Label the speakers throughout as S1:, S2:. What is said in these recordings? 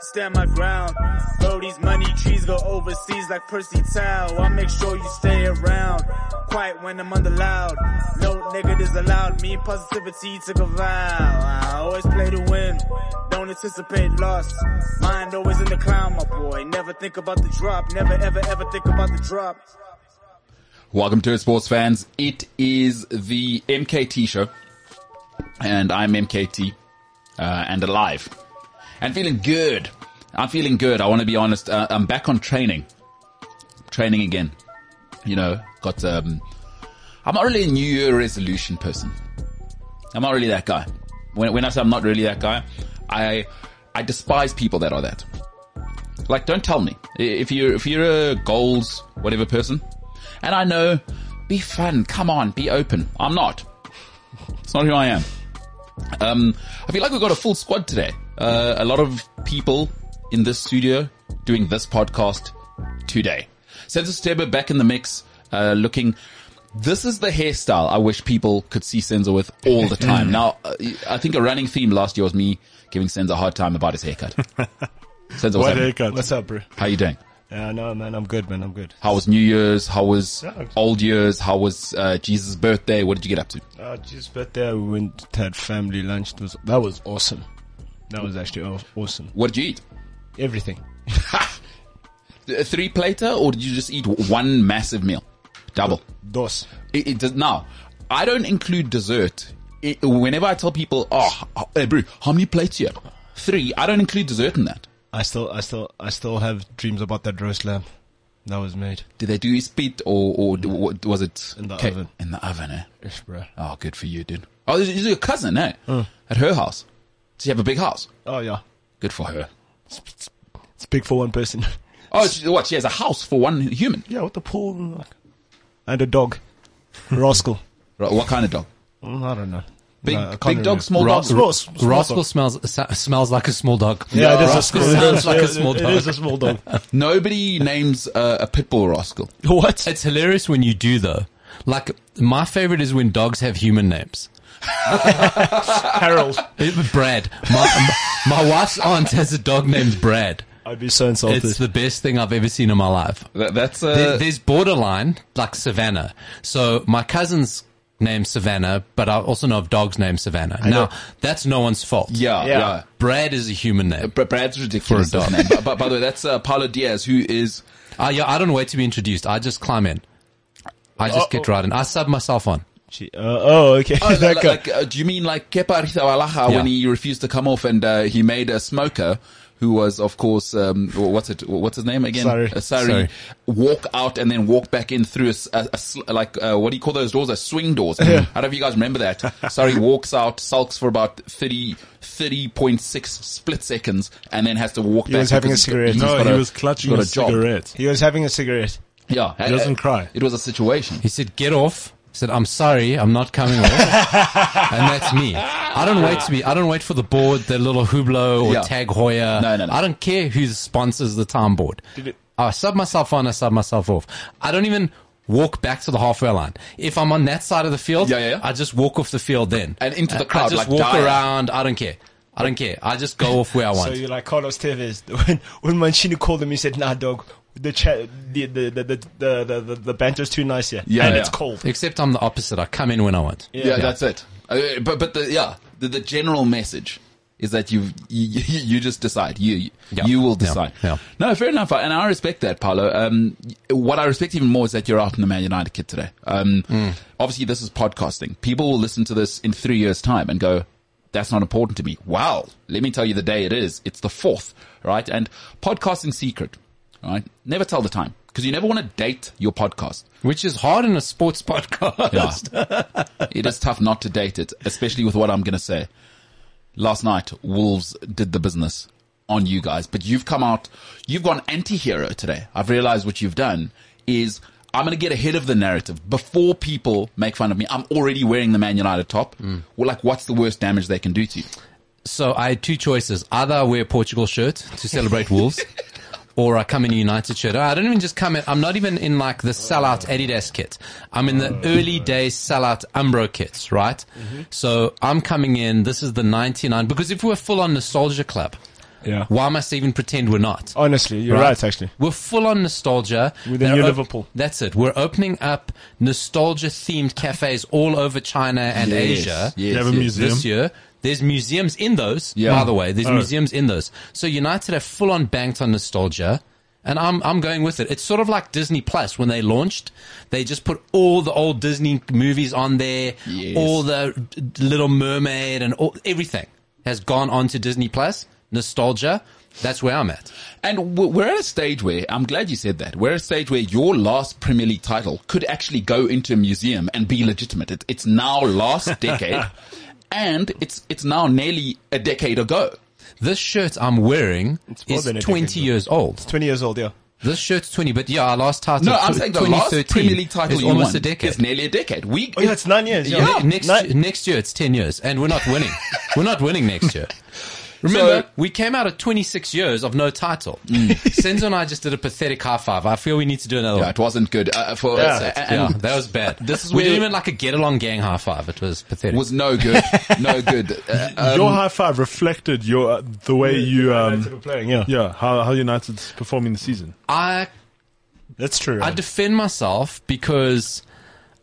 S1: stand my ground. Bro, these money trees go overseas like Percy Tao. I make sure you stay around. Quiet when I'm under loud. No negatives allowed. Me and positivity took a vow. I always play to win. Don't anticipate loss. Mind always in the clown, my boy. Never think about the drop. Never ever ever think about the drop.
S2: Welcome to it, sports fans. It is the MKT show, and I'm MKT, uh, and alive, and feeling good. I'm feeling good. I want to be honest. Uh, I'm back on training, training again. You know, got. Um, I'm not really a New Year resolution person. I'm not really that guy. When, when I say I'm not really that guy, I I despise people that are that. Like, don't tell me I- if you are if you're a goals whatever person, and I know, be fun. Come on, be open. I'm not. It's not who I am. Um, I feel like we've got a full squad today. Uh, a lot of people in this studio doing this podcast today. Sensus Teba back in the mix, uh, looking. This is the hairstyle I wish people could see Senza with all the time. now, uh, I think a running theme last year was me giving Senza a hard time about his haircut. Senza, what's
S3: What
S2: happening?
S3: haircut?
S4: What's up, bro?
S2: how you doing?
S4: Yeah, no, man, I'm good, man, I'm good.
S2: How was New Year's? How was
S4: Yeah.
S2: Old Year's? How was uh, Jesus' birthday? What did you get up to?
S4: Oh, just birthday, we went had family lunch. It was- that was awesome. That was actually aw- awesome.
S2: What did you eat?
S4: Everything.
S2: A three plater, or did you just eat one massive meal? Double.
S4: Dos.
S2: It, it does now. I don't include dessert. It, whenever I tell people, "Oh, h- hey, bro, how many plates you had?" Three. I don't include dessert in that.
S4: I still, I still, I still have dreams about that roast lamb that was made
S2: Did they do it spit or or d- what was it
S4: In the
S2: ca-
S4: oven.
S2: In the oven, eh?
S4: Ish, bro.
S2: Oh, good for you, dude. Oh, this is your cousin, eh? At her house. Does she have a big house?
S4: Oh yeah,
S2: Good for her.
S4: it's big for one person.
S2: Oh, she, what? She has a house for one human.
S4: yeah, with the pool and, like- and a dog, rascal.
S2: Right, what kind of dog?
S4: Mm, I don't know.
S2: Big,
S4: No, I can't
S2: big dog,
S4: remember.
S2: small
S3: Ra-
S2: dog.
S4: Small, small dog.
S3: Rascal smells sa- smells like a small dog.
S4: Yeah, it is
S2: Rascal
S4: a small.
S3: sounds like a
S4: it is-
S3: small dog.
S4: It is a small dog.
S2: Nobody names uh, a pit bull rascal.
S4: what?
S3: It's hilarious when you do though. Like my favorite is when dogs have human names.
S4: Harold.
S3: It- Brad. My, my wife's aunt has a dog named Brad.
S4: I'd be so insulted.
S3: It's the best thing I've ever seen in my life.
S2: That, that's
S3: There-
S2: uh,
S3: There's borderline, like Savannah. So my cousin's named Savannah, but I also know of dogs named Savannah. now,
S4: know.
S3: that's no one's fault.
S2: yeah, yeah.
S4: Yeah.
S3: Brad is a human name.
S2: Br- Brad's ridiculous
S3: For a dog.
S2: name. But, but by the way, that's uh, Paulo Diaz, who is
S3: Uh, yeah, I don't wait to be introduced. I just climb in. I just get right in. I sub myself on.
S4: She- uh, oh, okay.
S2: Oh,
S4: That
S2: like,
S4: guy.
S2: like, uh, do you mean like Kepa Arrizabalaga
S3: Yeah.
S2: when he refused to come off and uh, he made a smoker who was, of course, um, wh- what's it? wh- What's his name again?
S4: Sarri.
S2: Uh, Sarri
S3: Sarri.
S2: Walk out and then walk back in through a, s- a- a sl- like uh, what do you call those doors? A swing doors. I don't know if you guys remember that. Sorry, walks out, sulks for about 30, 30.6 split seconds, and then has to walk. He back
S4: was having
S2: because he's
S4: a
S2: got-
S4: cigarette.
S2: he's
S4: No,
S2: got
S5: he was clutching
S2: got
S5: a
S2: job.
S5: cigarette.
S4: He was having a cigarette.
S2: Yeah, he
S5: doesn't cry.
S2: It was a situation.
S3: He said, get off. He said, I'm sorry, I'm not coming off. and that's me. I don't wait to be, I don't wait for the board, the little Hublot or
S2: Yeah.
S3: Tag Hoyer.
S2: No, no, no.
S3: I don't care who sponsors the time board.
S4: Did it-
S3: I sub myself on, I sub myself off. I don't even walk back to the halfway line. If I'm on that side of the field,
S2: Yeah, yeah, yeah.
S3: I just walk off the field then.
S2: And into the
S3: I-
S2: crowd,
S3: I just
S2: like
S3: walk
S2: Dyer.
S3: around. I don't care. I don't care. I just go off where I
S4: So
S3: want.
S4: you're like Carlos Tevez. When when Mancini called him, he said, "Nah, dog. The chat, the the the the the, the, the, the banter's too nice here,
S2: Yeah,
S4: and
S2: yeah.
S4: it's cold."
S3: Except I'm the opposite. I come in when I want.
S2: Yeah, that's it. Uh, but but the yeah the, the general message is that you've, you you you just decide you you,
S3: Yeah.
S2: you will
S3: Yeah.
S2: decide.
S3: Yeah.
S2: No, fair enough, and I respect that, Paolo. Um, what I respect even more is that you're out in the Man United kit today. Um,
S3: Mm.
S2: obviously this is podcasting. People will listen to this in three years' time and go, "That's not important to me." Wow, let me tell you the day it is. It's the fourth, right? And podcasting secret, right? Never tell the time because you never want to date your podcast.
S3: Which is hard in a sports podcast.
S2: it is tough not to date it, especially with what I'm going to say. Last night, Wolves did the business on you guys, but you've come out, you've gone anti-hero today. I've realized what you've done is I'm going to get ahead of the narrative before people make fun of me. I'm already wearing the Man United top. Well, like, what's the worst damage they can do to you?
S3: So I had two choices. Either I wear a Portugal shirt to celebrate Wolves, or I come in a United shirt. I don't even just come in. I'm not even in like the sellout Adidas kit. I'm in the early days sellout Umbro kits, right? So I'm coming in. This is the 99 because if we're full on nostalgia club,
S4: Yeah.
S3: why must I even pretend we're not?
S4: Honestly, you're right, actually.
S3: We're full on nostalgia.
S4: With the
S3: They're
S4: new
S3: op-
S4: Liverpool.
S3: That's it. We're opening up nostalgia themed cafes all over China and Asia
S2: Yes,
S5: They have a
S2: yes.
S5: museum.
S3: this year. There's museums in those,
S2: Yeah.
S3: by the way.
S4: Oh.
S3: There's museums in those. So United have full on banked on nostalgia. And I'm, I'm going with it. It's sort of like Disney Plus when they launched. They just put all the old Disney movies on there.
S2: Yes.
S3: All the Little Mermaid and all, everything has gone on to Disney Plus. Nostalgia. That's where I'm at.
S2: And w- we're at a stage where, I'm glad you said that, we're at a stage where your last Premier League title could actually go into a museum and be legitimate. It, it's now last decade and it's, it's now nearly a decade ago.
S3: This shirt I'm wearing
S4: more
S3: is
S4: than a
S3: 20
S4: decade
S3: years old.
S4: 20 years old, yeah.
S3: This shirt's 20, but yeah, our last title.
S2: No, I'm
S3: tw-
S2: saying the last
S3: 2013
S2: Premier League title
S3: is
S2: you
S3: almost
S2: won
S3: a decade.
S2: is nearly a decade. We,
S4: Oh, yeah, it's nine years. Yeah.
S3: Ne- next
S4: Nine-
S3: next year it's 10 years, and we're not winning. we're not winning next year. Remember,
S2: So-
S3: we came out of 26 years of no title. Senzo and I just did a pathetic high five. I feel we need to do another
S2: Mm. Yeah,
S3: one.
S2: it wasn't good. Uh, for
S4: Yeah.
S2: and-
S3: Yeah,
S2: and
S3: that was bad.
S2: This is
S3: we
S2: where-
S3: didn't even like a get along gang high five. It was pathetic.
S2: was no good, no good. Uh, um,
S5: your high five reflected your uh, the way you
S4: United were
S5: um,
S4: playing, yeah.
S5: yeah how how United's performing the season.
S3: I
S4: That's true.
S3: I defend myself because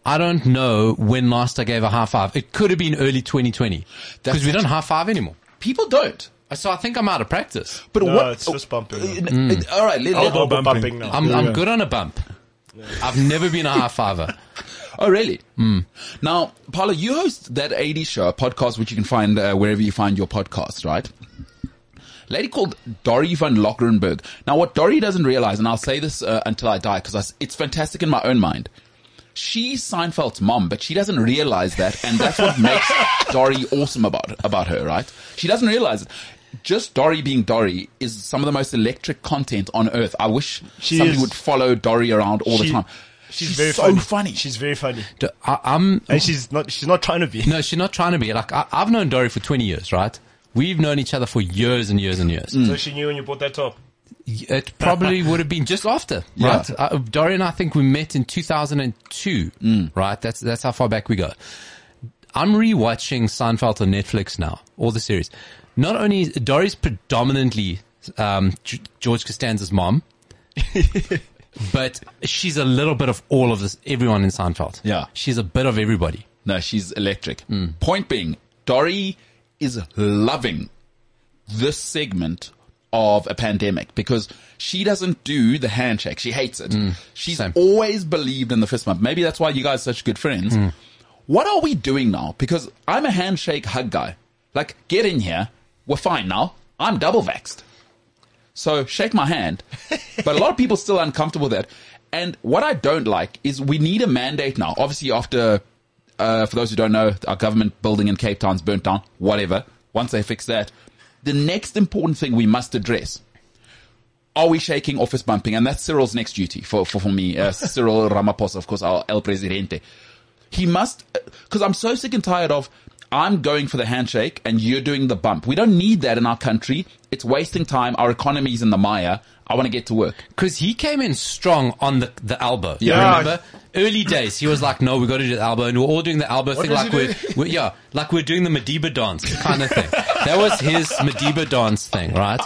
S3: I don't know when last I gave a high five. It could have been early 2020 because we don't high five anymore.
S2: people don't.
S3: So I think I'm out of practice.
S2: But
S4: no,
S2: what?
S4: it's just bumping.
S2: Uh,
S3: Mm.
S2: uh, All right, let, let-
S4: Elbow bumping.
S5: bumping.
S4: now.
S3: I'm,
S5: Yeah.
S3: I'm good on a bump. I've never been a high fiver.
S2: Oh, really? Now, Paula, you host that 80 show, a podcast which you can find uh, wherever you find your podcast, right? Lady called Dory van Lockerenberg. Now, what Dory doesn't realize, and I'll say this uh, until I die because it's fantastic in my own mind. She's Seinfeld's mom, but she doesn't realize that, and that's what makes Dory awesome about about her, right? She doesn't realize it. Just Dory being Dory is some of the most electric content on earth. I wish
S4: She
S2: somebody
S4: is-
S2: would follow Dory around all the
S4: She-
S2: time.
S4: She's, very
S2: so
S4: funny.
S2: funny.
S4: She's very funny.
S3: D- I, am
S4: And she's not she's not trying to be.
S3: no, she's not trying to be like I, I've known Dory for 20 years, right? We've known each other for years and years and years.
S4: So she knew when you bought that top.
S3: It probably would have been just after, right? Uh, Dory and I think we met in 2002, right? That's that's how far back we go. I'm rewatching Seinfeld on Netflix now, all the series. Not only Dory's predominantly um, G- George Costanza's mom, but she's a little bit of all of this. Everyone in Seinfeld,
S2: Yeah.
S3: she's a bit of everybody.
S2: No, she's electric. Point being, Dory is loving this segment of a pandemic because she doesn't do the handshake. She hates it. She's
S3: Same.
S2: always believed in the fist bump. Maybe that's why you guys are such good friends. What are we doing now? Because I'm a handshake hug guy. Like, get in here. We're fine now. I'm double vaxxed. So shake my hand. But a lot of people still uncomfortable with that. And what I don't like is we need a mandate now. Obviously, after uh, for those who don't know, our government building in Cape Town's burnt down. Whatever. Once they fix that, the next important thing we must address: Are we shaking office bumping? And that's Cyril's next duty for for, for me. Uh, Cyril Ramaphosa, of course, our El Presidente. He must, because I'm so sick and tired of. I'm going for the handshake and you're doing the bump. We don't need that in our country. It's wasting time. Our economy's in the mire. I want to get to work.
S3: Because he came in strong on the the elbow.
S2: Yeah.
S3: Yeah. Remember? Early days, he was like, no, we got to do the elbow. And we're all doing the elbow thing
S4: does
S3: like
S4: he
S3: we're, we're, yeah, like we're doing the Madiba dance kind of thing. that was his Madiba dance thing, right?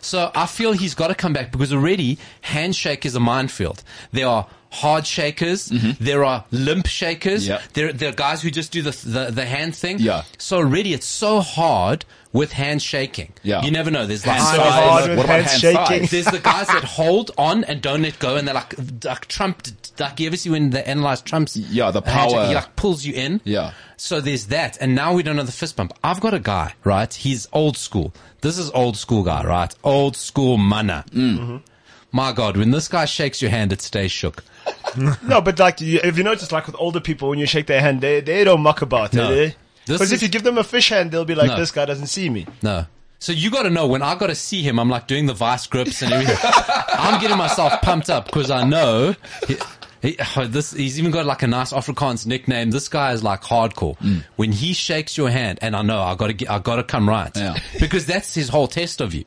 S3: So I feel he's got to come back because already handshake is a minefield. There are hard shakers. There are limp shakers.
S2: Yeah.
S3: There, there are guys who just do the, the, the hand thing.
S2: Yeah.
S3: So already it's so hard with handshaking.
S2: Yeah.
S3: You never know. There's the
S2: Hand
S3: high
S2: size.
S3: five.
S4: hard with
S2: What about hand
S4: handshaking.
S2: size?
S3: There's the guys that hold on and don't let go, and they're like, like Trump. Like you ever see when they analyze Trump's
S2: Yeah, the
S3: handshake?
S2: power.
S3: He like pulls you in.
S2: Yeah.
S3: So there's that, and now we don't know the fist bump. I've got a guy, right? He's old school. This is old school guy, right? Old school manner.
S2: Mm.
S3: My God, when this guy shakes your hand, it stays shook.
S4: No, but like, you, if you notice, like with older people, when you shake their hand, they they don't muck about
S3: No.
S4: it.
S3: This
S4: Because
S3: is-
S4: if you give them a fish hand, they'll be like,
S3: No.
S4: "This guy doesn't see me."
S3: No. So you got to know when I got to see him, I'm like doing the vice grips and everything. I'm getting myself pumped up because I know he, he- oh, this. He's even got like a nice Afrikaans nickname. This guy is like hardcore. When he shakes your hand, and I know I got to I got to come right
S2: Yeah.
S3: because that's his whole test of you.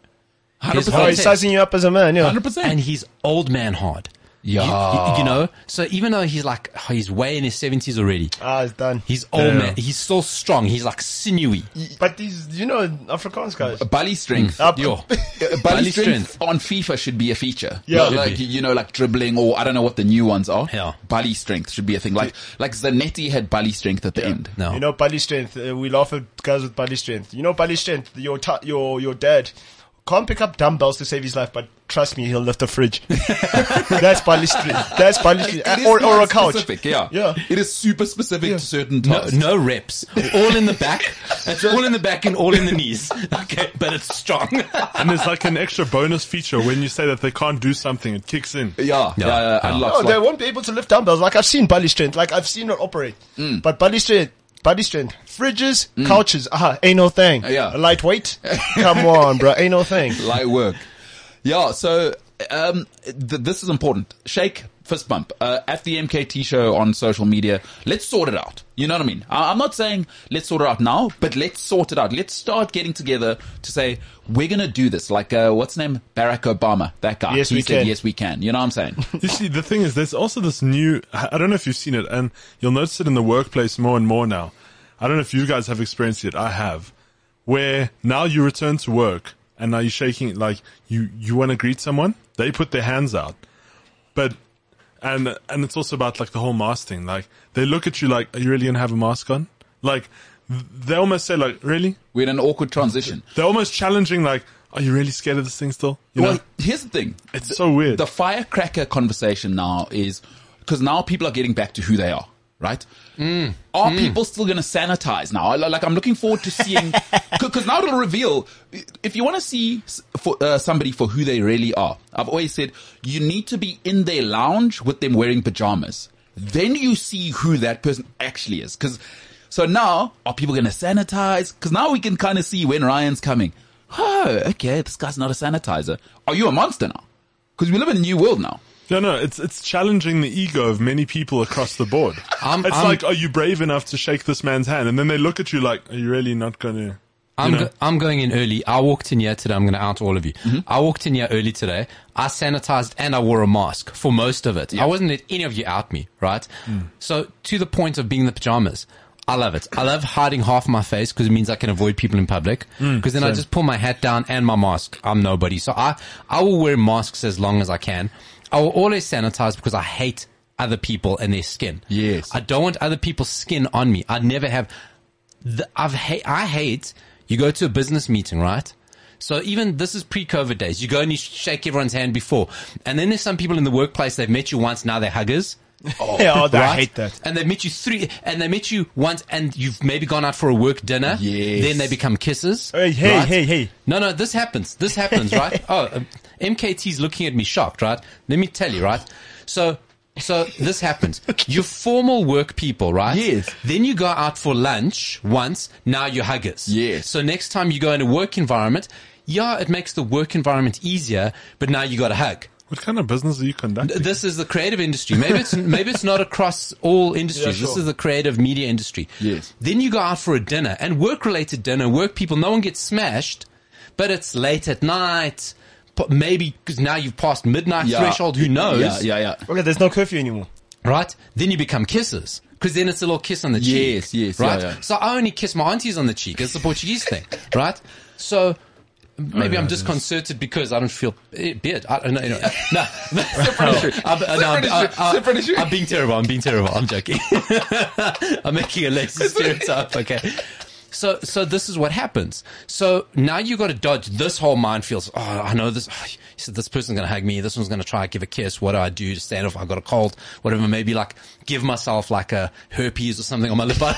S3: His
S2: 100%.
S4: Oh,
S3: whole
S4: he's sizing you up as a man, yeah.
S2: 100%.
S3: and he's old man hard. You-
S2: Yeah.
S3: you, you know. So even though he's like oh, he's way in his seventies already,
S4: Ah, it's done.
S3: he's old
S5: Yeah.
S3: man. He's still strong. He's like sinewy.
S4: But these, you know, Afrikaans guys.
S2: Bally strength.
S4: Up.
S3: Yo,
S2: Uh, Bally
S3: Bally
S2: strength
S3: strength.
S2: on FIFA should be a feature.
S4: Yeah.
S2: Like- like you know, like dribbling or I don't know what the new ones are.
S3: Yeah.
S2: Bally strength should be a thing. Like like Zanetti had Bally strength at the end.
S3: no.
S4: You know, body strength. Uh, we laugh at guys with body strength. You know, body strength. Your ta- your your dad can't pick up dumbbells to save his life, but trust me, he'll lift a fridge. That's body strength. That's body strength.
S2: Uh, It is
S4: Or or a
S2: not
S4: couch.
S2: Specific, yeah.
S4: Yeah.
S2: It is super specific to certain
S3: no,
S2: tasks.
S3: no reps. All in the back. It's all in the back and all in the knees. Okay, but it's strong.
S5: And there's like an extra bonus feature when you say that they can't do something, it kicks in.
S2: Yeah. Yeah.
S3: No.
S2: yeah,
S3: No.
S2: unlocks,
S4: No, Oh, they
S2: like-
S4: won't be able to lift dumbbells. Like I've seen body strength. Like I've seen it operate.
S2: Mm.
S4: But body strength. Body strength, fridges, couches, aha, ain't no thing.
S2: Uh, Yeah.
S4: Lightweight? Come on, bro, ain't no thing.
S2: light work. Yeah, so um, th- this is important. Shake, fist bump uh, at the MKT show on social media. Let's sort it out. You know what I mean? I- I'm not saying let's sort it out now, but let's sort it out. Let's start getting together to say we're gonna do this. Like uh, what's his name? Barack Obama, that guy.
S4: Yes,
S2: he
S4: we
S2: said
S4: can.
S2: yes we can. You know what I'm saying?
S5: You see, the thing is, there's also this new. I I don't know if you've seen it, and you'll notice it in the workplace more and more now. I don't know if you guys have experienced it. I have, where now you return to work, and now you're shaking like you you want to greet someone. They put their hands out, but and and it's also about like the whole mask thing. Like they look at you like, are you really gonna have a mask on? Like th- they almost say like, really?
S2: we're in an awkward transition.
S5: They're almost challenging like, are you really scared of this thing still? You
S2: well,
S5: know?
S2: here's the thing.
S5: It's so weird.
S2: The firecracker conversation now is because now people are getting back to who they are, right? Are people still going to sanitize now? I- Like, I'm looking forward to seeing because now it'll reveal if you want to see s- for, uh, somebody for who they really are. I've always said you need to be in their lounge with them wearing pajamas. Then you see who that person actually is. Because so now are people going to sanitize? Because now we can kind of see when Ryan's coming. Oh, okay. This guy's not a sanitizer. Are you a monster now? Because we live in a new world now.
S5: No, no, it's it's challenging the ego of many people across the board.
S3: I'm-
S5: it's
S3: I'm-
S5: like, are you brave enough to shake this man's hand? And then they look at you like, are you really not going to?
S3: I'm go- I'm going in early. I walked in here today. I'm going to out all of you. I walked in here early today. I sanitized and I wore a mask for most of it. I wasn't let any of you out me, right? So to the point of being in the pajamas. I love it. I love hiding half my face because it means I can avoid people in public. Because then I just pull my hat down and my mask. I'm nobody. So I, I will wear masks as long as I can. I will always sanitize because I hate other people and their skin.
S2: Yes.
S3: I don't want other people's skin on me. I never have the, I've ha- I hate you go to a business meeting, right? So even this is pre-COVID days. You go and you shake everyone's hand before, and then there's some people in the workplace they've met you once, now they're huggers.
S4: Yeah, oh, I
S3: right?
S4: hate that.
S3: And they met you three, and they met you once, and you've maybe gone out for a work dinner.
S2: Yes.
S3: Then they become kisses.
S4: Hey, hey,
S3: right?
S4: hey, hey.
S3: No, no, this happens. This happens, right? Oh, um, MKT's looking at me shocked, right? Let me tell you, right? So, so this happens. You're formal work people, right?
S2: Yes.
S3: Then you go out for lunch once. Now you're huggers.
S2: Yes.
S3: So next time you go in a work environment, yeah, it makes the work environment easier, but now you got to hug.
S5: What kind of business are you conducting?
S3: This is the creative industry. Maybe it's maybe it's not across all industries. This is the creative media industry.
S2: Yes.
S3: Then you go out for a dinner and work related dinner, work people. No one gets smashed, but it's late at night. po- Maybe because now you've passed midnight
S2: Yeah.
S3: threshold. Who knows?
S2: Yeah, yeah, yeah.
S4: Okay, there's no curfew anymore.
S3: Right? Then you become kisses. Because then it's a little kiss on the cheek.
S2: Yes, yes, yeah,
S3: Right?
S2: yeah.
S3: So I only kiss my aunties on the cheek. It's the Portuguese thing. Right? So maybe I'm disconcerted because I don't feel eh, beard. I, no, no, no. no. I'm, uh, no, I'm, I, I,
S2: Separate issue.
S3: I'm being terrible. I'm being terrible. I'm joking. I'm making a lazy stereotype. Okay. So, so this is what happens. So now you got to dodge this whole minefield. Oh, I know this. Oh, he said this person's going to hug me. This one's going to try to give a kiss. What do I do to stand off? I got a cold, whatever. Maybe like give myself like a herpes or something on my lip. a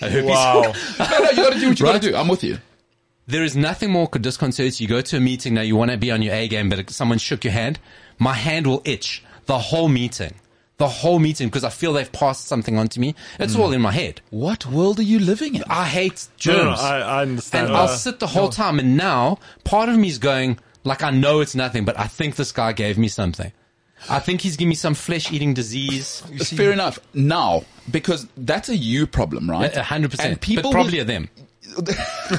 S3: herpes.
S4: Wow.
S2: No, no, you got to do what you got to do. I'm with you.
S3: There is nothing more could disconcert you. You go to a meeting now, you want to be on your A game, but someone shook your hand. My hand will itch the whole meeting, the whole meeting, because I feel they've passed something onto me. It's all in my head.
S2: What world are you living in?
S3: I hate
S5: Hmm.
S3: germs.
S5: No, no, no, I, I understand.
S3: and I'll
S5: Uh,
S3: sit the whole time. And now part of me is going, like, I know it's nothing, but I think this guy gave me something. I think he's giving me some flesh eating disease.
S2: Fair enough. Now, because that's a you problem, right?
S3: A hundred percent.
S2: And people
S3: but probably
S2: will-
S3: are them.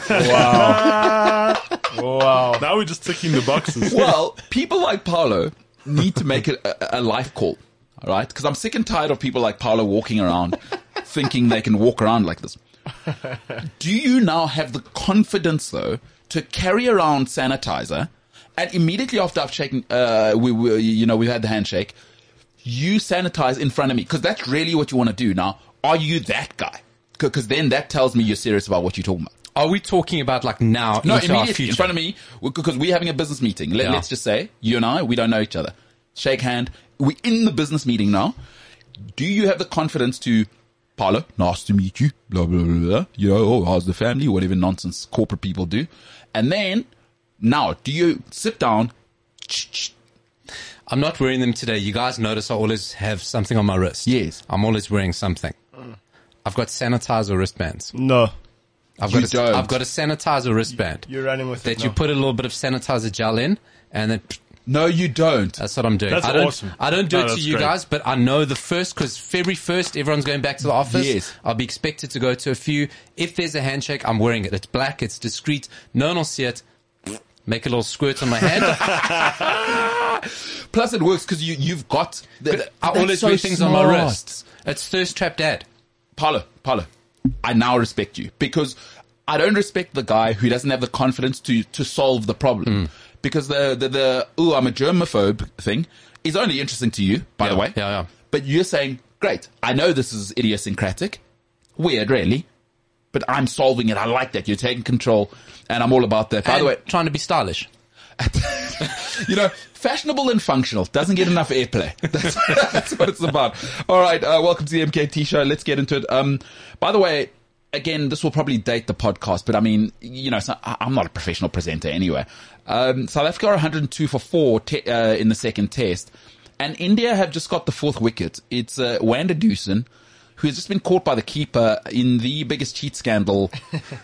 S4: Wow.
S5: Uh, Now we're just ticking the boxes.
S2: well, people like Paolo need to make a, a, a life call, all right? Because I'm sick and tired of people like Paolo walking around thinking they can walk around like this. Do you now have the confidence, though, to carry around sanitizer and immediately after I've shaken, uh, we, we, you know, we've had the handshake, you sanitize in front of me? Because that's really what you want to do now. Are you that guy? Because then that tells me you're serious about what you're talking about.
S3: Are we talking about like now?
S2: No,
S3: into our
S2: immediately
S3: future?
S2: in front of me because we're having a business meeting. Let,
S3: Yeah.
S2: Let's just say you and I, we don't know each other. Shake hand. We're in the business meeting now. Do you have the confidence to, Paolo, nice to meet you, blah, blah, blah, blah. You know, oh, how's the family? Whatever nonsense corporate people do. And then, now, do you sit down? ch- ch-
S3: I'm not wearing them today. You guys notice I always have something on my wrist.
S2: Yes.
S3: I'm always wearing something. I've got sanitizer wristbands.
S4: No,
S3: I've
S2: You
S3: got
S2: don't.
S3: a, I've got a sanitizer wristband
S4: you're running with it
S3: that you
S4: now.
S3: put a little bit of sanitizer gel in and then
S2: No, you don't.
S3: that's what I'm doing.
S5: That's
S3: I don't,
S5: awesome.
S3: I don't do
S5: No,
S3: it to
S5: that's
S3: you
S5: great.
S3: guys, but I know the first because February first, everyone's going back to the office.
S2: Yes.
S3: I'll be expected to go to a few. If there's a handshake, I'm wearing it. It's black. It's discreet. No one will see it. Make a little squirt on my hand.
S2: Plus, it works because you, you've got. The,
S3: I
S2: that's
S3: always
S2: so
S3: wear things on my
S2: smart.
S3: wrists. It's thirst trap dad.
S2: Paolo, Paolo, I now respect you because I don't respect the guy who doesn't have the confidence to, to solve the
S3: Mm.
S2: problem. Because the, the, the, ooh, I'm a germaphobe thing is only interesting to you, by the
S3: Yeah,
S2: way.
S3: yeah, yeah.
S2: But you're saying, great, I know this is idiosyncratic. Weird, really. But I'm solving it. I like that. You're taking control. And I'm all about that. By the
S3: And
S2: way,
S3: trying to be stylish.
S2: you know, fashionable and functional doesn't get enough airplay. That's, that's what it's about. All right, uh, welcome to the MKT show. Let's get into it. Um, by the way, again, this will probably date the podcast, but I mean, you know, so I- I'm not a professional presenter anyway. Um, South Africa are 102 for four te- uh, in the second test, and India have just got the fourth wicket. It's uh, Wanda Dusen. Who has just been caught by the keeper in the biggest cheat scandal,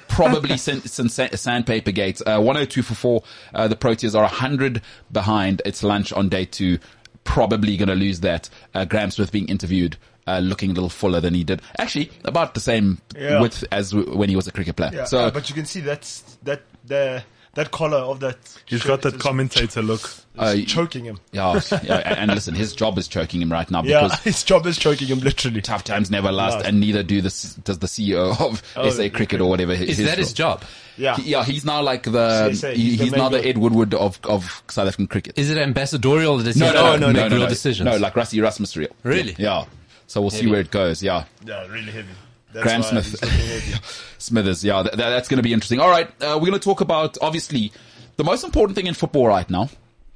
S2: probably since, since Sa- Sandpaper Gate. Uh, 102 for four. Uh, the Proteas are 100 behind. It's lunch on day two. Probably going to lose that. Uh, Graham Smith being interviewed, uh, looking a little fuller than he did. Actually, about the same
S4: Yeah.
S2: width as w- when he was a cricket player.
S4: Yeah,
S2: so,
S4: uh, but you can see that's that the that collar of that.
S5: He's
S4: shirt
S5: got that
S4: is-
S5: commentator look.
S2: Uh,
S4: is choking him.
S2: yeah, yeah, and listen, his job is choking him right now
S4: Yeah,
S2: because
S4: his job is choking him literally.
S2: tough times never last,
S4: No.
S2: and neither do the c- does the CEO of
S4: Oh,
S2: SA Cricket or whatever.
S3: Is that his job?
S4: Yeah,
S2: He- yeah, he's now like the
S4: CSA,
S2: he- he's,
S4: he's the
S2: now the
S4: main
S2: Ed Woodward of of South African cricket.
S3: Is it ambassadorial? Or does he
S4: no, no,
S3: make
S4: no,
S3: real decisions?
S2: No, like Rusty Rasmus real.
S3: Really?
S2: Yeah. So we'll see where it goes. Yeah.
S4: yeah, really heavy. That's
S2: Graham
S4: why
S2: Smith.
S4: he's looking heavy.
S2: Smithers. Yeah, th- th- that's going to be interesting. All right, uh, we're going to talk about obviously the most important thing in football right now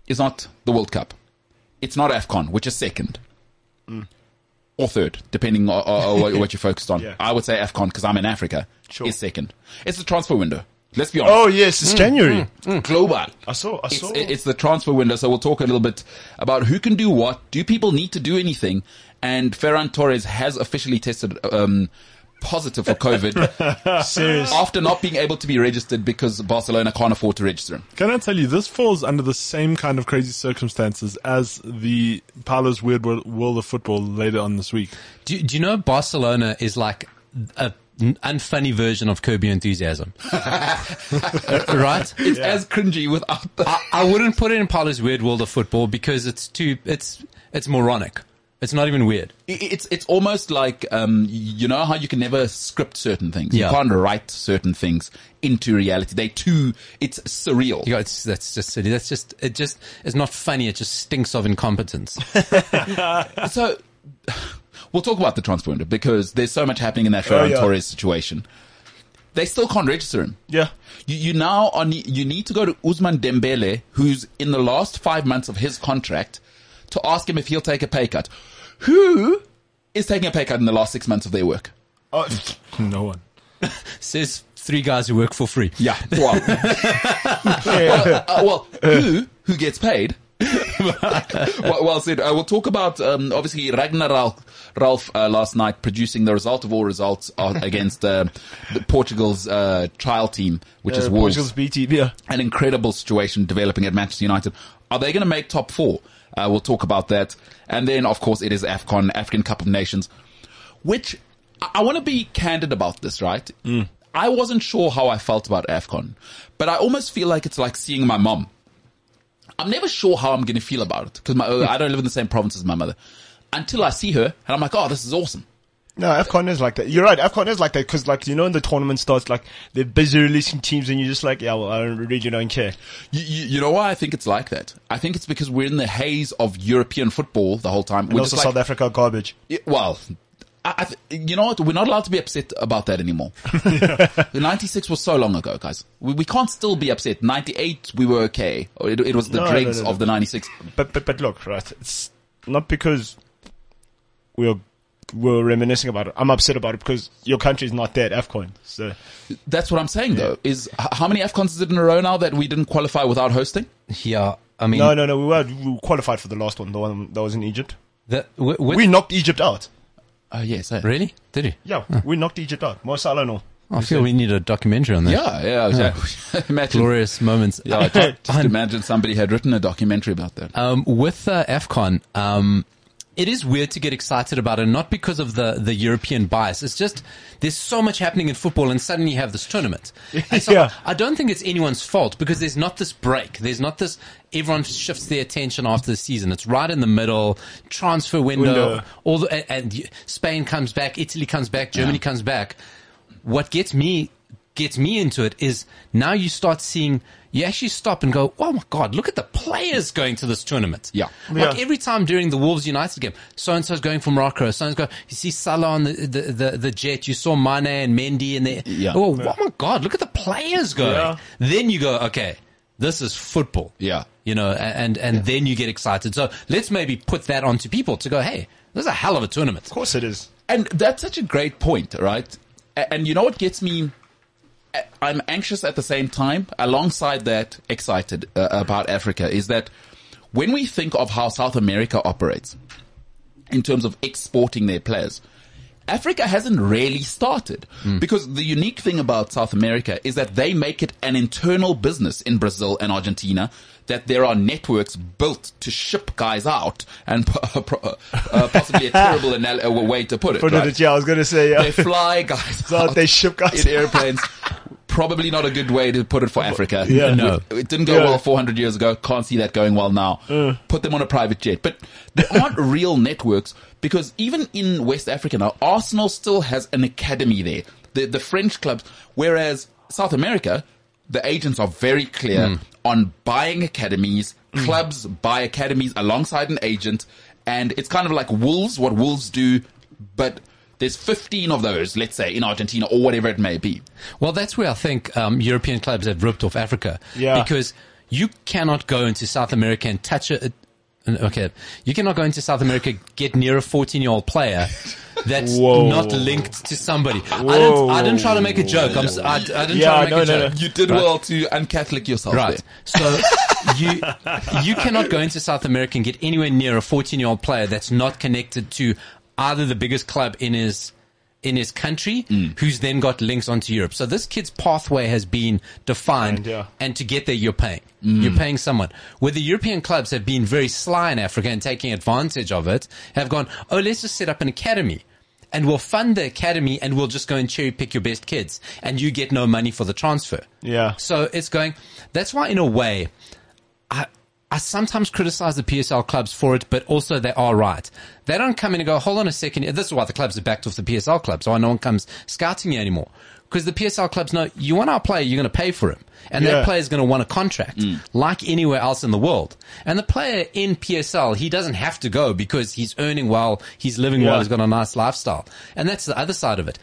S2: is not the World Cup. It's not AFCON, which is second.
S4: Mm.
S2: Or third, depending on, on what- what you're focused on.
S4: Yeah.
S2: I would say AFCON because I'm in Africa.
S4: Sure.
S2: Is second. It's the transfer window. Let's be honest.
S4: Oh yes,
S2: Mm.
S4: it's January.
S2: Global.
S4: I saw. I
S2: It's,
S4: saw.
S2: it's the transfer window, so we'll talk a little bit about who can do what. Do people need to do anything? And Ferran Torres has officially tested um, positive for COVID
S4: serious.
S2: after not being able to be registered because Barcelona can't afford to register him.
S5: Can I tell you, this falls under the same kind of crazy circumstances as the Paolo's Weird Wor- World of Football later on this week.
S3: Do, do you know Barcelona is like a n- unfunny version of Curb Your Enthusiasm? right? Ah.
S2: It's as cringy without the.
S3: I, I wouldn't put it in Paolo's weird world of football because it's too it's it's moronic. It's not even weird.
S2: I- It's it's almost like um, you know how you can never script certain things.
S3: Yeah.
S2: You can't write certain things into reality. They too. It's surreal.
S3: You know, it's that's just silly. That's just it. Just it's not funny. It just stinks of incompetence.
S2: So we'll talk about the transfer window because there's so much happening in that Ferran
S4: Oh, yeah.
S2: Torres situation. They still can't register him.
S4: yeah.
S2: You, you now are, ne- you need to go to Usman Dembele, who's in the last five months of his contract, to ask him if he'll take a pay cut. Who is taking a pay cut in the last six months of their work?
S4: Oh,
S5: No one.
S3: Says three guys who work for free.
S2: Yeah. Well,
S4: yeah.
S2: uh, well, who who gets paid? well, well said. Uh, we'll talk about um, obviously Ragnar Ralph, Ralph uh, last night producing the result of all results uh, against uh, the Portugal's uh, trial team, which is
S4: Uh,
S2: Wolves.
S4: Portugal's BT. Yeah.
S2: An incredible situation developing at Manchester United. Are they going to make top four? Uh, we'll talk about that. And then, of course, it is
S4: Mm.
S2: AFCON, African Cup of Nations, which I, I want to be candid about this, right? I wasn't sure how I felt about AFCON, but I almost feel like it's like seeing my mom. I'm never sure how I'm going to feel about it because I don't live in the same province as my mother until I see her and I'm like, oh, this is awesome.
S4: No, AFCON is like that. You're right. AFCON is like that because, like, you know, when the tournament starts, like, they're busy releasing teams and you're just like, yeah, well, I don't, really don't care.
S2: You, you, you know why I think it's like that? I think it's because we're in the haze of European football the whole time.
S4: And
S2: We're
S4: also
S2: just like,
S4: South Africa garbage.
S2: Yeah, well, I, I th- you know what? We're not allowed to be upset about that anymore. The 96 was so long ago, guys. We, we can't still be upset. 98, we were okay. Or It, it was the
S4: No, no,
S2: dregs
S4: no, no.
S2: of the 96.
S4: But, but, but look, right. It's not because we're, we're reminiscing about it. I'm upset about it because your country's not there at AFCON. So,
S2: That's what I'm saying though, is h- how many AFCONs is it in a row now that we didn't qualify without hosting?
S3: Yeah, I mean,
S4: no, no, no. We were, we were qualified for the last one, the one that was in Egypt.
S3: the, w- w-
S4: We knocked Egypt out.
S2: Oh, yes. eh?
S3: really did you?
S4: Yeah,
S2: Hmm.
S4: we knocked Egypt out. Mo Salah, no.
S3: I feel we need a documentary on that.
S2: Yeah, yeah. exactly. imagine,
S3: glorious moments.
S2: yeah, just imagine somebody had written a documentary about that.
S3: um, with uh, AFCON, um, it is weird to get excited about it, not because of the, the European bias. It's just there's so much happening in football, and suddenly you have this tournament. And so
S4: Yeah.
S3: I don't think it's anyone's fault because there's not this break. There's not this. Everyone shifts their attention after the season. It's right in the middle transfer window.
S4: Window.
S3: All the, and, and you- Spain comes back, Italy comes back, Germany comes back. What gets me gets me into it is now you start seeing. You actually stop and go, oh my God, look at the players going to this tournament.
S2: Yeah.
S3: Like
S4: Yeah.
S3: every time during the Wolves United game, so and so's going for Morocco, so and so's going, you see Salah on the, the, the, the jet, you saw Mane and Mendy and there.
S2: Yeah.
S3: Oh, oh my God, look at the players going.
S4: Yeah.
S3: Then you go, okay, this is football.
S2: Yeah.
S3: You know, a- and, and then you get excited. So let's maybe put that onto people to go, hey, this is a hell of a tournament.
S4: Of course it is.
S2: And that's such a great point, right? A- And you know what gets me? I- I'm anxious at the same time, alongside that, excited uh, about Africa, is that when we think of how South America operates in terms of exporting their players, Africa hasn't really started because the unique thing about South America is that they make it an internal business in Brazil and Argentina that there are networks built to ship guys out and po- pro- uh, possibly a terrible anal- uh, way to put it.
S4: But
S2: right?
S4: yeah, I was going to say, yeah.
S2: They fly guys
S4: So
S2: out
S4: they ship guys
S2: in airplanes. Probably not a good way to put it for Africa.
S4: Yeah.
S2: No. It didn't go
S4: Yeah.
S2: well 400 years ago. Can't see that going well now. Put them on a private jet. But there aren't real networks because even in West Africa now, Arsenal still has an academy there. The, the French clubs, whereas South America, the agents are very clear on buying academies.
S4: Hmm.
S2: Clubs buy academies alongside an agent. And it's kind of like Wolves, what Wolves do, but there's 15 of those, let's say, in Argentina or whatever it may be.
S3: Well, that's where I think um, European clubs have ripped off Africa.
S4: Yeah.
S3: Because you cannot go into South America and touch a. Okay. You cannot go into South America, get near a 14 year old player that's
S4: Whoa.
S3: not linked to somebody. I didn't, I didn't try to make a joke. I'm, si didn't try
S4: Yeah,
S3: to make
S4: no, no,
S3: a joke.
S4: no.
S2: You did well to uncatholic yourself
S3: Right.
S2: there.
S3: So you you cannot go into South America and get anywhere near a 14 year old player that's not connected to either the biggest club in his in his country, who's then got links onto Europe. So this kid's pathway has been defined,
S4: Defined, yeah.
S3: and to get there, you're paying. You're paying someone. Where the European clubs have been very sly in Africa and taking advantage of it, have gone, oh, let's just set up an academy. And we'll fund the academy and we'll just go and cherry pick your best kids. And you get no money for the transfer.
S4: Yeah.
S3: So it's going. That's why, in a way, I I sometimes criticize the PSL clubs for it, but also they are right. They don't come in and go, hold on a second. This is why the clubs are backed off the PSL clubs. Why no one comes scouting you anymore? Because the PSL clubs know you want our player, you're going to pay for him, and that
S4: Yeah.
S3: player is going to want a contract, like anywhere else in the world. And the player in PSL, he doesn't have to go because he's earning well, he's living well,
S4: Yeah.
S3: he's got a nice lifestyle, and that's the other side of it.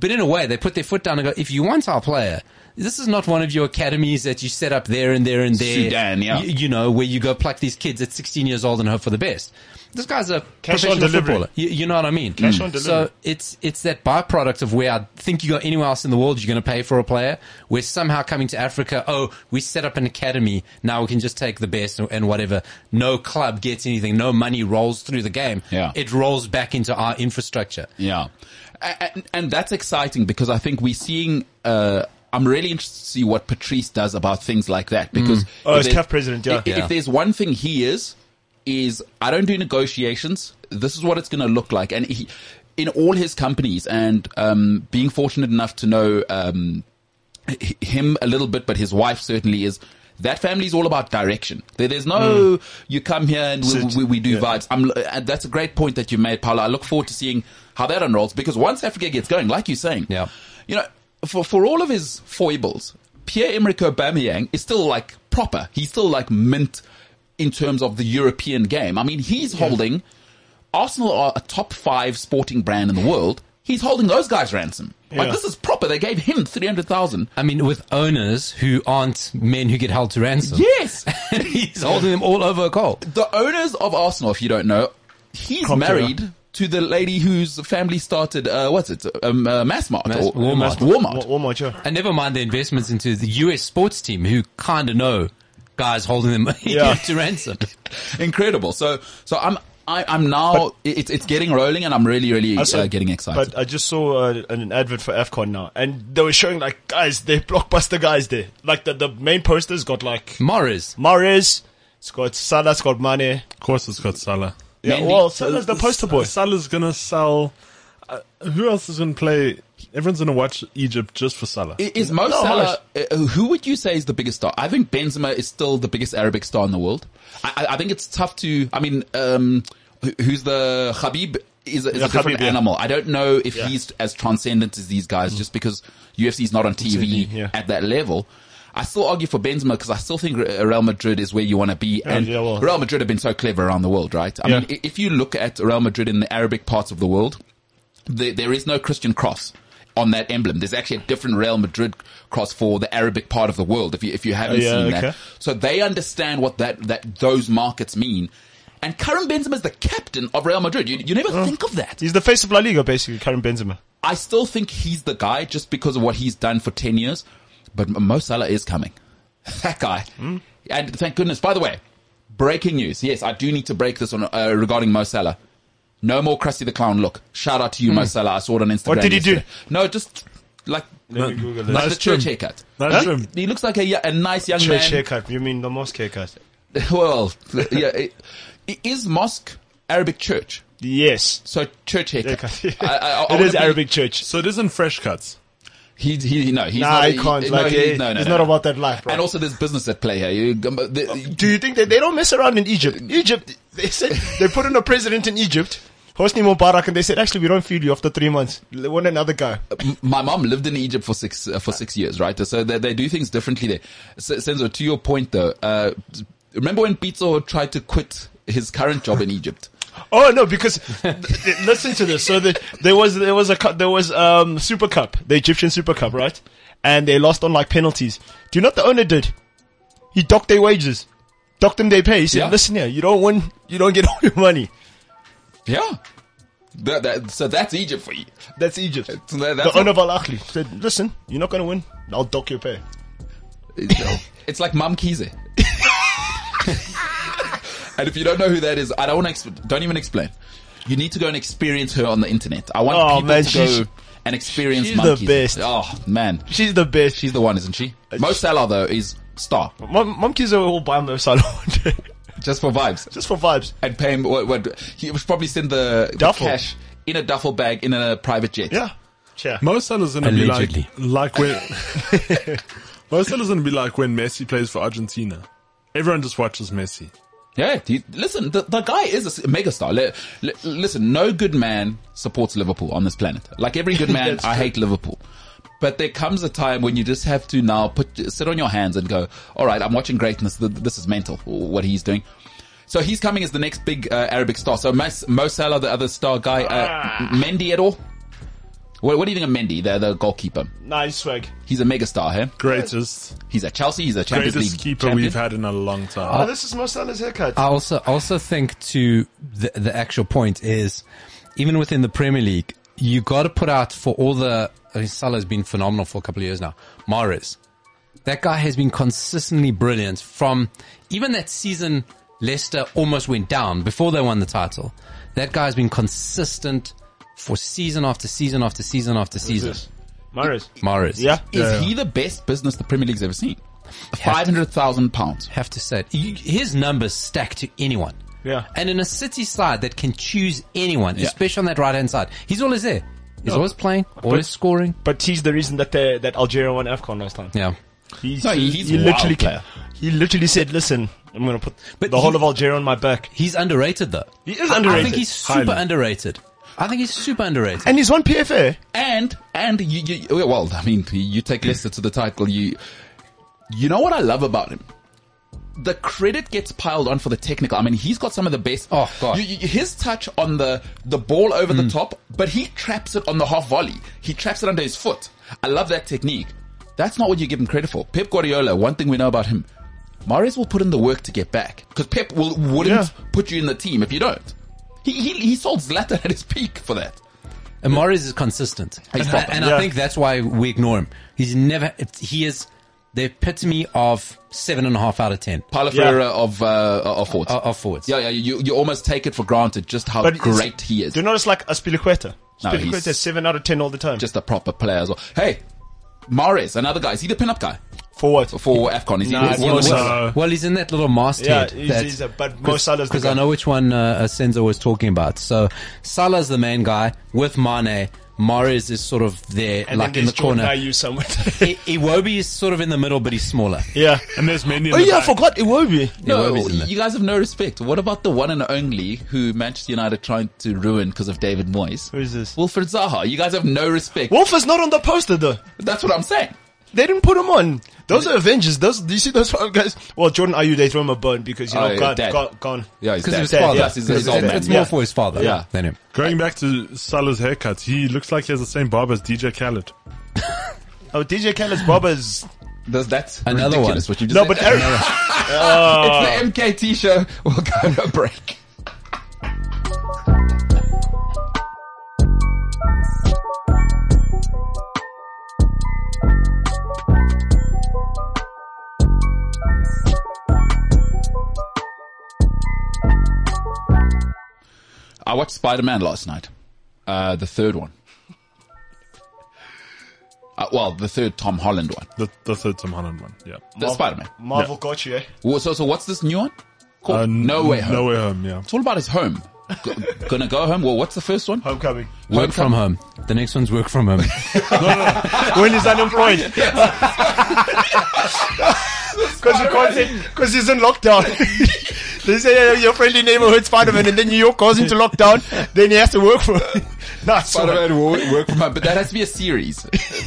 S3: But in a way, they put their foot down and go, if you want our player, this is not one of your academies that you set up there and there and there.
S2: Sudan, yeah.
S3: Y- You, know, where you go pluck these kids at 16 years old and hope for the best. This guy's a
S4: Cash on
S3: professional
S4: delivery.
S3: footballer. You, you know what I mean?
S4: Cash on
S3: So
S4: delivery.
S3: it's it's that byproduct of where I think you go anywhere else in the world, you're going to pay for a player. We're somehow coming to Africa. Oh, we set up an academy. Now we can just take the best and, and whatever. No club gets anything. No money rolls through the game.
S2: Yeah.
S3: It rolls back into our infrastructure.
S2: Yeah. A- And, and that's exciting because I think we're seeing, uh, I'm really interested to see what Patrice does about things like that because.
S4: Oh,
S2: if
S4: as
S2: there-
S4: CAF president, yeah.
S2: i- i- If,
S3: Yeah.
S2: there's one thing he is, is I don't do negotiations. This is what it's going to look like. And he, in all his companies and um, being fortunate enough to know um, h- him a little bit, but his wife certainly is. That family is all about direction. There- There's no you come here and we,
S4: Sit.
S2: we, we do
S4: Mm. Yeah.
S2: vibes. I'm, l- and that's a great point that you made, Paula. I look forward to seeing how that unrolls because once Africa gets going, like you're saying,
S3: Yeah.
S2: you know, for for all of his foibles, Pierre Emerick Aubameyang is still like proper. He's still like mint in terms of the European game. I mean, he's holding Arsenal are a top five sporting brand in the world. He's holding those guys ransom. Like
S4: Yeah.
S2: this is proper. They gave him three hundred thousand.
S3: I mean, with owners who aren't men who get held to ransom.
S2: Yes,
S3: He's holding them all over a coal.
S2: the owners of Arsenal, if you don't know, he's
S4: Compter.
S2: married to the lady whose family started, uh, what's it, um, uh, Massmart
S3: Mass-
S2: or
S3: Walmart.
S2: Walmart.
S4: One more, sure.
S3: And never mind the investments into the US sports team who kind of know guys holding them
S4: Yeah.
S3: to ransom.
S2: Incredible. So, so I'm, I, I'm now, it's, it's getting rolling and I'm really, really
S4: I said-
S2: uh, getting excited.
S4: But I just saw uh, an advert for AFCON now, and they were showing like guys, they blockbuster guys there. Like the, the main posters got like
S3: Morris.
S4: Mares, it's got Salah, it's got Mane.
S5: Of course, it's got Salah.
S4: Yeah,
S2: Mendy.
S4: well, Salah's the poster boy.
S5: Salah's gonna sell. Uh, who else is gonna play? Everyone's gonna watch Egypt just for Salah.
S2: I- Is Mo
S4: No,
S2: Salah, uh, who would you say is the biggest star? I think Benzema is still the biggest Arabic star in the world. I, I I think it's tough to, I mean, um, who- who's the Khabib is, a- is
S4: Yeah,
S2: a different
S4: Khabib, yeah.
S2: animal. I don't know if
S4: Yeah.
S2: he's as transcendent as these guys just because UFC is not on TV
S4: TV, yeah.
S2: at that level. I still argue for Benzema because I still think Re- uh, Real Madrid is where you want to be. And
S4: yeah, well-
S2: Real Madrid have been so clever around the world, right? I
S4: Yeah.
S2: mean, i- if you look at Real Madrid in the Arabic parts of the world, there, there is no Christian cross on that emblem. There's actually a different Real Madrid cross for the Arabic part of the world. If you if you haven't
S4: Oh, yeah,
S2: seen that,
S4: okay.
S2: so they understand what that that those markets mean. And Karim Benzema is the captain of Real Madrid. You, you never
S4: Oh.
S2: think of that.
S4: He's the face of La Liga, basically, Karim Benzema.
S2: I still think he's the guy just because of what he's done for 10 years. But Mo Salah is coming. That guy.
S4: Hmm?
S2: And thank goodness. By the way, breaking news. Yes, I do need to break this on uh, regarding Mo Salah. No more Krusty the Clown look. Shout out to you, Mo Salah. I saw it on Instagram.
S4: Hmm. What did he do?
S2: yesterday. No, just like,
S4: Let me Google
S2: like the
S5: Nice
S2: church
S5: trim.
S2: haircut.
S5: That's him.
S2: He looks like a, y- a nice young
S4: Church
S2: man.
S4: haircut. You mean the mosque haircut?
S2: well, yeah. It, it is mosque Arabic church?
S4: Yes.
S2: So church haircut.
S4: Haircut.
S2: I- I- I
S4: it
S2: wanna
S4: is
S2: be-
S4: Arabic church.
S5: So it isn't fresh cuts.
S2: He, he, no, he's
S4: Nah,
S2: not.
S4: he can't.
S2: no,
S4: like,
S2: he-
S4: he-
S2: no, no,
S4: he's
S2: no.
S4: not about that life, bro.
S2: And also, there's business at play here. You, um, the,
S4: Do you think that they don't mess around in Egypt? Egypt, they said they put in a president in Egypt, Hosni Mubarak, and they said, actually, we don't feed you after three months. They want another guy.
S2: m- my mom lived in Egypt for six uh, for six years, right? So they, they do things differently there. S- Senzo, to your point though, uh, remember when Pizzo tried to quit his current job in Egypt?
S4: Oh no, because th- th- listen to this. So the, there was there was a cu- there was um Super Cup, the Egyptian Super Cup, right? And they lost on like penalties. Do you know what the owner did? He docked their wages, docked them their pay. He said,
S2: Yeah.
S4: "Listen here, you don't win, you don't get all your money."
S2: Yeah. That, that, so that's Egypt for you.
S4: That's Egypt.
S2: So that-
S4: the
S2: that's
S4: owner of Al Ahly said, "Listen, you're not going to win. I'll dock your pay."
S2: it's, it's like Mum Kize. and if you don't know who that is, I don't want to. Exp- don't even explain. You need to go and experience her on the internet. I want
S4: Oh,
S2: people
S4: man,
S2: to go
S4: she's-
S2: and experience.
S4: she's
S2: Mum
S4: the
S2: Kize.
S4: best. Uh,
S2: Oh man,
S4: She's the best. She's
S2: She's the one, isn't she? Mo Salah though is star
S4: Mom, mom kids will buy Mo Salah one day.
S2: just for vibes.
S4: just for vibes.
S2: And pay him what? what he was probably send the, the
S4: Duffel.
S2: cash in a duffel bag in a private jet.
S4: Yeah, yeah.
S5: Mo Salah's gonna
S3: Allegedly.
S5: be like like when Mo Salah's gonna be like when Messi plays for Argentina. Everyone just watches Messi.
S2: yeah. He, listen, the, the guy is a megastar. Le, le- listen, no good man supports Liverpool on this planet. Like every good man,
S4: That's
S2: I
S4: true.
S2: hate Liverpool. But there comes a time when you just have to now put sit on your hands and go, all right, I'm watching greatness. Th- This is mental. What he's doing. So he's coming as the next big uh, Arabic star. So Mas, Mo Salah, the other star guy, uh,
S5: Ah.
S2: Mendy at all? What, what do you think of Mendy, the, the goalkeeper?
S4: Nice swag.
S2: He's a megastar, hey?
S5: Greatest,
S2: He's at Chelsea. He's a Champions
S5: greatest
S2: League
S5: keeper
S2: champion.
S5: we've had in a long time.
S4: Oh, this is Mo Salah's haircut.
S3: I also also think to the the actual point is even within the Premier League, you got to put out for all the I mean, Salah's been phenomenal for a couple of years now. Mares, that guy has been consistently brilliant from even that season Leicester almost went down before they won the title. That guy's been consistent for season after season after season after season.
S4: Maris.
S3: Mares,
S4: Yeah.
S2: Is he the best business the Premier League's ever seen?
S3: Have to-
S2: Five hundred thousand pounds.
S3: have to say it. You- his numbers stack to anyone.
S4: Yeah.
S3: And in a city side that can choose anyone,
S2: Yeah.
S3: especially on that right hand side, he's always there. He's always playing, always scoring.
S4: But he's the reason that the, that Algeria won AFCON last time.
S3: Yeah.
S4: He's,
S2: No, he- he's a wild
S4: literally,
S2: player.
S4: He literally said, "Listen, I'm going to put
S3: But
S4: the
S3: he-
S4: whole of Algeria on my back."
S3: He's underrated though.
S4: He is
S3: I- I
S4: underrated,
S3: think he's super
S5: highly.
S3: underrated. I think he's super underrated.
S4: And he's won PFA.
S2: And and you, you well, I mean, you take Leicester to the title. You you know what I love about him? The credit gets piled on for the technical. I mean, he's got some of the best.
S3: Oh, God.
S2: You- you- his touch on the the ball over the top, but he traps it on the half volley. He traps it under his foot. I love that technique. That's not what you give him credit for. Pep Guardiola. One thing we know about him, Mares will put in the work to get back because Pep will wouldn't
S4: Yeah.
S2: put you in the team if you don't. He he, he sold Zlatan at his peak for that.
S3: And Morris is consistent.
S2: He's
S3: and
S2: proper.
S3: and
S4: Yeah.
S3: I think that's why we ignore him. He's never, it's- he is the epitome of seven and a half out of ten
S2: Paulo
S4: Yeah.
S2: Ferreira of uh, of Fort.
S3: of, of forwards.
S2: Yeah, yeah, you, you almost take it for granted just how
S4: But it's-
S2: great he is.
S4: Do you notice like Aspilicueta?
S2: No,
S4: Aspilicueta
S2: he's-
S4: is seven out of ten all the time.
S2: Just a proper player as well. Hey, Mares, another guy. Is he the pin-up guy
S4: for what?
S2: for AFCON? Is he,
S4: Nah,
S2: is he
S4: Mo
S2: on the-
S4: Salah.
S5: Uh,
S3: Well, he's in that little
S4: yeah,
S3: masthead.
S4: he's,
S3: that-
S4: he's a, but Mo Salah's the
S3: because I
S4: guy.
S3: know which one uh, Senzo was talking about. So Salah's the main guy with Mane. Mares is sort of there,
S4: And
S3: like
S4: then
S3: in the
S4: there's Jordan
S3: corner.
S4: Ayew somewhere.
S3: I- Iwobi is sort of in the middle, but he's smaller.
S4: yeah.
S5: And there's many. in
S4: Oh
S5: the
S4: yeah, I
S5: back.
S4: forgot Iwobi.
S2: No,
S3: Iwobi's in there.
S2: you guys have no respect. What about the one and only who Manchester United are trying to ruin because of David Moyes?
S4: Who is this?
S2: Wilfred Zaha. You guys have no respect.
S4: Wolf is not on the poster though.
S2: That's what I'm saying.
S4: They didn't put him on. Those are Avengers. Those do you see those five guys? Well, Jordan Ayew, they throw him a bone because you
S2: Oh,
S4: know
S2: yeah,
S4: God,
S2: dead.
S4: God, gone.
S2: Yeah, he's
S3: Because of his
S2: dead.
S3: father.
S2: Yes, he's,
S3: 'Cause
S2: he's old
S3: it's
S2: man.
S3: it's more
S2: yeah.
S3: for his father
S2: Yeah.
S3: than him.
S5: Going back to Salah's haircut, he looks like he has the same barb as DJ Khaled.
S4: Oh, DJ Khaled's Baba is
S2: That's, that's
S3: Another
S2: ridiculous
S3: one.
S2: what you just
S4: no,
S2: said.
S4: but Eric.
S2: It's the MKT show. We'll go to a break. I watched Spider Man last night, uh, the third one. Uh, well, the third Tom Holland one,
S5: The, the third Tom Holland one. Yeah.
S2: the Spider Man.
S4: Marvel got you. eh?
S2: Well, so, so what's this new one? Called
S5: Uh, n-
S2: No Way Home.
S5: No way home. Yeah.
S2: It's all about his home. G- gonna go home. Well, what's the first one?
S4: Homecoming.
S3: Work from home. The next one's work from home.
S4: when he's unemployed. Because you can't say, because he's in lockdown. they say uh, your friendly neighborhood Spider-Man and then New York goes into lockdown, then he has to work for it. That's
S2: Spider Man will work from home, but that has to be a series.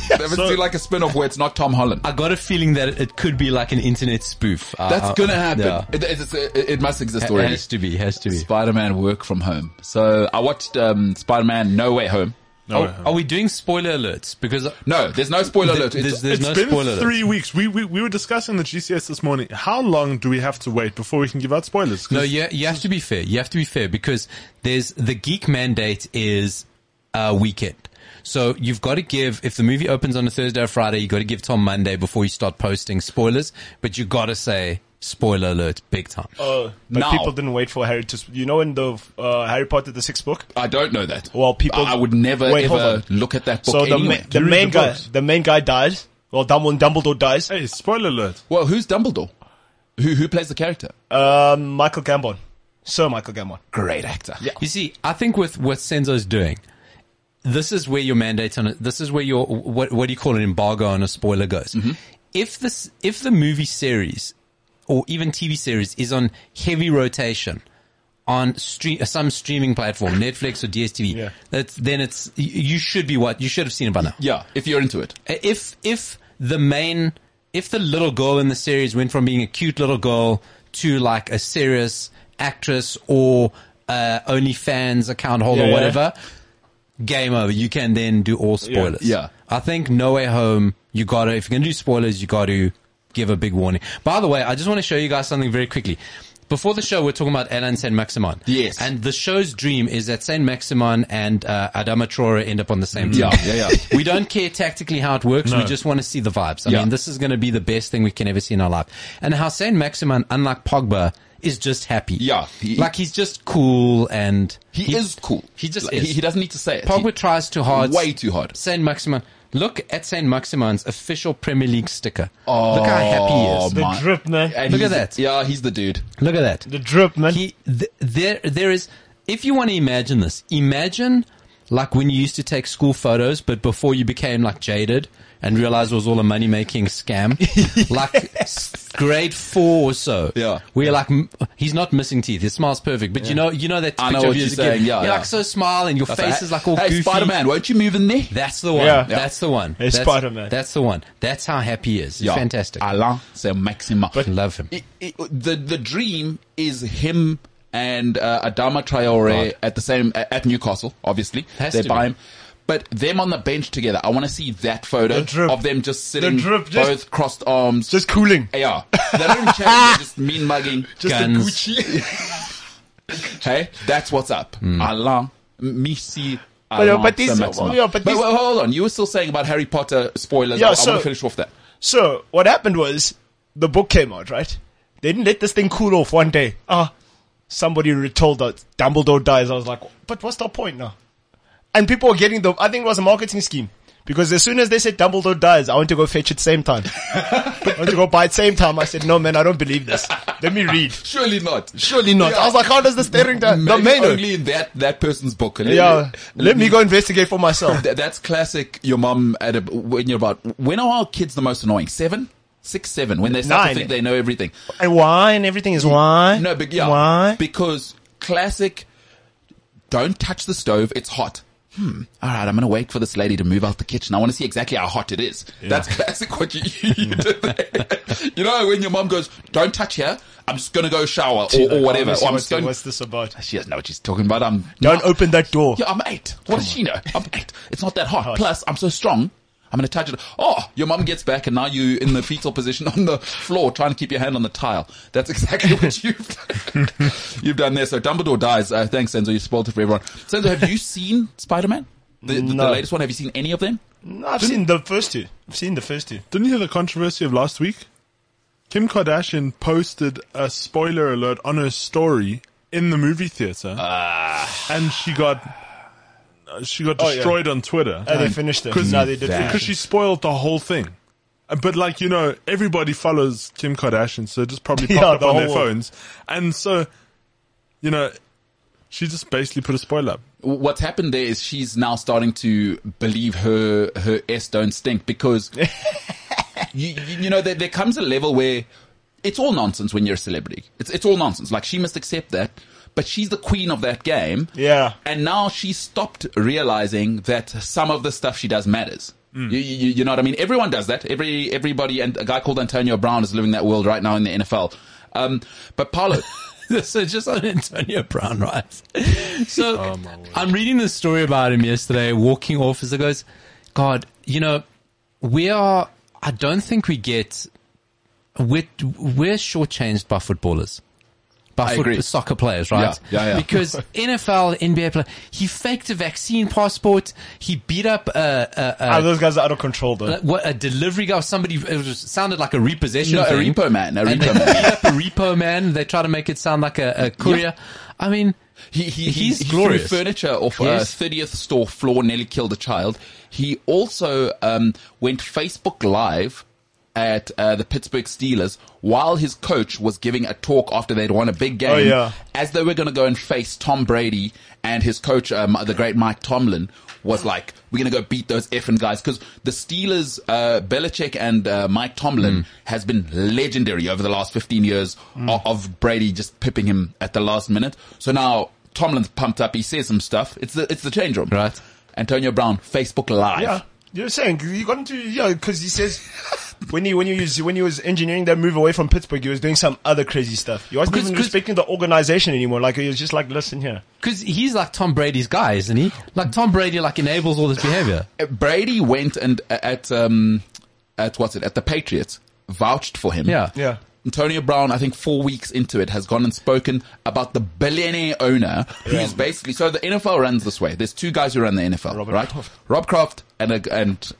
S2: That must
S5: So-
S2: be like a spin off where it's not Tom Holland.
S3: I got a feeling that it could be like an internet spoof. Uh,
S2: That's
S3: uh,
S2: gonna happen.
S3: yeah.
S2: It, it's- it- it must exist
S3: It
S2: already.
S3: has to be. Has to be.
S2: Spider Man work from home. So I watched um, Spider Man No Way Home.
S5: No
S3: Oh,
S5: way home.
S3: are we doing spoiler alerts? Because
S2: No, there's no spoiler
S3: th-
S2: alert.
S3: there's,
S2: It's,
S3: there's
S5: It's
S3: no
S5: been
S3: spoiler alert.
S5: three weeks. We, we we were discussing the GCS this morning. How long do we have to wait before we can give out spoilers? 'Cause
S3: No, you, you have to be fair. You have to be fair because there's the geek mandate is a weekend. So you've got to give, if the movie opens on a Thursday or Friday, you've got to give till Monday before you start posting spoilers, but you got to say spoiler alert big time.
S4: Oh, but
S2: Now.
S4: people didn't wait for Harry to. sp- You know, in the uh, Harry Potter, the sixth book.
S2: I don't know that.
S4: Well, people-
S2: I I would never
S4: Wait, hold
S2: ever
S4: on.
S2: look at that book
S4: So the ma-
S2: anyway.
S4: the
S5: You read
S4: main
S5: the
S4: guy,
S5: books.
S4: the main guy dies. Well, Dumbledore, Dumbledore dies.
S5: Hey, spoiler alert.
S2: well, who's Dumbledore? Who who plays the character?
S4: Um, Michael Gambon, Sir Michael Gambon.
S2: Great actor. Yeah.
S3: You see, I think with what Senzo's doing, this is where your mandate on it. This is where your what what do you call an embargo on a spoiler goes. If this if the movie series or even TV series is on heavy rotation on stream, some streaming platform, Netflix or DSTV,
S4: Yeah.
S3: that's then it's you- you should be what you should have seen it by now.
S2: Yeah, if you're into it.
S3: If if the main if the little girl in the series went from being a cute little girl to like a serious actress or uh, OnlyFans account holder,
S4: Yeah, yeah.
S3: whatever, game over. You can then do all spoilers.
S2: Yeah.
S3: I think No Way Home. You got to if you're gonna do spoilers, you got to give a big warning. By the way, I just want to show you guys something very quickly. Before the show, we're talking about Alan Saint Maximin.
S2: Yes.
S3: and the show's dream is that Saint Maximin and uh, Adama Traore end up on the same team
S2: Yeah, yeah, yeah.
S3: we don't care tactically how it works. We just want to see the vibes. I
S2: Yeah.
S3: mean, this is going to be the best thing we can ever see in our life. And Hussein Maximan, unlike Pogba, is just happy.
S2: Yeah, he-
S3: like he's just cool and
S2: He, is cool.
S3: He just
S2: Like,
S3: is.
S2: He, he doesn't need to say it.
S3: Pogba
S2: He-
S3: tries too hard.
S2: Way too hard.
S3: Saint Maximin. Look at Saint Maximin's official Premier League sticker.
S2: Oh,
S3: Look how happy he is.
S4: The
S2: my-
S4: drip, man.
S2: And
S3: Look at
S2: he's-
S3: that.
S2: Yeah, he's the dude.
S3: Look at that.
S4: The drip, man.
S3: He, th- there, there is. If you want to imagine this, imagine like when you used to take school photos, but before you became like jaded and realized it was all a money making scam. like s- grade four or so.
S2: Yeah.
S3: Where you're like, m- he's not missing teeth. His smile's perfect, but you know, you know that
S2: I know
S3: picture
S2: what
S3: of you
S2: you're
S3: as a kid?
S2: saying, yeah,
S3: You're
S2: yeah.
S3: like so smile and your face is like all
S2: hey,
S3: goofy.
S2: Spider-Man, won't you move in there?
S3: That's the one.
S4: Yeah.
S3: That's the one.
S4: It's
S3: That's-
S4: Spider-Man.
S3: That's the one. That's how happy he is. He's fantastic. I
S2: Alain Saint Maximin.
S3: love him.
S2: It- it- the the dream is him and uh, Adama Traore
S3: Right.
S2: at the same at Newcastle. Obviously,
S3: Has
S2: they
S3: to
S2: buy
S3: be.
S2: him. But them on the bench together, I want to see that photo
S4: The drip.
S2: of them just sitting,
S4: drip, just-
S2: both crossed arms.
S4: just cooling.
S2: yeah, they don't even change. They're just mean mugging.
S4: Just the
S3: Guns.
S4: Gucci.
S2: Hey, that's what's up. Alain, Missy.
S4: yeah,
S2: Alain
S4: but these-
S2: Saint Maximin.
S4: yeah, but these-
S2: wait, hold on. You were still saying about Harry Potter spoilers.
S4: Yeah,
S2: I,
S4: so-
S2: want to finish off that.
S4: So what happened was the book came out, right? They didn't let this thing cool off one day. Ah, somebody retold that Dumbledore dies. I was like, but what's the point now? And people were getting the. I think it was a marketing scheme because as soon as they said Dumbledore dies, I want to go fetch it same time. I want to go buy it same time. I said, no man, I don't believe this. Let me read.
S2: Surely not.
S4: Surely not. I was like, how does this tearing down? The
S2: Maybe
S4: main one.
S2: only in that that person's book. Let me-
S4: Yeah, let me go investigate for myself.
S2: Th- that's classic. Your mom at a, when you're about when are our kids the most annoying? Seven, six, seven. When they start to
S4: Nine.
S2: think they know everything.
S4: And why? And everything is why?
S2: No, but yeah,
S4: Why?
S2: Because classic. Don't touch the stove. It's hot. Hmm. All right, I'm gonna wait for this lady to move out the kitchen. I want to see exactly how hot it is. That's classic. What you you, did there. you know when your mom goes, "Don't touch here." I'm just gonna go shower or, or whatever.
S4: Obviously,
S2: Or I'm
S4: "Oh, what's,
S2: just going-
S4: what's this about?
S2: she doesn't know what she's talking about. I'm
S4: Don't open that door.
S2: Yeah, I'm eight. What does she know? I'm eight. It's not that hot. Plus, I'm so strong. I'm going to touch it. Oh, your mum gets back and now you in the fetal position on the floor trying to keep your hand on the tile. That's exactly what you've done. you've done there. So Dumbledore dies. Uh, thanks, Senzo. You spoiled it for everyone. Senzo, have you seen Spider-Man? The, the, the
S4: No.
S2: latest one. Have you seen any of them?
S4: No, I've seen the first two. I've seen the first two.
S5: Didn't you hear the controversy of last week? Kim Kardashian posted a spoiler alert on her story in the movie theater,
S3: Ah.
S5: and she got uh, she got
S4: Oh, yeah.
S5: destroyed on Twitter
S4: Oh, they finished it.
S5: because
S4: No, they did
S2: that-
S4: finish
S5: because she spoiled the whole thing. Uh, But like you know, everybody follows Kim Kardashian, so it just probably popped
S4: Yeah,
S5: up
S4: the
S5: on their
S4: whole world.
S5: phones, and so you know, she just basically put a spoiler up.
S2: what's happened there is she's now starting to believe her her s don't stink because you, you you know there, there comes a level where it's all nonsense when you're a celebrity. It's it's all nonsense. Like she must accept that, but she's the queen of that game.
S4: Yeah.
S2: And now she stopped realizing that some of the stuff she does matters.
S3: Hmm.
S2: You, you, you know what I mean? Everyone does that. Every everybody and a guy called Antonio Brown is living that world right now in the NFL. Um, but Paolo,
S3: so just on Antonio Brown, right? So
S2: Oh,
S3: I'm reading this story about him yesterday, walking off as I goes, God, you know, we are, I don't think we get, we're, we're shortchanged by footballers. By
S2: I
S3: foot-
S2: agree.
S3: soccer players, right?
S2: Yeah, yeah, yeah.
S3: Because NFL, NBA player, he faked a vaccine passport. He beat up a, a, a,
S4: Ah, those guys are out of control though.
S3: what, a delivery guy or somebody. It was, sounded like a repossession.
S2: No, a
S3: thing.
S2: repo man, a
S3: And
S2: repo
S3: they
S2: man.
S3: beat up a repo man. They try to make it sound like a, a courier. I mean,
S2: He, he,
S3: He's
S2: he, he
S3: glorious.
S2: threw furniture off
S3: Yes.
S2: a 30th store floor, nearly killed a child. He also um, went Facebook Live at uh, the Pittsburgh Steelers while his coach was giving a talk after they'd won a big game.
S4: Oh, yeah.
S2: As they were going to go and face Tom Brady and his coach, um, the great Mike Tomlin, was like, we're going to go beat those effing guys. Because the Steelers, uh, Belichick and uh, Mike Tomlin has been legendary over the last 15 years o of Brady just pipping him at the last minute. So now Tomlin's pumped up. He says some stuff. It's the, it's the change room.
S3: Right.
S2: Antonio Brown, Facebook Live.
S4: yeah, you're saying you got into yeah because he says when he when you use when he was engineering that move away from Pittsburgh, he was doing some other crazy stuff. He wasn't
S3: Because-
S4: even
S3: because-
S4: respecting the organization anymore. Like he was just like, listen here,
S3: because he's like Tom Brady's guy, isn't he? Like Tom Brady, like enables all this behavior.
S2: Uh, Brady went and uh, at, um, at what's it, at the Patriots, vouched for him.
S3: Yeah.
S4: yeah.
S2: Antonio Brown, I think four weeks into it, has gone and spoken about the billionaire owner who is basically. So the NFL runs this way. There's two guys who run the NFL,
S4: Robert
S2: right?
S4: Kraft.
S2: Rob Croft and a, and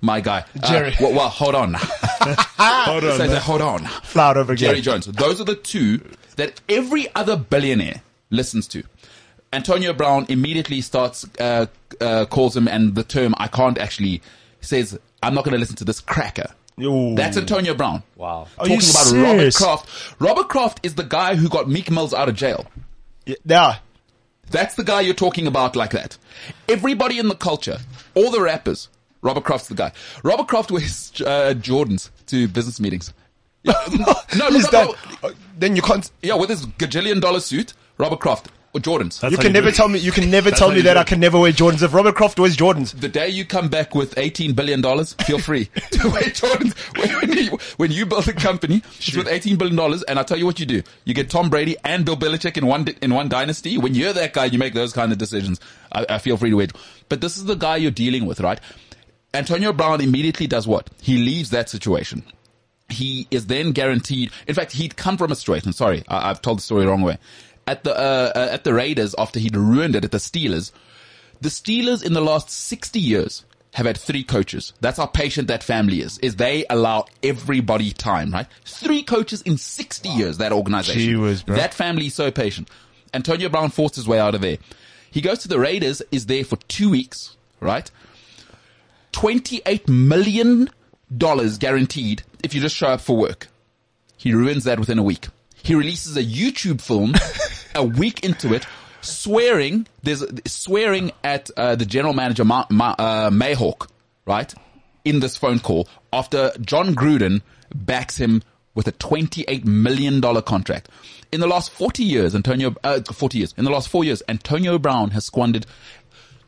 S2: my guy. Uh,
S4: Jerry.
S2: well, well, hold on.
S5: Hold
S2: So
S5: on.
S2: they- hold on.
S4: Flout over again.
S2: Jerry Jones. Those are the two that every other billionaire listens to. Antonio Brown immediately starts, uh, uh, calls him, and the term I can't actually says, I'm not going to listen to this cracker.
S4: Ooh.
S2: That's Antonio Brown.
S3: Wow.
S4: Are
S2: Talking
S4: you
S2: about Robert
S4: serious?
S2: Kraft. Robert Kraft is the guy who got Meek Mills out of jail.
S4: Yeah.
S2: That's the guy you're talking about like that. Everybody in the culture, all the rappers, Robert Kraft's the guy. Robert Kraft wears uh, Jordans to business meetings. Yeah, no,
S4: He's
S2: look, no,
S4: done. Uh, Then you can't.
S2: yeah, with his gajillion dollar suit, Robert Kraft or Jordans.
S5: That's
S4: You
S5: how
S4: can
S5: do
S4: never
S5: it.
S4: tell me. You can never
S5: That's
S4: tell
S5: how
S4: me
S5: you
S4: that
S5: do
S4: I
S5: it.
S4: can never wear Jordans. If Robert Croft wears Jordans,
S2: the day you come back with 18 billion dollars, feel free to wear Jordans. When, when you, when you build a company, it's with 18 billion dollars, and I tell you what you do: you get Tom Brady and Bill Belichick in one di- in one dynasty. When you're that guy, you make those kind of decisions. I, I feel free to wear. But this is the guy you're dealing with, right? Antonio Brown immediately does what? He leaves that situation. He is then guaranteed. In fact, he'd come from a situation. Sorry, I, I've told the story the wrong way. At the uh, uh, at the Raiders, after he'd ruined it at the Steelers, the Steelers in the last 60 years have had three coaches. That's how patient that family is, is they allow everybody time, right? Three coaches in 60 years, that organization.
S4: Gee whiz, bro.
S2: That family is so patient. Antonio Brown forced his way out of there. He goes to the Raiders, is there for two weeks, right? $28 million guaranteed if you just show up for work. He ruins that within a week. He releases a YouTube film a week into it, swearing there's swearing at uh, the general manager Ma- Ma- uh, Mayhawk, right? In this phone call, after John Gruden backs him with a twenty-eight million dollar contract. In the last forty years, Antonio uh, forty years. In the last four years, Antonio Brown has squandered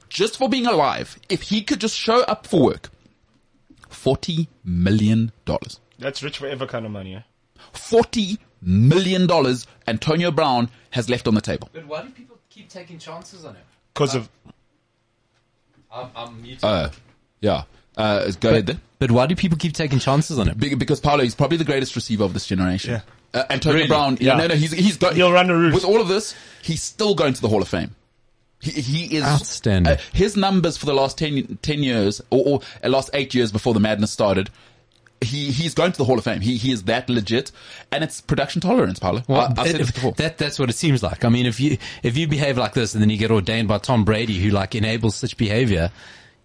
S2: just for being alive. If he could just show up for work, forty million dollars.
S4: that's rich whatever kind of money. Eh?
S2: Forty million dollars Antonio Brown has left on the table.
S3: But why do people keep taking chances on him?
S4: Because of
S3: I'm, I'm muted.
S2: Uh, yeah. Uh, go ahead then.
S3: but why do people keep taking chances on him?
S2: Be- Because Paolo is probably the greatest receiver of this generation.
S4: Yeah.
S2: Uh, Antonio
S3: Really?
S2: Brown. Yeah.
S4: Yeah.
S2: No, no, he's he's going.
S4: He'll run the route.
S2: With all of this, he's still going to the Hall of Fame. He, he is
S3: Outstanding.
S2: uh, his numbers for the last 10, 10 years, or, or uh, last eight years before the madness started. He he's going to the Hall of Fame. He he is that legit, and it's production tolerance, Paolo. I, I've said this
S3: If-
S2: before.
S3: Uh, That that's what it seems like. I mean, if you if you behave like this and then you get ordained by Tom Brady, who like enables such behavior,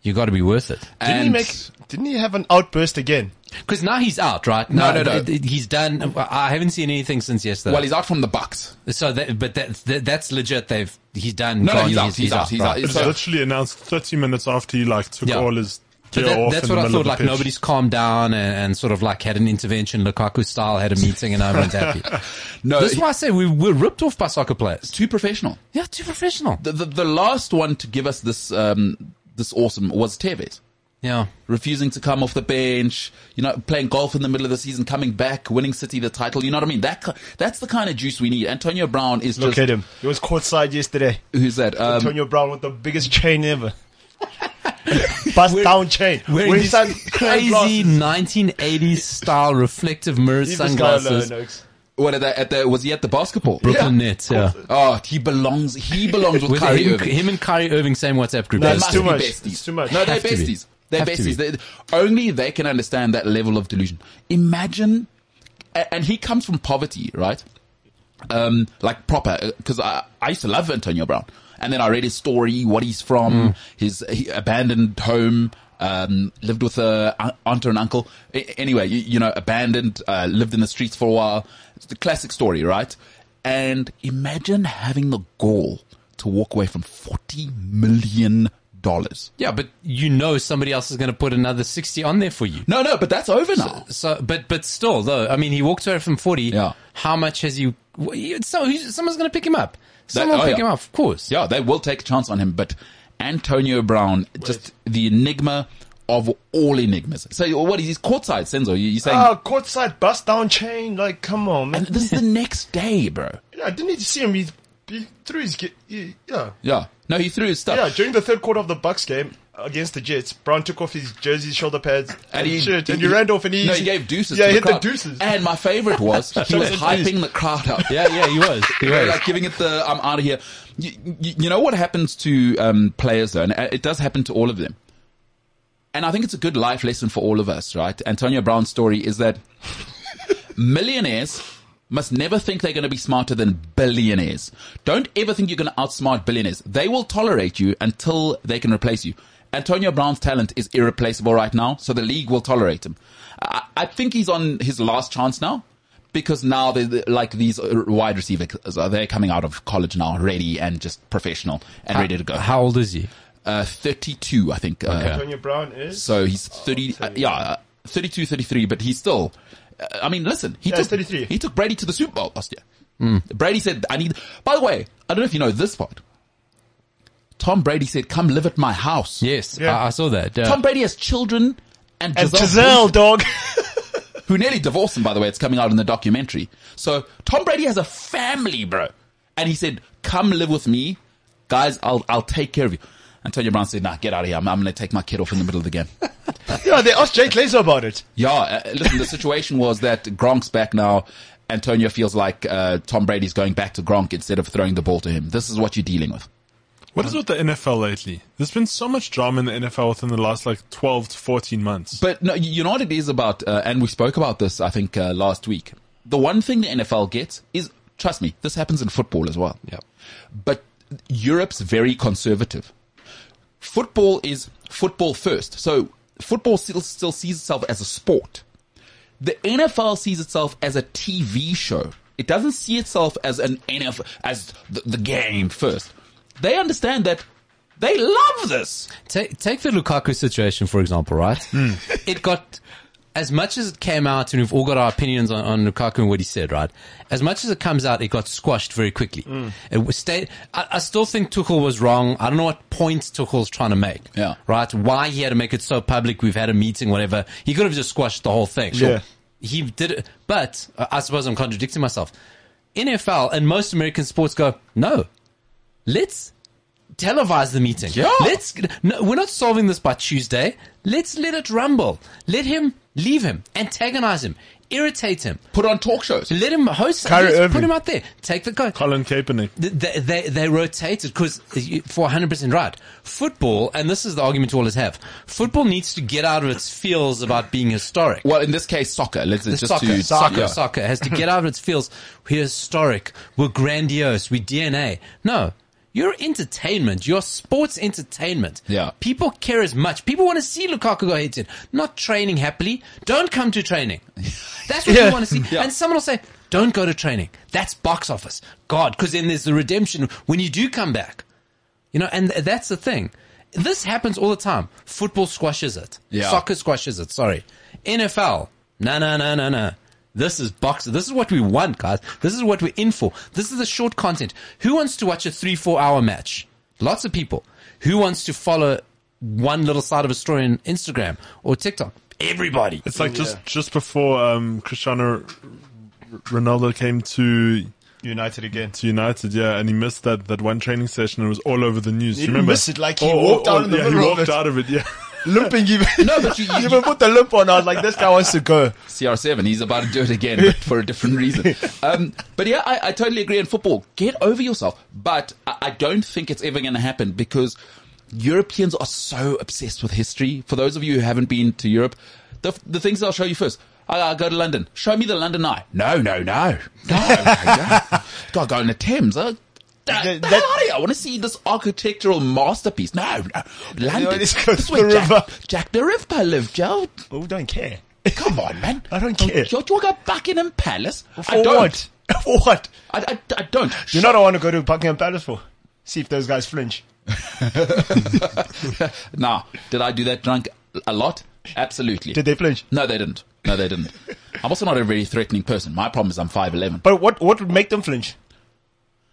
S3: you got to be worth it.
S4: didn't he
S2: And-
S4: make? Didn't he have an outburst again?
S3: Because now he's out, right?
S2: No,
S3: Now
S2: no, no.
S3: th- th- He's done. I haven't seen anything since yesterday.
S2: Well, he's out from the Bucks.
S3: so, that, but that, that that's legit. They've he's done.
S2: No, no,
S3: gone,
S2: he's out, he's out, he's out.
S5: It was
S2: So-
S5: literally announced 30 minutes after he like took
S3: Yeah.
S5: all his
S3: So
S5: gear
S3: that-
S5: off.
S3: that's what
S5: in the
S3: I
S5: middle
S3: thought.
S5: of the
S3: Like
S5: pitch.
S3: nobody's calmed down and, and sort of like had an intervention, Lukaku style, had a meeting, and everyone's happy.
S2: No,
S3: This is
S2: he-
S3: why I say we, we're ripped off by soccer players.
S2: too professional.
S3: Yeah, too professional.
S2: The, the the last one to give us this um this awesome was Tevez.
S3: Yeah.
S2: refusing to come off the bench, you know, playing golf in the middle of the season, coming back, winning City the title. You know what I mean? That ki- that's the kind of juice we need. Antonio Brown is
S4: Look
S2: just
S4: at him. He was courtside yesterday.
S2: who's that? Um,
S4: Antonio Brown with the biggest chain ever. Bust down chain.
S3: Wearing
S4: Wearing
S3: these
S4: sun-
S3: crazy
S4: sunglasses.
S3: 1980s style reflective mirrors,
S4: Leave this guy alone,
S3: sunglasses,
S4: Oaks.
S2: what at the, at the was he at the basketball?
S3: Brooklyn Nets. Yeah.
S2: Oh, he belongs. He belongs with,
S3: With
S2: Kyrie
S3: him,
S2: Irving.
S3: him and Kyrie Irving, same WhatsApp group.
S4: No,
S2: They
S4: it's
S2: must
S4: too
S2: be
S4: much.
S2: besties.
S4: It's too much.
S2: No, they're
S3: Have to be.
S2: besties. They're
S3: Have to
S2: besties. They, only they can understand that level of delusion. Imagine, a- and he comes from poverty, right? Um, like proper, because I, I used to love Antonio Brown, and then I read his story, what he's
S3: Mm.
S2: from, his he abandoned home. Um, lived with a a- aunt or an uncle. A- Anyway, you, you know, abandoned, uh, lived in the streets for a while. It's the classic story, right? And imagine having the gall to walk away from forty million dollars.
S3: Yeah, but you know somebody else is going to put another 60 on there for you.
S2: No, no, but that's over now.
S3: So, but but still, though, I mean, he walked away from forty.
S2: Yeah.
S3: How much has you? wh- you- So he's- someone's going to pick him up. Someone
S2: oh,
S3: will pick
S2: yeah.
S3: him up, of course.
S2: yeah, they will take a chance on him, but Antonio Brown, just the enigma of all enigmas. So what is he's courtside, Senzo? You- You're saying
S4: Ah, courtside bust down chain. Like, come on,
S2: and
S4: man.
S2: this is the next day, bro.
S4: Yeah, I didn't need to see him. He, he threw his. ge- he- yeah.
S2: Yeah. No, he threw his stuff.
S4: Yeah, during the third quarter of the Bucks game against the Jets, Brown took off his jersey, shoulder pads, and,
S2: he,
S4: shirt, and he, ran off and he,
S2: no, he gave deuces.
S4: Yeah,
S2: to the
S4: he hit the
S2: crowd.
S4: deuces.
S2: And my favorite was he was hyping the crowd up.
S3: Yeah, yeah, he was. He
S2: Right,
S3: was.
S2: like giving it the I'm out of here. uh, You, you, you know what happens to um, players though, and it does happen to all of them. And I think it's a good life lesson for all of us, right? Antonia Brown's story is that millionaires must never think they're going to be smarter than billionaires. Don't ever think you're going to outsmart billionaires. They will tolerate you until they can replace you. Antonio Brown's talent is irreplaceable right now, so the league will tolerate him. I, I think he's on his last chance now because now they, they- like these uh, wide receivers, uh, they're coming out of college now ready and just professional and ready to go.
S3: How old is he?
S2: Uh, 32, I think. Uh,
S4: Antonio Brown is.
S2: so he's 30, uh, yeah, uh, 32, 33, but he's still, uh, I mean, listen, he
S4: Yeah,
S2: took,
S4: he's 33.
S2: he took Brady to the Super Bowl last year. Hmm. Brady said, I need, by the way, I don't know if you know this part. Tom Brady said, come live at my house.
S3: Yes,
S4: Yeah.
S3: I, I saw that. Uh,
S2: Tom Brady has children and
S4: and
S2: Giselle,
S4: Giselle, dog.
S2: Bundchen, who nearly divorced him, by the way. It's coming out in the documentary. So Tom Brady has a family, bro. And he said, come live with me. Guys, I'll, I'll take care of you. Antonio Brown said, nah, get out of here. I'm, I'm going to take my kid off in the middle of the game.
S4: yeah, they asked Jake Laser about it.
S2: Yeah, uh, listen, the situation was that Gronk's back now. Antonio feels like uh, Tom Brady's going back to Gronk instead of throwing the ball to him. This is what you're dealing with.
S5: What is with the NFL lately? There's been so much drama in the NFL within the last like 12 to 14 months.
S2: But no, you you know what it is about, uh, and we spoke about this, I think, uh, last week. The one thing the NFL gets is, trust me, this happens in football as well.
S3: Yep.
S2: But Europe's very conservative. Football is football first. So football still, still sees itself as a sport. The NFL sees itself as a TV show. It doesn't see itself as an NFL, as the, the game first. They understand that they love this.
S3: Take, take the Lukaku situation, for example, right? It got, as much as it came out, and we've all got our opinions on, on Lukaku and what he said, right? As much as it comes out, it got squashed very quickly. It was stayed, I, I still think Tuchel was wrong. I don't know what point Tuchel's trying to make.
S2: Yeah.
S3: Right? Why he had to make it so public. We've had a meeting, whatever. He could have just squashed the whole thing.
S4: Sure.
S3: He did it. But I I suppose I'm contradicting myself. NFL and most American sports go, no, let's televise the meeting.
S2: Yeah.
S3: Let's, no, we're not solving this by Tuesday. Let's let it rumble. Let him leave him, antagonize him, irritate him.
S2: Put on talk shows.
S3: Let him host.
S4: Kyrie
S3: yes,
S4: Irving.
S3: put him out there. Take the guy.
S5: Colin Kaepernick.
S3: They, they, they rotated because for 100% right. Football, and this is the argument we always have, football needs to get out of its feels about being historic.
S2: Well, in this case, soccer. Let's
S3: The
S2: just
S3: soccer,
S2: to,
S3: soccer,
S2: yeah.
S3: soccer has to get out of its fields. We're historic. We're grandiose. We're DNA. No, you're entertainment. You're sports entertainment.
S2: Yeah.
S3: People care as much. People want to see Lukaku go heads in, not training happily. Don't come to training. That's what
S4: Yeah.
S3: you want to see.
S2: Yeah.
S3: And someone will say, don't go to training. That's box office. God, because then there's the redemption when you do come back. You know, and th- that's the thing. This happens all the time. Football squashes it.
S2: Yeah.
S3: Soccer squashes it. Sorry. NFL. No, no, no, no, no. This is box. This is what we want, guys. This is what we're in for. This is the short content. Who wants to watch a three, four hour match? Lots of people. Who wants to follow one little side of a story on Instagram or TikTok? Everybody.
S5: It's like just, just before um, Cristiano Ronaldo came to
S4: United again.
S5: to United, yeah, and he missed that, that one training session. It was all over the news.
S4: He
S5: You remember? Oh,
S4: missed it, like, he walked out in the
S5: yeah,
S4: middle
S5: he
S4: of
S5: walked
S4: it.
S5: out of it. Yeah,
S4: Limping even.
S2: No, but you- you-
S4: even put the limp on. I was like, this guy wants to go.
S2: CR7. He's about to do it again, but for a different reason. Um, but yeah, I, I totally agree in football. Get over yourself. But I, I don't think it's ever going to happen because Europeans are so obsessed with history. For those of you who haven't been to Europe, the, the things I'll show you first. I, I'll go to London. Show me the London Eye. No, no, no. No, no, no. Do I go in the Thames? Uh, that,
S4: That-
S2: that,
S4: that-
S2: I want to see this architectural masterpiece. No, no. London.
S4: this
S2: This
S4: goes
S2: is where
S4: to the river.
S2: Jack, Jack the Ripper lived, Joe.
S4: Oh, don't care.
S2: Come on, man.
S4: I don't care.
S2: Do you want to go Buckingham Palace?
S4: For
S2: I don't.
S4: what? For what?
S2: I, I, I don't.
S4: Do you know what I want to go to Buckingham Palace for? See if those guys flinch.
S2: Nah. Did I do that drunk a lot? Absolutely.
S4: Did they flinch?
S2: No, they didn't. No, they didn't. I'm also not a very threatening person. My problem is I'm 5'11.
S4: But what what would make them flinch?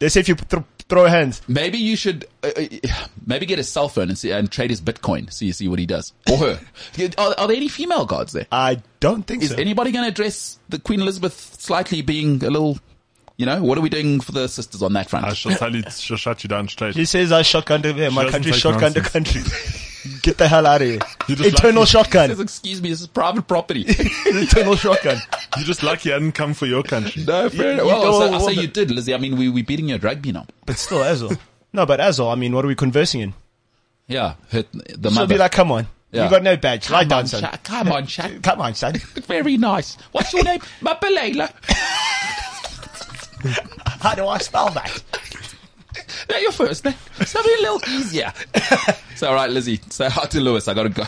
S4: They say if you th- throw hands.
S2: Maybe you should, uh, uh, maybe get his cell phone and see, and trade his Bitcoin. See, see what he does. Or her. are, are there any female guards there?
S4: I don't think
S2: Is
S4: so.
S2: anybody going to address the Queen Elizabeth slightly being a little, you know, what are we doing for the sisters on that front?
S5: I shall tell you, she'll shut you down straight.
S4: he says I shotgun to them. My
S5: doesn't
S4: country
S5: take
S4: shotgun to country. Get the hell out of here.
S5: You just
S4: Eternal
S5: like-
S2: Says,
S4: shotgun.
S2: excuse me, this is private property.
S4: Eternal shotgun.
S5: You're just lucky I didn't come for your country.
S2: No, fair enough.
S4: you
S2: Well,
S4: go
S2: I say, I
S4: all
S2: say
S4: the-
S2: you did, Lizzie. I mean, we we beating you at rugby now.
S4: But still, Azor. No, but Azor, I mean, what are we conversing in?
S2: Yeah, hit the
S4: She'll
S2: mother.
S4: be like, come on.
S2: Yeah.
S4: You got no badge. Lie down, son.
S2: come on, Shaq.
S4: Come on, son.
S2: Very nice. What's your name? Mapalela.
S4: How do I spell that?
S2: That your first name. Something a little easier. so, all right, Lizzie. Say hi to Lewis. I gotta go.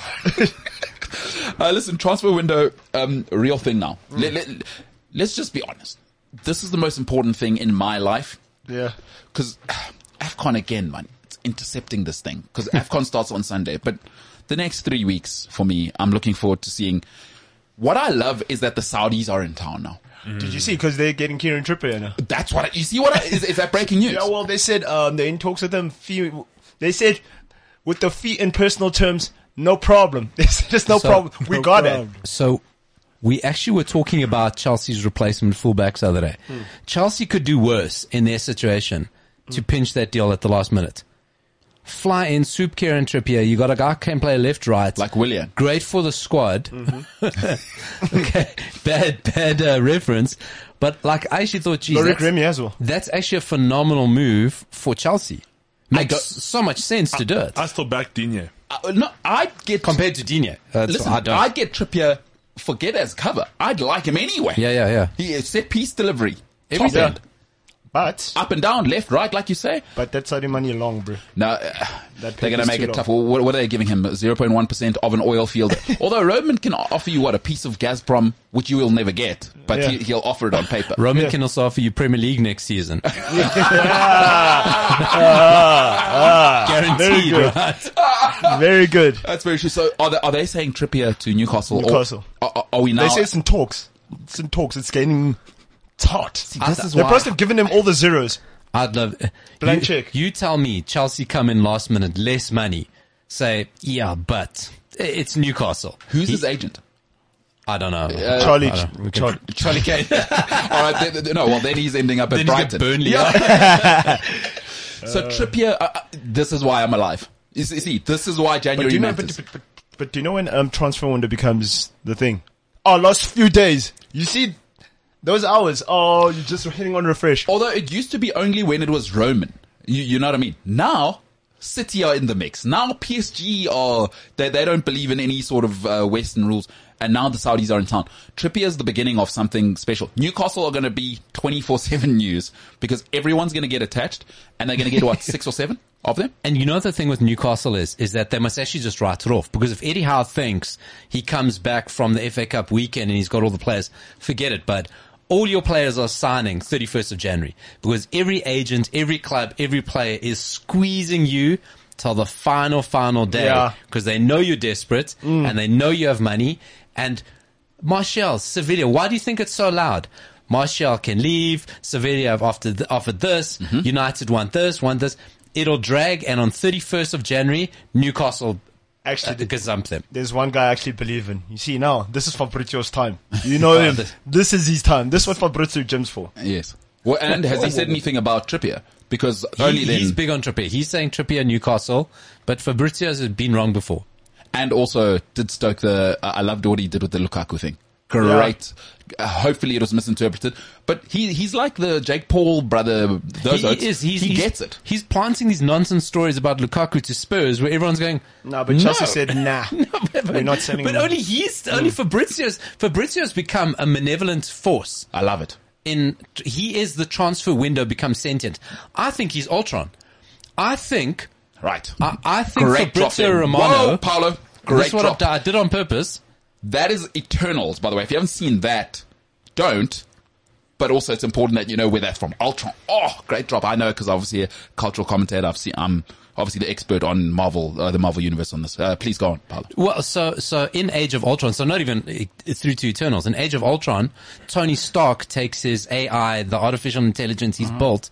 S2: uh, listen, transfer window, um, real thing now.
S4: Mm.
S2: Let, us just be honest. This is the most important thing in my life
S4: Yeah.
S2: because Afcon again, man, it's intercepting this thing because Afcon starts on Sunday. But the next three weeks for me, I'm looking forward to seeing. What I love is that the Saudis are in town now.
S4: Did you see? Because they're getting Kieran Trippier now.
S2: That's what I, you see. What I, is, is that breaking news?
S4: Yeah, well, they said um, they're in talks with them. Fee, they said with the fee in personal terms, no problem. They said it's no
S3: So-
S4: problem. We got
S5: problem.
S4: it.
S3: So we actually were talking about Chelsea's replacement fullbacks the other day. Chelsea could do worse in their situation to pinch that deal at the last minute. Fly in, soup Kieran Trippier. You got a guy who can play left, right.
S2: Like Willian.
S3: Great for the squad. okay. Bad, bad uh, reference. But like, I actually thought, geez,
S4: Lorik
S3: that's,
S4: Remy as well.
S3: that's actually a phenomenal move for Chelsea. Makes
S2: go-
S3: so much sense to do it.
S5: I still back Digne.
S2: Uh, no, I get
S3: compared to Dina.
S2: Listen,
S3: I don't.
S2: I, get Trippier. Forget as cover. I'd like him anyway.
S3: yeah, yeah, yeah.
S2: He is set piece delivery.
S3: Everything.
S2: Top end.
S4: But
S2: Up and down, left, right, like you say.
S4: but that's Saudi money long, bro.
S2: No, uh,
S4: That
S2: they're going to
S4: pick is
S2: make
S4: too
S2: it
S4: long.
S2: tough. Well, What, what are they giving him? 0.1% of an oil field. Although Roman can offer you, what, a piece of Gazprom, which you will never get, but
S4: Yeah.
S2: he, he'll offer it on paper.
S3: Roman can also offer you Premier League next season.
S4: Ah,
S3: Guaranteed,
S4: good.
S3: right?
S4: Very good.
S2: That's very true. So are they, are they saying Trippier to Newcastle? or-
S4: Newcastle.
S2: Are, are- are we now?
S4: They say it's in talks. It's in talks. It's getting it's hot.
S3: this is
S4: they
S3: why-
S4: must have given them all the zeros.
S3: I'd love.
S4: Blank
S3: you,
S4: check.
S3: You tell me, Chelsea come in last minute, less money. Say, yeah, but it's Newcastle.
S2: who's his agent?
S3: I don't know.
S4: Charlie,
S3: I don't- we can-
S4: Charlie.
S2: Charlie Kane. All right. Then, then- no, well, then he's ending up at
S3: Then you get
S2: Brighton.
S3: Burnley.
S2: So Trippier, uh, uh, this is why I'm alive. You see, you see, this is why January
S4: But do you know? But,
S2: matters.
S4: but, but, but do you know when um, transfer window becomes the thing? Oh, last few days. You see, those hours. Oh, you're just hitting on refresh.
S2: Although it used to be only when it was Roman. You, you know what I mean? Now, City are in the mix. Now PSG are, they, they don't believe in any sort of uh, Western rules. And now the Saudis are in town. Trippier is the beginning of something special. Newcastle are going to be 24-7 news because everyone's going to get attached and they're going to get what, six or seven of them?
S3: And you know the thing with Newcastle is, is that they must actually just write it off because if Eddie Howe thinks he comes back from the FA Cup weekend and he's got all the players, forget it. But all your players are signing 31st of January because every agent, every club, every player is squeezing you till the final, final day
S4: Yeah.
S3: because they know you're desperate
S2: Mm.
S3: and they know you have money. And Martial, Sevilla, why do you think it's so loud? Martial can leave. Sevilla have offered, offered this.
S2: Mm-hmm.
S3: United want this, want this. It'll drag, and on 31st of January, Newcastle uh,
S4: Actually,
S3: gazump them.
S4: there's one guy I actually believe in. You see now, this is Fabrizio's time. You know him. This is his time. This is what Fabrizio gyms for.
S2: Yes. Well, and has he said anything about Trippier? Because only
S3: He,
S2: then,
S3: he's big on Trippier. He's saying Trippier, Newcastle, but Fabrizio's has been wrong before.
S2: and also did stoke the, I I loved what he did with the Lukaku thing. Great. Uh, hopefully it was misinterpreted, but he, he's like the Jake Paul brother. Those
S3: he
S2: oats.
S3: is. He's,
S2: he
S3: he's-
S2: gets it.
S3: He's planting these nonsense stories about Lukaku to Spurs, where everyone's going.
S4: No, but Chelsea said, nah. We're not sending
S3: But
S4: him.
S3: only he's only
S2: Hmm.
S3: Fabrizio's. Fabrizio's become a malevolent force.
S2: I love it.
S3: In he is the transfer window becomes sentient. I think he's Ultron. I think
S2: Right.
S3: I, I think
S2: Great drop
S3: Fabrizio
S2: in.
S3: Romano.
S2: Whoa, Paolo. Great
S3: this is what
S2: drop.
S3: I've done. I did on purpose.
S2: That is Eternals, by the way. If you haven't seen that, don't. But also, it's important that you know where that's from. Ultron. Oh, great drop. I know because obviously a cultural commentator. I've seen. I'm obviously the expert on Marvel, uh, the Marvel universe on this. Uh, please go on, Paolo.
S3: Well, so so in Age of Ultron, so not even uh, through to Eternals. In Age of Ultron, Tony Stark takes his AI, the artificial intelligence he's built,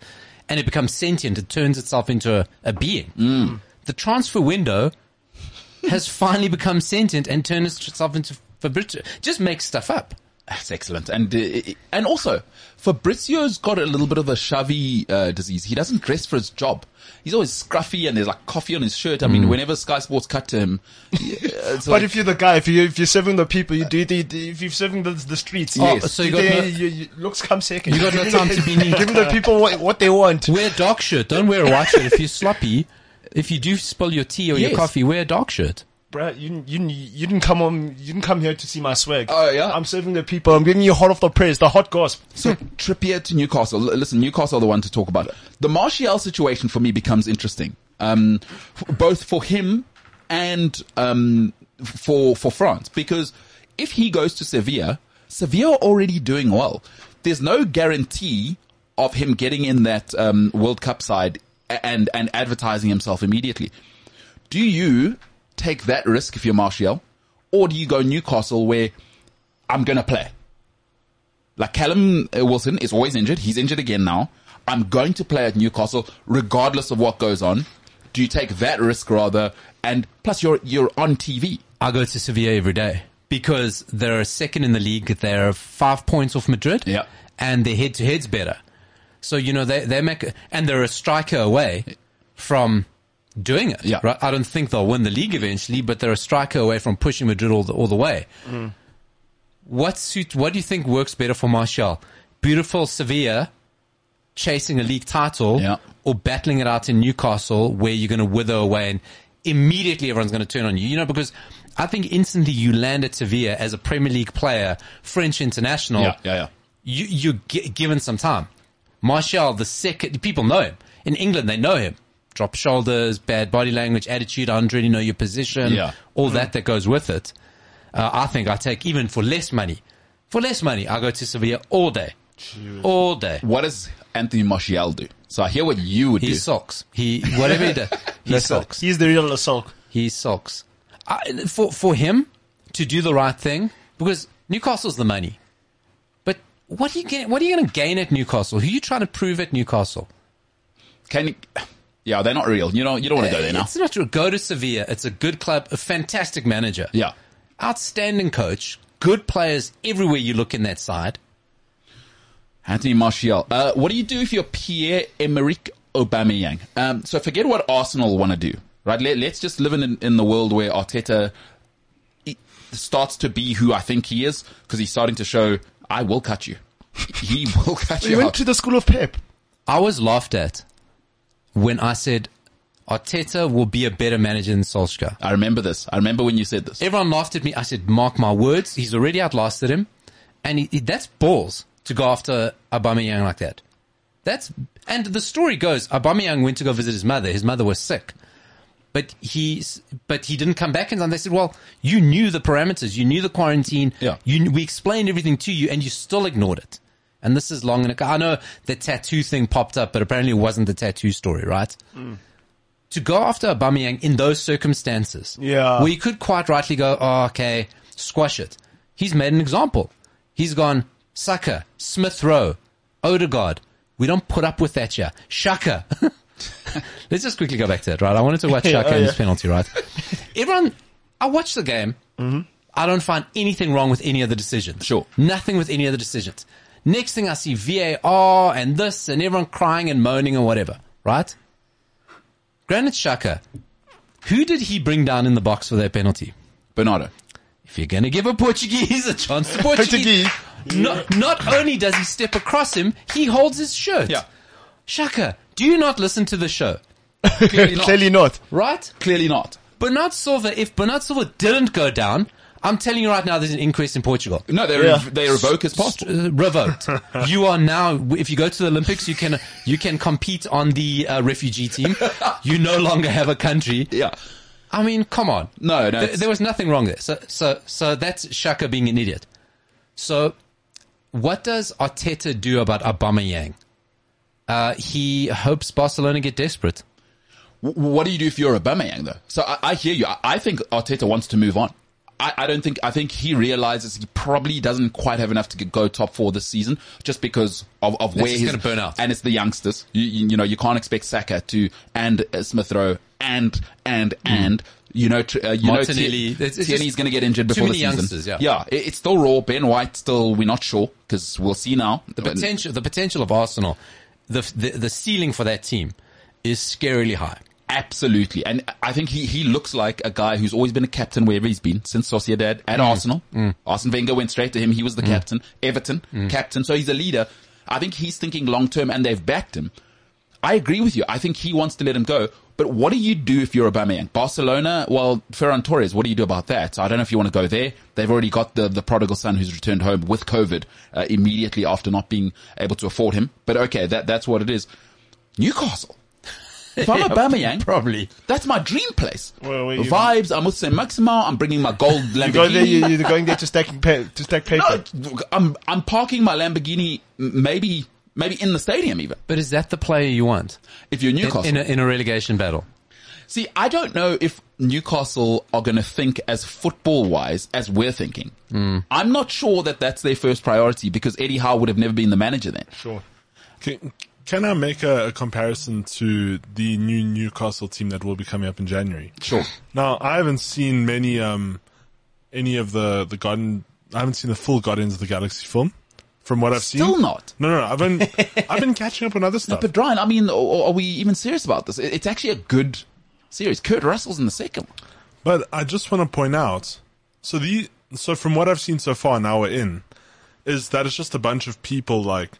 S3: and it becomes sentient. It turns itself into a, a being. The transfer window has finally become sentient and turned itself into Fabrizio. Just makes stuff up.
S2: That's excellent. And uh, and also, Fabrizio's got a little bit of a shavy uh, disease. He doesn't dress for his job. He's always scruffy, and there's like coffee on his shirt. I mean, whenever Sky Sports cut to him, yeah, it's
S4: But
S2: like-
S4: if you're the guy, if you if you're serving the people, you do the, the- if you're serving the, the streets,
S3: Oh, so you got
S4: they-
S3: no-
S4: you- you- looks come second.
S3: You got no time to be neat.
S4: Give the people what, what they want.
S3: Wear a dark shirt. Don't wear a white shirt. If you're sloppy, if you do spill your tea or
S2: Yes.
S3: your coffee, wear a dark shirt.
S4: Bruh, you, didn't- you, didn't- you didn't come on, you didn't come here to see my swag.
S2: Oh, yeah?
S4: I'm serving the people. I'm giving you hot off the press, the hot gossip.
S2: So Trippier to Newcastle. L- listen, Newcastle are the one to talk about. The Martial situation for me becomes interesting, um, f- both for him and um, f- for for France, because if he goes to Sevilla, Sevilla are already doing well. There's no guarantee of him getting in that um, World Cup side a- and and advertising himself immediately. Do you take that risk if you're Martial, or do you go Newcastle where I'm gonna play? Like Callum uh, Wilson is always injured. He's injured again now. I'm going to play at Newcastle regardless of what goes on. Do you take that risk rather? And plus, you're you're on TV.
S3: I go to Sevilla every day because they're second in the league. They're five points off Madrid.
S2: Yeah.
S3: And their head to head's better. So, you know, they, they make, and they're a striker away from doing it.
S2: Yeah.
S3: Right? I don't think they'll win the league eventually, but they're a striker away from pushing Madrid all the, all the way.
S2: Mm.
S3: What suit, what do you think works better for Martial? Beautiful Sevilla chasing a league title
S2: Yeah.
S3: or battling it out in Newcastle where you're going to wither away and immediately everyone's going to turn on you. You know, because I think instantly you land at Sevilla as a Premier League player, French international.
S2: yeah.
S3: You, you're gi- given some time. Martial, the second, people know him. In England, they know him. Drop shoulders, bad body language, attitude, I don't really know your position.
S2: Yeah. Mm-hmm.
S3: All that that goes with it. Uh, I think I take even for less money. For less money, I go to Sevilla all day. All day.
S2: What does Anthony Martial do? So I hear what you would
S3: He
S2: do.
S3: socks. He whatever he does, he socks.
S4: He's the real Lasok.
S3: He socks. I, for for him to do the right thing because Newcastle's the money. But what are you get, what are you going to gain at Newcastle? Who are you trying to prove at Newcastle?
S2: Can you, yeah, they're not real. You don't you don't want to go there now.
S3: It's not true. Go to Sevilla. It's a good club, a fantastic manager,
S2: Yeah,
S3: outstanding coach, good players everywhere you look in that side.
S2: Anthony Martial. Uh, what do you do if you're Pierre Emerick Aubameyang? Um, so forget what Arsenal want to do, right? Let, let's just live in in the world where Arteta starts to be who I think he is because he's starting to show I will cut you. He will cut
S4: He
S2: you.
S4: went
S2: Out.
S4: to the school of Pep.
S3: I was laughed at when I said Arteta will be a better manager than Solskjaer.
S2: I remember this. I remember when you said this.
S3: Everyone laughed at me. I said, mark my words, he's already outlasted him. And he, he- that's balls to go after Aubameyang like that. That's, and the story goes, Aubameyang went to go visit his mother. His mother was sick. But he's, but he didn't come back in time. They said, well, you knew the parameters. You knew the quarantine.
S2: Yeah.
S3: You, we explained everything to you and you still ignored it. And this is long. And I know the tattoo thing popped up, but apparently it wasn't the tattoo story, right? To go after Aubameyang in those circumstances.
S4: Yeah.
S3: Where you could quite rightly go, oh, okay, squash it. He's made an example. He's gone, Saka, Smith Rowe, Odegaard. We don't put up with that here. Shaka. Let's just quickly go back to it, right? I wanted to watch Shaka
S4: oh,
S3: and
S4: yeah.
S3: his penalty, right? Everyone, I watched the game. I don't find anything wrong with any of the decisions.
S2: Sure.
S3: Nothing with any of the decisions. Next thing I see VAR and this and everyone crying and moaning or whatever, right? Granit Shaka, who did he bring down in the box for that penalty?
S2: Bernardo.
S3: If you're going to give a Portuguese a chance to Portuguese, not, not only does he step across him, he holds his shirt.
S2: Yeah.
S3: Shaka, do you not listen to the show?
S2: Clearly not.
S4: Clearly not.
S3: Right?
S2: Clearly not.
S3: Bernard Silva, if Bernard Silva didn't go down, I'm telling you right now, there's an inquest in Portugal.
S2: No, they
S4: Yeah.
S2: rev- they revoke his passport.
S3: Uh, revoked. you are now. If you go to the Olympics, you can you can compete on the uh, refugee team. You no longer have a country.
S2: Yeah.
S3: I mean, come on.
S2: No, no.
S3: Th- there was nothing wrong there. So, so, so that's Shaka being an idiot. So, what does Arteta do about Aubameyang? Uh, he hopes Barcelona get desperate.
S2: W- what do you do if you're Aubameyang though? So I, I hear you. I, I think Arteta wants to move on. I, I don't think. I think he realizes he probably doesn't quite have enough to g- go top four this season, just because of, of where
S3: just
S2: he's
S3: gonna burn out.
S2: And it's the youngsters. You, you, you know, you can't expect Saka to and uh, Smith Rowe and and and. You know, tr- uh, you
S3: Hmm. Martinelli.
S2: know, Tier-
S3: It's- it's
S2: Tierney's
S3: just
S2: going to get injured
S3: too
S2: before the
S3: many
S2: season.
S3: youngsters, yeah.
S2: yeah, it- it's still raw. Ben White still, we're not sure because we'll see now.
S3: The potential, the potential of Arsenal, the the, the ceiling for that team is scarily high.
S2: Absolutely. And I think he, he looks like a guy who's always been a captain wherever he's been since Sociedad at Arsenal. Arsene Wenger went straight to him. He was the captain. Everton, captain. So he's a leader. I think he's thinking long term and they've backed him. I agree with you. I think he wants to let him go, But what do you do if you're Aubameyang? Barcelona, well, Ferran Torres, what do you do about that? I don't know if you want to go there. They've already got the, the prodigal son who's returned home with COVID uh, immediately after not being able to afford him. But okay, that, that's what it is. Newcastle. If I'm Aubameyang,
S3: Probably.
S2: that's my dream place.
S4: Well, where you-
S2: Vibes. I'm with Saint Maxima. I'm bringing my gold Lamborghini.
S4: You go there, you, you're going there to stack, pa- to stack paper.
S2: No, I'm I'm parking my Lamborghini m- maybe maybe in the stadium even
S3: But is that the player you want
S2: if you're
S3: in,
S2: Newcastle.
S3: in, a, in a relegation battle?
S2: See, I don't know if Newcastle are going to think as football wise as we're thinking.
S3: Hmm.
S2: I'm not sure that that's their first priority because Eddie Howe would have never been the manager then.
S4: Sure.
S5: Can, can I make a, a comparison to the new Newcastle team that will be coming up in January?
S2: Sure.
S5: Now, I haven't seen many, um, any of the, the Garden, I haven't seen the full Guardians of the Galaxy film from what I've
S2: Still
S5: seen.
S2: not.
S5: No, no, no. I've been, I've been catching up on other stuff.
S2: But Brian, I mean, are are we even serious about this? It- It's actually a good series. Kurt Russell's in the second one.
S5: But I just want to point out, so the so from what I've seen so far, now we're in, is that it's just a bunch of people like,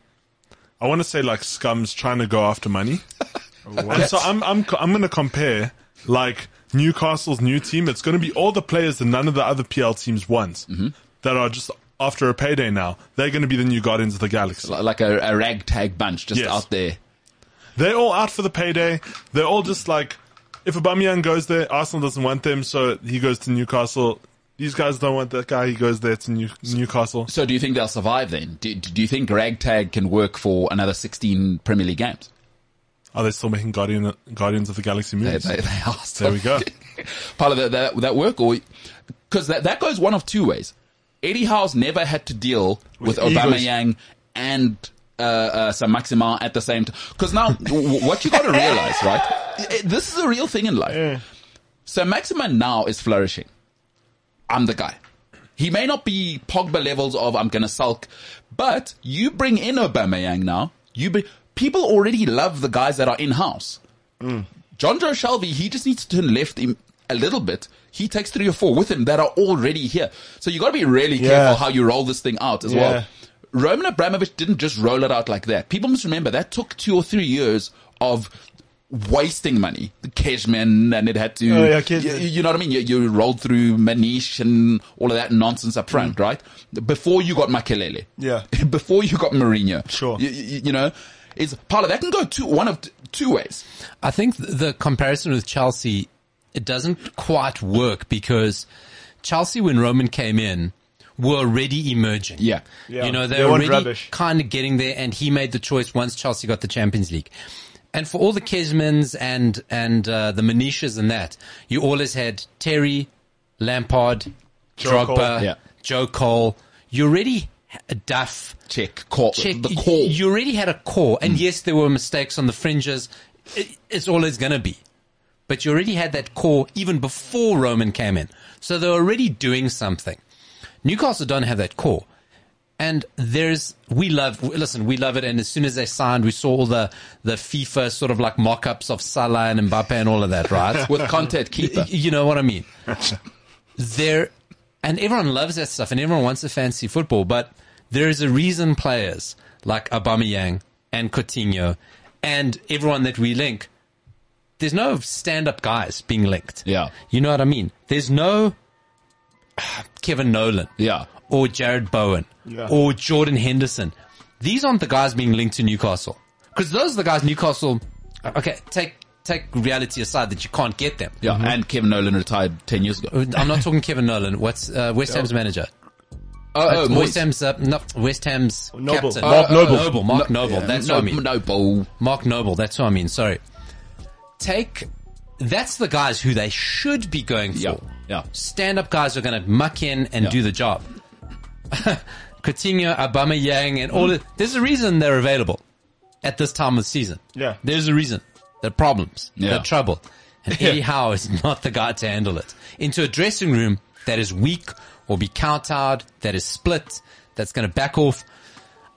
S5: I want to say like scums trying to go after money. and so I'm I'm co- I'm going to compare like Newcastle's new team. It's going to be all the players that none of the other PL teams want that are just after a payday now. They're going to be the new Guardians of the Galaxy.
S2: Li- Like a, a ragtag bunch just
S5: Yes.
S2: out there.
S5: They're all out for the payday. They're all just like, if Aubameyang goes there, Arsenal doesn't want them, so he goes to Newcastle. These guys don't want that guy. He goes there to New- Newcastle.
S2: So do you think they'll survive then? Do, do you think ragtag can work for another 16 Premier League games?
S5: Are they still making Guardian Guardians of the Galaxy
S2: They,
S5: movies?
S2: they, they are
S5: there we go.
S2: part of that, that, that work or because that, that goes one of two ways. Eddie Howe's never had to deal with,
S5: With
S2: Obama
S5: egos.
S2: Yang and uh, uh, Sam Maxima at the same time. Because now, w- what you got to realize, right? I- I- This is a real thing in life. So Maxima now is flourishing. I'm the guy. He may not be Pogba levels of I'm gonna sulk, but you bring in Aubameyang now. You be, people already love the guys that are in house.
S4: Mm.
S2: John Joe Shelby, he just needs to turn left im- a little bit. He takes three or four with him that are already here. So you got to be really careful how you roll this thing out as well. Roman Abramovich didn't just roll it out like that. People must remember that took two or three years of wasting money. The Cashman and it had to,
S4: Oh, yeah, Cashman.
S2: you, you know what I mean? You, you rolled through Manish and all of that nonsense up front, right? Before you got Makelele.
S4: Mm. Yeah.
S2: Before you got Mourinho.
S4: Sure.
S2: You, you, you know, it's part of that can go two, one of t- two ways.
S3: I think th- the comparison with Chelsea, it doesn't quite work because Chelsea, when Roman came in, were already emerging.
S2: Yeah.
S4: Yeah.
S3: You know, they
S4: They
S3: were
S4: weren't
S3: already
S4: rubbish.
S3: kind of getting there and he made the choice once Chelsea got the Champions League. And for all the Kesmans and, and, uh, the Manishas and that, you always had Terry, Lampard,
S4: Joe
S3: Drogba,
S4: Cole.
S2: Yeah.
S3: Joe Cole. You already, ha- Duff,
S2: check call
S3: check
S2: the call.
S3: You already had a core, and yes, there were mistakes on the fringes. It, it's always going to be, but you already had that core even before Roman came in, so they're already doing something. Newcastle don't have that core, and there's we love listen we love it. And as soon as they signed, we saw all the the FIFA sort of like mock-ups of Salah and Mbappe and all of that, right?
S2: with content keeper.
S3: Y- You know what I mean? there, and everyone loves that stuff, and everyone wants to fancy football, but there is a reason players like Aubameyang and Coutinho and everyone that we link. There's no stand-up guys being linked.
S2: Yeah.
S3: you know what I mean. There's no Kevin Nolan
S2: Yeah.
S3: or Jared Bowen
S4: Yeah.
S3: or Jordan Henderson. These aren't the guys being linked to Newcastle because those are the guys Newcastle. Okay, take take reality aside that you can't get them.
S2: Yeah.
S4: Mm-hmm.
S2: And Kevin Nolan retired 10 years ago.
S3: I'm not talking Kevin Nolan. What's uh, West Ham's manager?
S2: Oh,
S3: West Ham's uh, no, West Ham's
S4: Noble.
S3: captain.
S2: Oh,
S4: Mark
S2: oh, Noble.
S3: Noble. Mark Noble. That's
S2: no,
S3: what I mean.
S2: no ball.
S3: Mark Noble. That's what I mean. Sorry. Take. That's the guys who they should be going for.
S2: Yeah. Yeah.
S3: stand up guys are going to muck in and
S2: Yeah.
S3: do the job. Coutinho, Obama Yang, and all the, there's a reason they're available at this time of the season.
S4: Yeah.
S3: There's a reason. There are problems.
S2: Yeah.
S3: There are trouble. And Eddie Howe is not the guy to handle it. Into a dressing room that is weak or be countered, that is split, that's going to back off.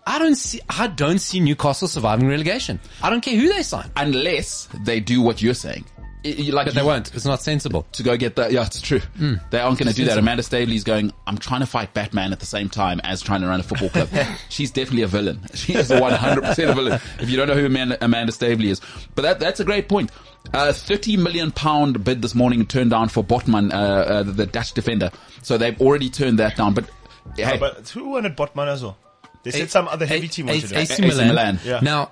S3: I don't see, I don't see Newcastle surviving relegation. I don't care who they sign.
S2: Unless they do what you're saying. you- like
S3: But they
S2: you-
S3: won't. It's not sensible.
S2: to go get that. Yeah, it's true. They aren't going to do that. Amanda Stabley's going. I'm trying to fight Batman at the same time as trying to run a football club. She's definitely a villain. She is 100 percent a villain. If you don't know who Amanda, Amanda Stabley is, but that that's a great point. Uh, 30 million pound bid this morning turned down for Botman, uh, uh, the Dutch defender. So they've already turned that down. But hey,
S4: But who wanted Botman as well? They said some other heavy
S3: A-
S4: team
S3: A-
S4: wanted him.
S3: AC,
S2: AC
S3: Milan.
S2: Milan.
S4: Yeah.
S3: Now,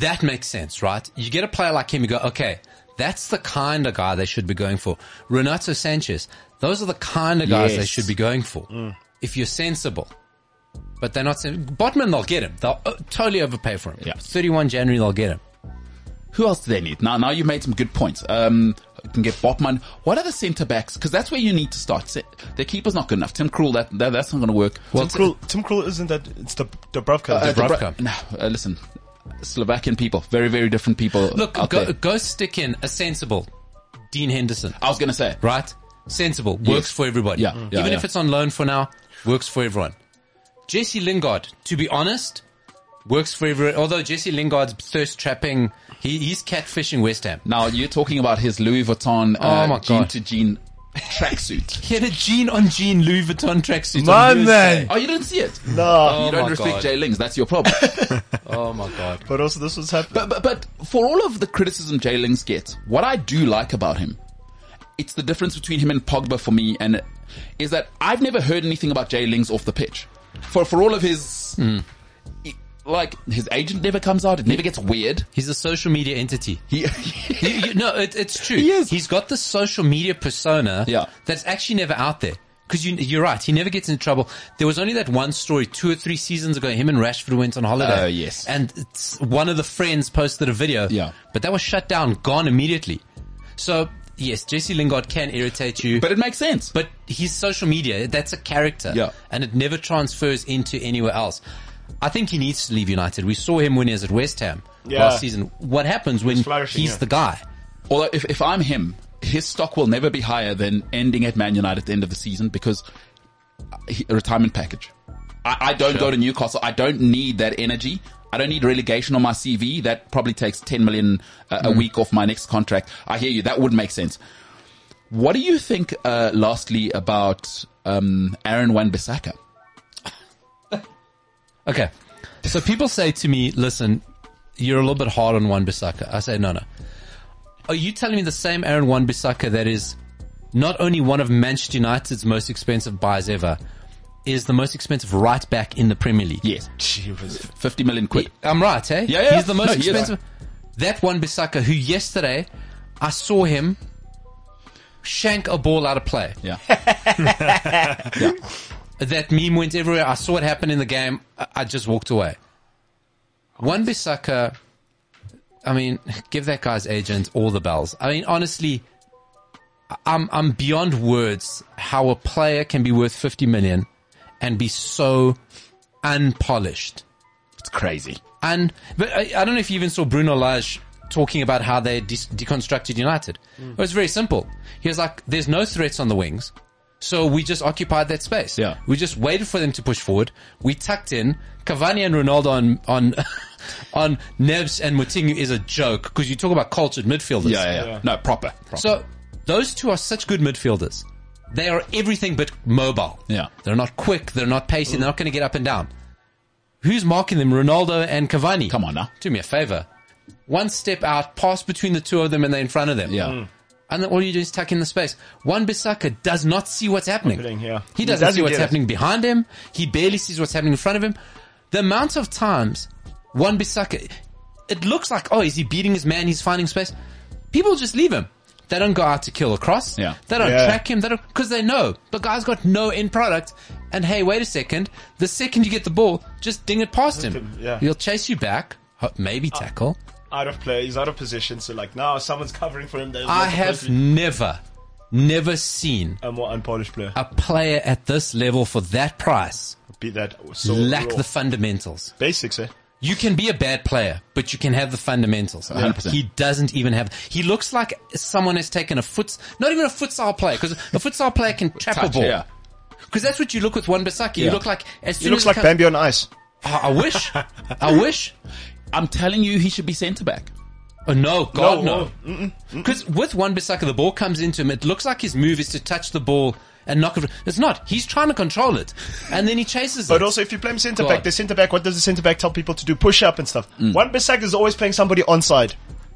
S3: that makes sense, right? You get a player like him, you go, okay, that's the kind of guy they should be going for. Renato Sanchez, those are the kind of guys they
S2: Yes. Mm.
S3: should be going for. If you're sensible. But they're not sen- Botman, they'll get him. They'll uh, totally overpay for him.
S2: Yeah.
S3: 31 January, they'll get him.
S2: Who else do they need? Now, now you've made some good points. Um, you can get Botman. What are the centre backs? Because that's where you need to start. Se- Their keeper's not good enough. Tim Krul, that, that that's not going to work.
S4: Tim Krul, Tim Krul isn't that? It's the Dubravka.
S2: Uh,
S4: Dubravka.
S3: Dubravka.
S2: no, uh, listen, Slovakian people, very very different people.
S3: Look,
S2: out
S3: go,
S2: there.
S3: go stick in a sensible Dean Henderson,
S2: I was going to say,
S3: right? Sensible. Works for everybody.
S2: Yeah, Mm. yeah,
S3: Even
S2: yeah.
S3: if it's on loan for now, works for everyone. Jesse Lingard, to be honest, works for everyone. Although Jesse Lingard's thirst trapping, he, he's catfishing West Ham.
S2: now you're talking about his Louis Vuitton
S3: Oh my
S2: uh, jean
S3: God.
S2: to jean tracksuit.
S3: He had a jean on jean Louis Vuitton tracksuit.
S4: My
S3: on USA.
S4: man.
S2: Oh, you didn't see it.
S4: No,
S2: you don't
S3: Oh my
S2: respect
S3: God.
S2: Jay Lings. That's your problem.
S3: Oh my god.
S4: but also this was happening.
S2: But, but, but for all of the criticism Jay Lings gets, what I do like about him, it's the difference between him and Pogba for me, and is that I've never heard anything about Jay Lings off the pitch. For for all of his, i- like his agent never comes out. It never gets weird.
S3: He's a social media entity.
S2: He,
S3: You- you- no, it, it's true.
S2: He is.
S3: He's got this social media persona
S2: Yeah.
S3: that's actually never out there. Because you, you're right, he never gets in trouble. There was only that one story two or three seasons ago. Him and Rashford went on holiday.
S2: Oh, yes.
S3: and it's, one of the friends posted a video.
S2: Yeah.
S3: but that was shut down, gone immediately. So yes, Jesse Lingard can irritate you,
S2: but it makes sense.
S3: but his social media, that's a character.
S2: Yeah.
S3: And it never transfers into anywhere else. I think he needs to leave United. We saw him when he was at West Ham
S4: Yeah.
S3: last season. What happens when
S4: flourishing,
S3: he's
S4: yeah.
S3: the guy?
S2: Although if, if I'm him, his stock will never be higher than ending at Man United at the end of the season because uh, he, a retirement package. I, I don't go to Newcastle. I don't need that energy. I don't need relegation on my CV. That probably takes 10 million uh, a, a week off my next contract. I hear you. That would make sense. What do you think, uh, lastly, about um, Aaron Wan-Bissaka?
S3: Okay. So people say to me, listen, you're a little bit hard on Wan Bissaka. I say, no, no. Are you telling me the same Aaron Wan Bissaka that is not only one of Manchester United's most expensive buys ever, is the most expensive right back in the Premier League?
S2: Yes.
S4: Jeez.
S2: 50 million quid.
S3: I'm right, eh?
S2: Yeah, yeah.
S3: He's the most
S2: No, he is.
S3: expensive. That one Bissaka, who yesterday I saw him shank a ball out of play.
S2: Yeah.
S3: That meme went everywhere. I saw it happen in the game. I, I just walked away. One Bissaka, I mean, give that guy's agent all the bells. I mean, honestly, I- I'm I'm beyond words how a player can be worth 50 million and be so unpolished.
S2: It's crazy.
S3: And but I, I don't know if you even saw Bruno Lage talking about how they de- deconstructed United.
S2: Mm.
S3: It was very simple. He was like, "There's no threats on the wings, so we just occupied that space.
S2: Yeah.
S3: we just waited for them to push forward. We tucked in Cavani and Ronaldo on on on Neves and Moutinho is a joke because you talk about cultured midfielders.
S2: Yeah, yeah, yeah. No, proper. proper.
S3: So those two are such good midfielders. They are everything but mobile.
S2: Yeah. Mm.
S3: They're not quick. They're not pacey. They're not going to get up and down. Who's marking them? Ronaldo and Cavani.
S2: Come on now.
S3: Do me a favor. One step out, pass between the two of them and they're in front of them.
S2: Yeah.
S3: And then all you do is tuck in the space. One Bissaka does not see what's happening.
S4: Happening, yeah.
S3: He
S4: He
S3: doesn't,
S4: doesn't
S3: see what's
S4: get it.
S3: happening behind him. He barely sees what's happening in front of him. The amount of times one Bissaka, it looks like, oh, is he beating his man? He's finding space. People just leave him. They don't go out to kill a cross.
S2: Yeah.
S3: They don't
S4: Yeah.
S3: track him. They don't, cause they know the guy's got no end product. And hey, wait a second. The second you get the ball, just ding it past him.
S4: him, yeah. Uh,
S3: He'll chase you back, ho- maybe tackle.
S4: Out of play, he's out of position. So like now, someone's covering for him. There's
S3: I
S4: not
S3: have
S4: supposed
S3: never, never seen
S4: to be a more unpolished player.
S3: a player at this level for that price
S4: Be that so
S3: lack
S4: raw.
S3: the fundamentals.
S4: basics, eh?
S3: You can be a bad player, but you can have the fundamentals.
S2: 100%.
S3: He doesn't even have. He looks like someone has taken a foot, not even a futsal player, because a futsal player can trap a
S2: Touch,
S3: ball.
S2: yeah.
S3: Because that's what you look with one Bissaka. You
S2: Yeah.
S3: look like as soon
S4: He looks
S3: as
S4: like
S3: it
S4: Bambi on ice.
S3: comes- I, I wish, I wish.
S2: I'm telling you, he should be centre back.
S3: Oh, no, God,
S4: No,
S3: no. Because with Wan Bissaka, the ball comes into him. It looks like his move is to touch the ball and knock it. It's not. He's trying to control it. And then he chases
S4: But
S3: it.
S4: also, if you play him centre
S3: Go
S4: back,
S3: on.
S4: the centre back, what does the centre back tell people to do? Push up and stuff. One Bissaka is always playing somebody onside.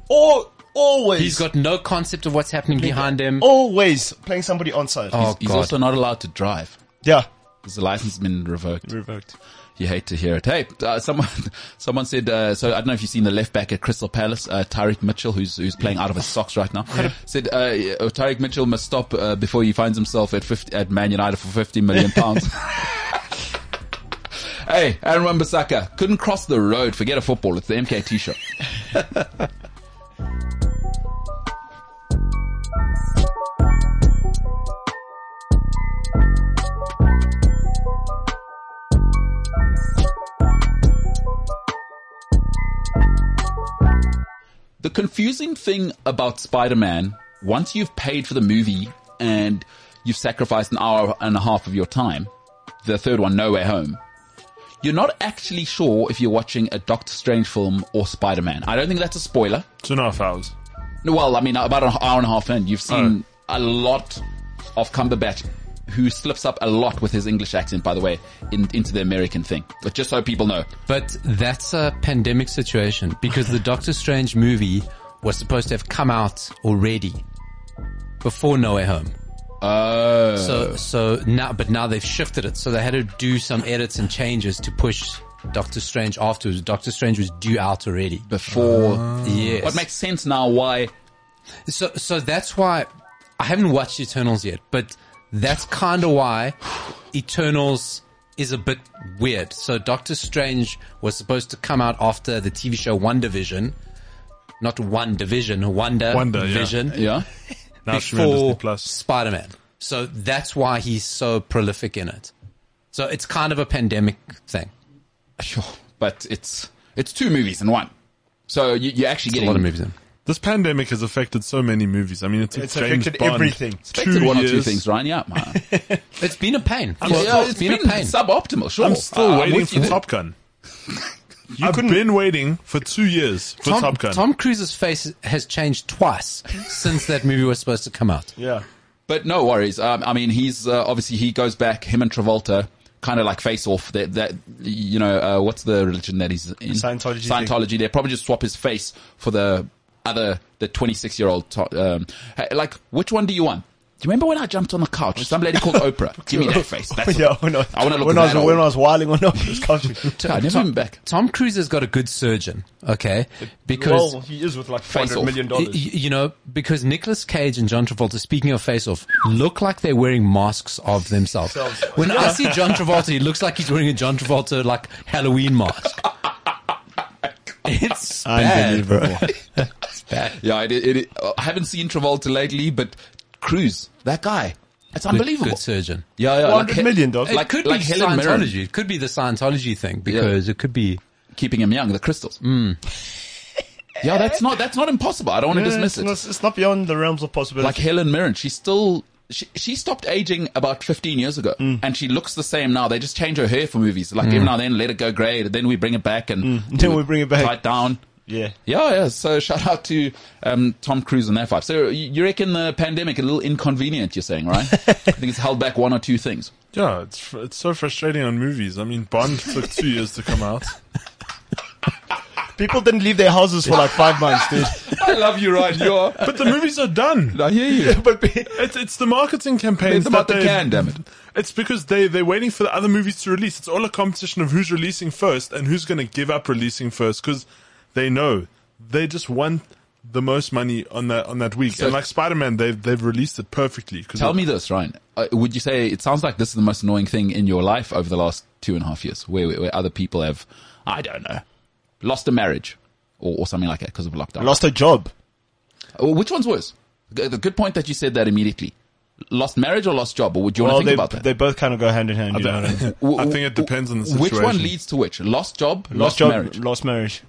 S4: Or always,
S3: He's got no concept of what's happening behind him.
S4: always playing somebody onside.
S3: Oh,
S2: He's
S3: God.
S2: also not allowed to drive.
S4: Yeah,
S2: His license has been revoked.
S4: revoked.
S2: You hate to hear it. Hey, uh, someone, someone said. Uh, so I don't know if you've seen the left back at Crystal Palace, uh, Tariq Mitchell, who's who's playing out of his socks right now. Said uh, uh, Tariq Mitchell must stop uh, before he finds himself at 50, at Man United for fifty million pounds. hey, Aaron Wan-Bissaka couldn't cross the road. Forget a football. It's the MKT show. The confusing thing about Spider-Man, once you've paid for the movie and you've sacrificed an hour and a half of your time, the third one, No Way Home, you're not actually sure if you're watching a Doctor Strange film or Spider-Man. I don't think that's a spoiler.
S5: Two and a half hours.
S2: No, Well, I mean, about an hour and a half in, you've seen a lot of Cumberbatch, who slips up a lot with his English accent, by the way, in, into the American thing. But just so people know,
S3: But that's a pandemic situation because the Doctor Strange movie was supposed to have come out already before No Way Home.
S2: uh,
S3: So, so now, but now they've shifted it. So they had to do some edits and changes to push Doctor Strange afterwards. Doctor Strange was due out already.
S2: before,
S3: Yes.
S2: what makes sense now? Why?
S3: So, so that's why I haven't watched Eternals yet, but that's kind of why Eternals is a bit weird. So Doctor Strange was supposed to come out after the TV show Wonder Vision, not One Division, Wonder,
S5: Wonder, yeah.
S3: Vision
S2: Yeah.
S5: Now streaming on Disney
S3: before
S5: Plus.
S3: Spider-Man. So that's why he's so prolific in it. So it's kind of a pandemic thing.
S2: Sure, but it's it's two movies in one. So you, you're actually
S3: It's a
S2: getting
S3: lot of movies in.
S5: This pandemic has affected so many movies. I mean, it's,
S4: It's
S5: took James
S4: affected
S5: Bond
S4: everything.
S5: two
S2: affected one or two
S5: years.
S2: things, Ryan. Yeah, man.
S3: It's been a pain.
S2: Yeah,
S3: Well,
S2: it's been, suboptimal. Sure,
S5: I'm still
S2: Uh,
S5: waiting
S2: with
S5: for
S2: you.
S5: Top Gun. I've been waiting for two years for
S3: Tom,
S5: Top Gun.
S3: Tom Cruise's face has changed twice since that movie was supposed to come out.
S4: Yeah.
S2: But no worries. Um, I mean, he's uh, obviously he goes back. Him and Travolta, kind of like face off. That that you know, uh, what's the religion that he's in?
S4: Scientology thing.
S2: Scientology. They probably just swap his face for the other the 26 year old. to- Um, hey, like, which one do you want? Do you remember when I jumped on the couch? Some lady called Oprah. Give me that face. That's
S4: yeah, when I,
S2: I want to look
S4: when
S2: that
S4: I was,
S2: old.
S4: when I was wilding on this country.
S2: I never went back.
S3: Tom Cruise has got a good surgeon, okay? Because
S4: well, he is with like
S2: Face
S4: $400 million.
S3: y- y-
S4: dollars.
S3: you know, because Nicolas Cage and John Travolta, speaking of face off, look like they're wearing masks of themselves.
S4: Selves.
S3: When I see John Travolta, he looks like he's wearing a John Travolta like Halloween mask. It's bad.
S2: Yeah, it, it, it- I haven't seen Travolta lately, but Cruz, that guy, that's
S3: Good,
S2: unbelievable.
S3: good surgeon.
S2: yeah, yeah,
S4: $400 million.
S2: Like,
S4: dollars.
S2: he- like,
S3: it could
S2: like
S3: be
S2: Helen Mirren
S3: Scientology. It could be the Scientology thing because it could be.
S2: keeping him young, the crystals.
S3: Hmm.
S2: yeah, that's not that's not impossible. I don't want to
S4: Yeah,
S2: dismiss
S4: it's,
S2: it.
S4: not, it's not beyond the realms of possibility.
S2: Like Helen Mirren, she's still she, she stopped aging about 15 years ago,
S4: Hmm.
S2: and she looks the same now. They just change her hair for movies.
S3: Hmm.
S2: Like every now and then, let it go grey, and then we bring it back and
S4: Hmm. Then we bring it back.
S2: tie it down.
S4: yeah.
S2: Yeah, yeah. So shout out to um, Tom Cruise and that vibe. So you you reckon the pandemic a little inconvenient? You're saying, right? I think it's held back one or two things.
S5: Yeah, it's fr- it's so frustrating on movies. I mean, Bond took two years to come out.
S4: People didn't leave their houses for like five months, dude.
S2: I love you, Ryan. You are.
S5: But the movies are done.
S2: I hear you.
S4: but be-
S5: It's it's the marketing campaigns
S2: It's about
S5: that
S2: the
S5: they-
S2: can, damn it.
S5: It's because they they're waiting for the other movies to release. It's all a competition of who's releasing first and who's going to give up releasing first because they know they just want the most money on that on that week. and like Spider Man, they've they've released it perfectly. Cause
S2: Tell
S5: it-
S2: me this, Ryan. Uh, would you say it sounds like this is the most annoying thing in your life over the last two and a half years, where, where other people have, I don't know, lost a marriage or, or something like that because of lockdown?
S4: lost a job.
S2: Uh, Which one's worse? G- The good point that you said that immediately. Lost marriage or lost job? Or would you
S4: Well,
S2: want to
S4: they,
S2: think about that?
S4: they both kind of go hand in hand. You know what I mean?
S5: I think it depends on the situation.
S2: Which one leads to which? Lost job, lost,
S4: Lost job,
S2: marriage.
S4: lost marriage.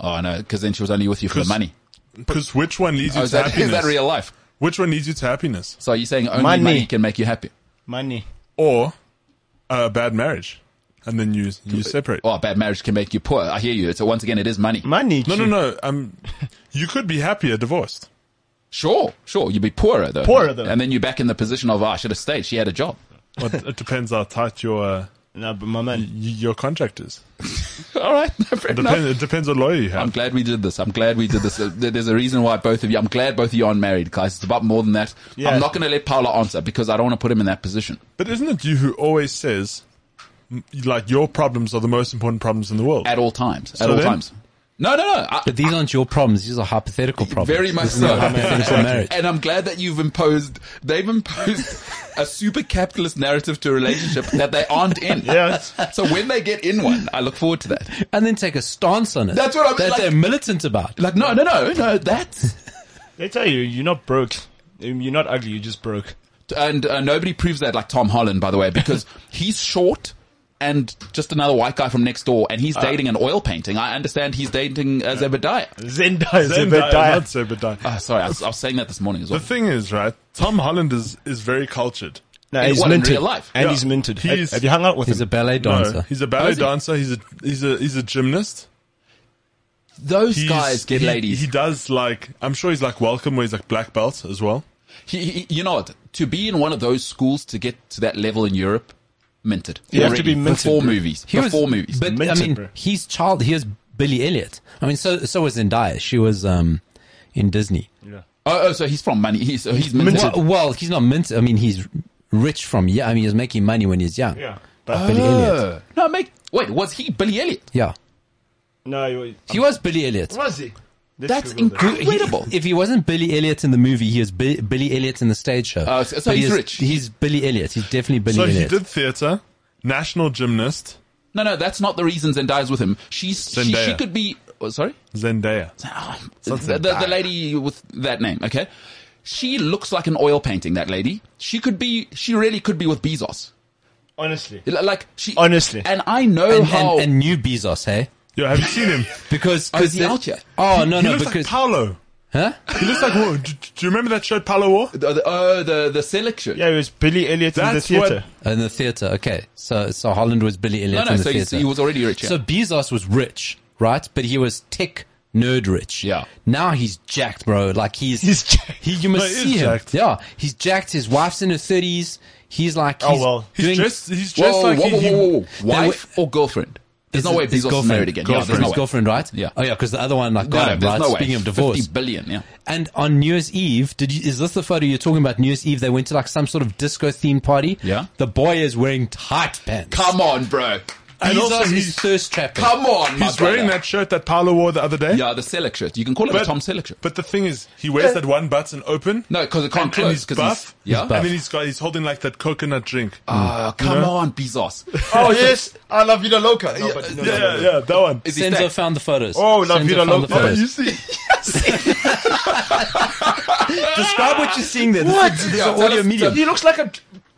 S2: Oh no, because then she was only with you for the
S5: Cause-
S2: money.
S5: Because which one leads you
S2: Oh,
S5: to
S2: is that,
S5: happiness?
S2: is that real life?
S5: Which one leads you to happiness
S2: So you're saying only money,
S4: Money.
S2: can make you happy?
S4: Money.
S5: or a uh, bad marriage? and then you you separate.
S2: Oh, a bad marriage can make you poor. I hear you. It's once again, it is money.
S4: Money.
S5: No, no,
S4: too.
S5: no. Um, you could be happier divorced.
S2: Sure, sure. You'd be poorer though.
S4: Poorer, though.
S2: And then you're back in the position of, oh, I should have stayed. She had a job.
S5: But it depends how tight your uh,
S4: Nah, but my
S5: y-
S4: man.
S5: your contract is.
S2: All right. fair
S5: It
S2: enough.
S5: depends. It depends what lawyer you
S2: I'm
S5: have.
S2: glad we did this. I'm glad we did this. Uh, there- There's a reason why both of you. I'm glad both of you aren't married, guys. It's about more than that.
S4: Yeah.
S2: I'm not going to let Paula answer because I don't want to put him in that position.
S5: But isn't it you who always says, m- like, your problems are the most important problems in the world?
S2: at all times. At all
S5: then-
S2: times. No, no, no. I,
S3: But these aren't your problems. These are hypothetical problems.
S2: very much
S3: This is not
S2: so.
S3: a hypothetical marriage.
S2: and I'm glad that you've imposed. They've imposed a super capitalist narrative to a relationship that they aren't in.
S4: Yes.
S2: So when they get in one, I look forward to that.
S3: And then take a stance on it.
S2: That's what I mean,
S3: That
S2: like-
S3: they're militant about.
S2: Like, no, no, no, no. That's
S4: They tell you you're not broke. Um, You're not ugly. You're just broke.
S2: and uh, nobody proves that like Tom Holland, by the way, because he's short and just another white guy from next door, and he's dating an oil painting. I understand he's dating uh, Zebediah.
S4: Zendaya.
S5: Zendaya,
S4: Zendaya.
S5: not Zebediah.
S2: Uh, sorry, I was, I was saying that this morning as well.
S5: The thing is, right? Tom Holland is is very cultured.
S4: No,
S2: In
S4: he's
S2: what, in
S4: minted.
S2: real life?
S4: And
S5: Yeah.
S4: he's minted. Have-
S5: He's-
S4: Have you hung out with
S3: He's a
S4: him?
S3: ballet dancer.
S5: No, he's a ballet
S2: is he?
S5: dancer. He's a he's a he's a gymnast.
S2: Those
S5: He's-
S2: guys get
S5: he-
S2: ladies.
S5: He does like I'm sure he's like welcome where he's like black belt as well.
S2: He, he, you know what? To be in one of those schools to get to that level in Europe, minted.
S4: You have to
S2: Already.
S4: be minted,
S2: before
S4: bro.
S2: movies.
S3: He was-
S2: before movies.
S3: But I
S4: Minted,
S3: mean,
S4: bro.
S3: he's child. He is Billy Elliot. I mean, so so was Zendaya. She was um in Disney.
S2: oh, oh, so he's from money. He's so he's minted.
S3: Well, well, he's not mint. I mean, he's rich from yeah. I mean, he's making money when he's young.
S4: Yeah. But
S3: Billy Elliot.
S2: Oh. No, make wait. Was he Billy Elliot?
S3: Yeah,
S4: no, he-
S3: he was Billy Elliot.
S4: was he? Let's
S2: That's
S4: Google that.
S2: incredible.
S3: If he wasn't Billy Elliot in the movie, he is Bi- Billy Elliot in the stage show.
S2: Oh, so- so
S3: But he
S2: he's
S3: is-
S2: rich.
S3: He's Billy Elliot. He's definitely Billy
S5: So he
S3: Elliot.
S5: did theater, national gymnast,
S2: No, no, that's not the reason Zendaya's with him. She's she,
S5: Zendaya.
S2: she could be. Oh, sorry,
S5: Zendaya.
S2: Ah, the,
S5: Something
S2: the, the
S5: bad.
S2: lady with that name. Okay, she looks like an oil painting. That lady. She could be. She really could be with Bezos.
S4: Honestly.
S2: Like she
S4: Honestly.
S2: And I know
S3: and,
S2: how.
S3: and, and new Bezos, hey?
S5: Yo, have you seen him?
S3: Because
S2: Oh, is
S3: because
S2: he
S3: the-
S2: out yet?
S3: Oh no
S5: he
S3: no
S5: looks
S3: because
S5: like Paolo.
S3: huh?
S5: He looks like. Whoa, do, do you remember that show Paolo wore?
S2: the, the, oh, the the selection.
S4: Yeah, it was Billy Elliot in the
S5: That's what-
S4: theater.
S3: Oh, In the theater, okay. So so Holland was Billy Elliot
S2: No, no.
S3: in the
S2: So he's,
S3: theater.
S2: he was already rich. Yeah.
S3: So Bezos was rich, right? But he was tech nerd rich.
S2: Yeah.
S3: Now he's jacked, bro. Like he's
S4: He's jacked.
S3: He, you must
S5: No, he
S3: see
S5: is
S3: him.
S5: jacked.
S3: Yeah, he's jacked. His wife's in her thirties. He's like,
S4: Oh,
S3: he's
S4: well.
S5: He's
S3: doing,
S5: dressed. He's dressed
S2: Whoa,
S5: like
S2: whoa,
S5: he,
S2: whoa,
S5: he-
S2: whoa, whoa.
S3: Now,
S2: Wife or girlfriend? There's no way
S3: his
S2: Bezos is married again. Yeah, there's
S3: Girlfriend.
S2: no
S3: His
S2: way.
S3: girlfriend, right?
S2: Yeah.
S3: Oh yeah, because the other one like
S2: No,
S3: got
S2: no,
S3: him,
S2: there's
S3: right?
S2: no way.
S3: Speaking of divorce,
S2: 50 billion, yeah.
S3: And on New Year's Eve, did you, is this the photo you're talking about? New Year's Eve, they went to like some sort of disco themed party.
S2: Yeah.
S3: The boy is wearing tight pants.
S2: Come on, bro.
S3: Bezos
S5: And also
S3: is
S5: he's-
S3: thirst trapping.
S2: Come on, my
S5: He's wearing
S2: brother.
S5: that shirt that Paolo wore the other day.
S2: Yeah, the Selleck shirt. You can call it a
S5: But,
S2: Tom Selleck shirt.
S5: but the thing is, he wears that one button open.
S2: No, 'cause it can't
S5: and,
S2: close,
S5: And he's
S2: 'cause
S5: buff.
S2: he's- yeah. He's buff.
S5: And then he's got he's holding like that coconut drink.
S2: Ah, come on, Bezos.
S4: Oh, yes. I love Vida Loca. No, but no,
S5: yeah,
S4: no, no, no.
S5: yeah, that one.
S2: Is he
S3: Senzo
S2: stacked?
S3: found the photos.
S4: Oh, La
S3: Senzo
S4: Vida
S3: found the
S4: Loca.
S5: Oh,
S3: photos.
S5: you see,
S3: Describe what you're seeing there. This
S4: What?
S3: is- this is
S2: Yeah,
S3: an
S2: tell
S3: audio
S2: us-
S3: medium.
S4: He looks like a.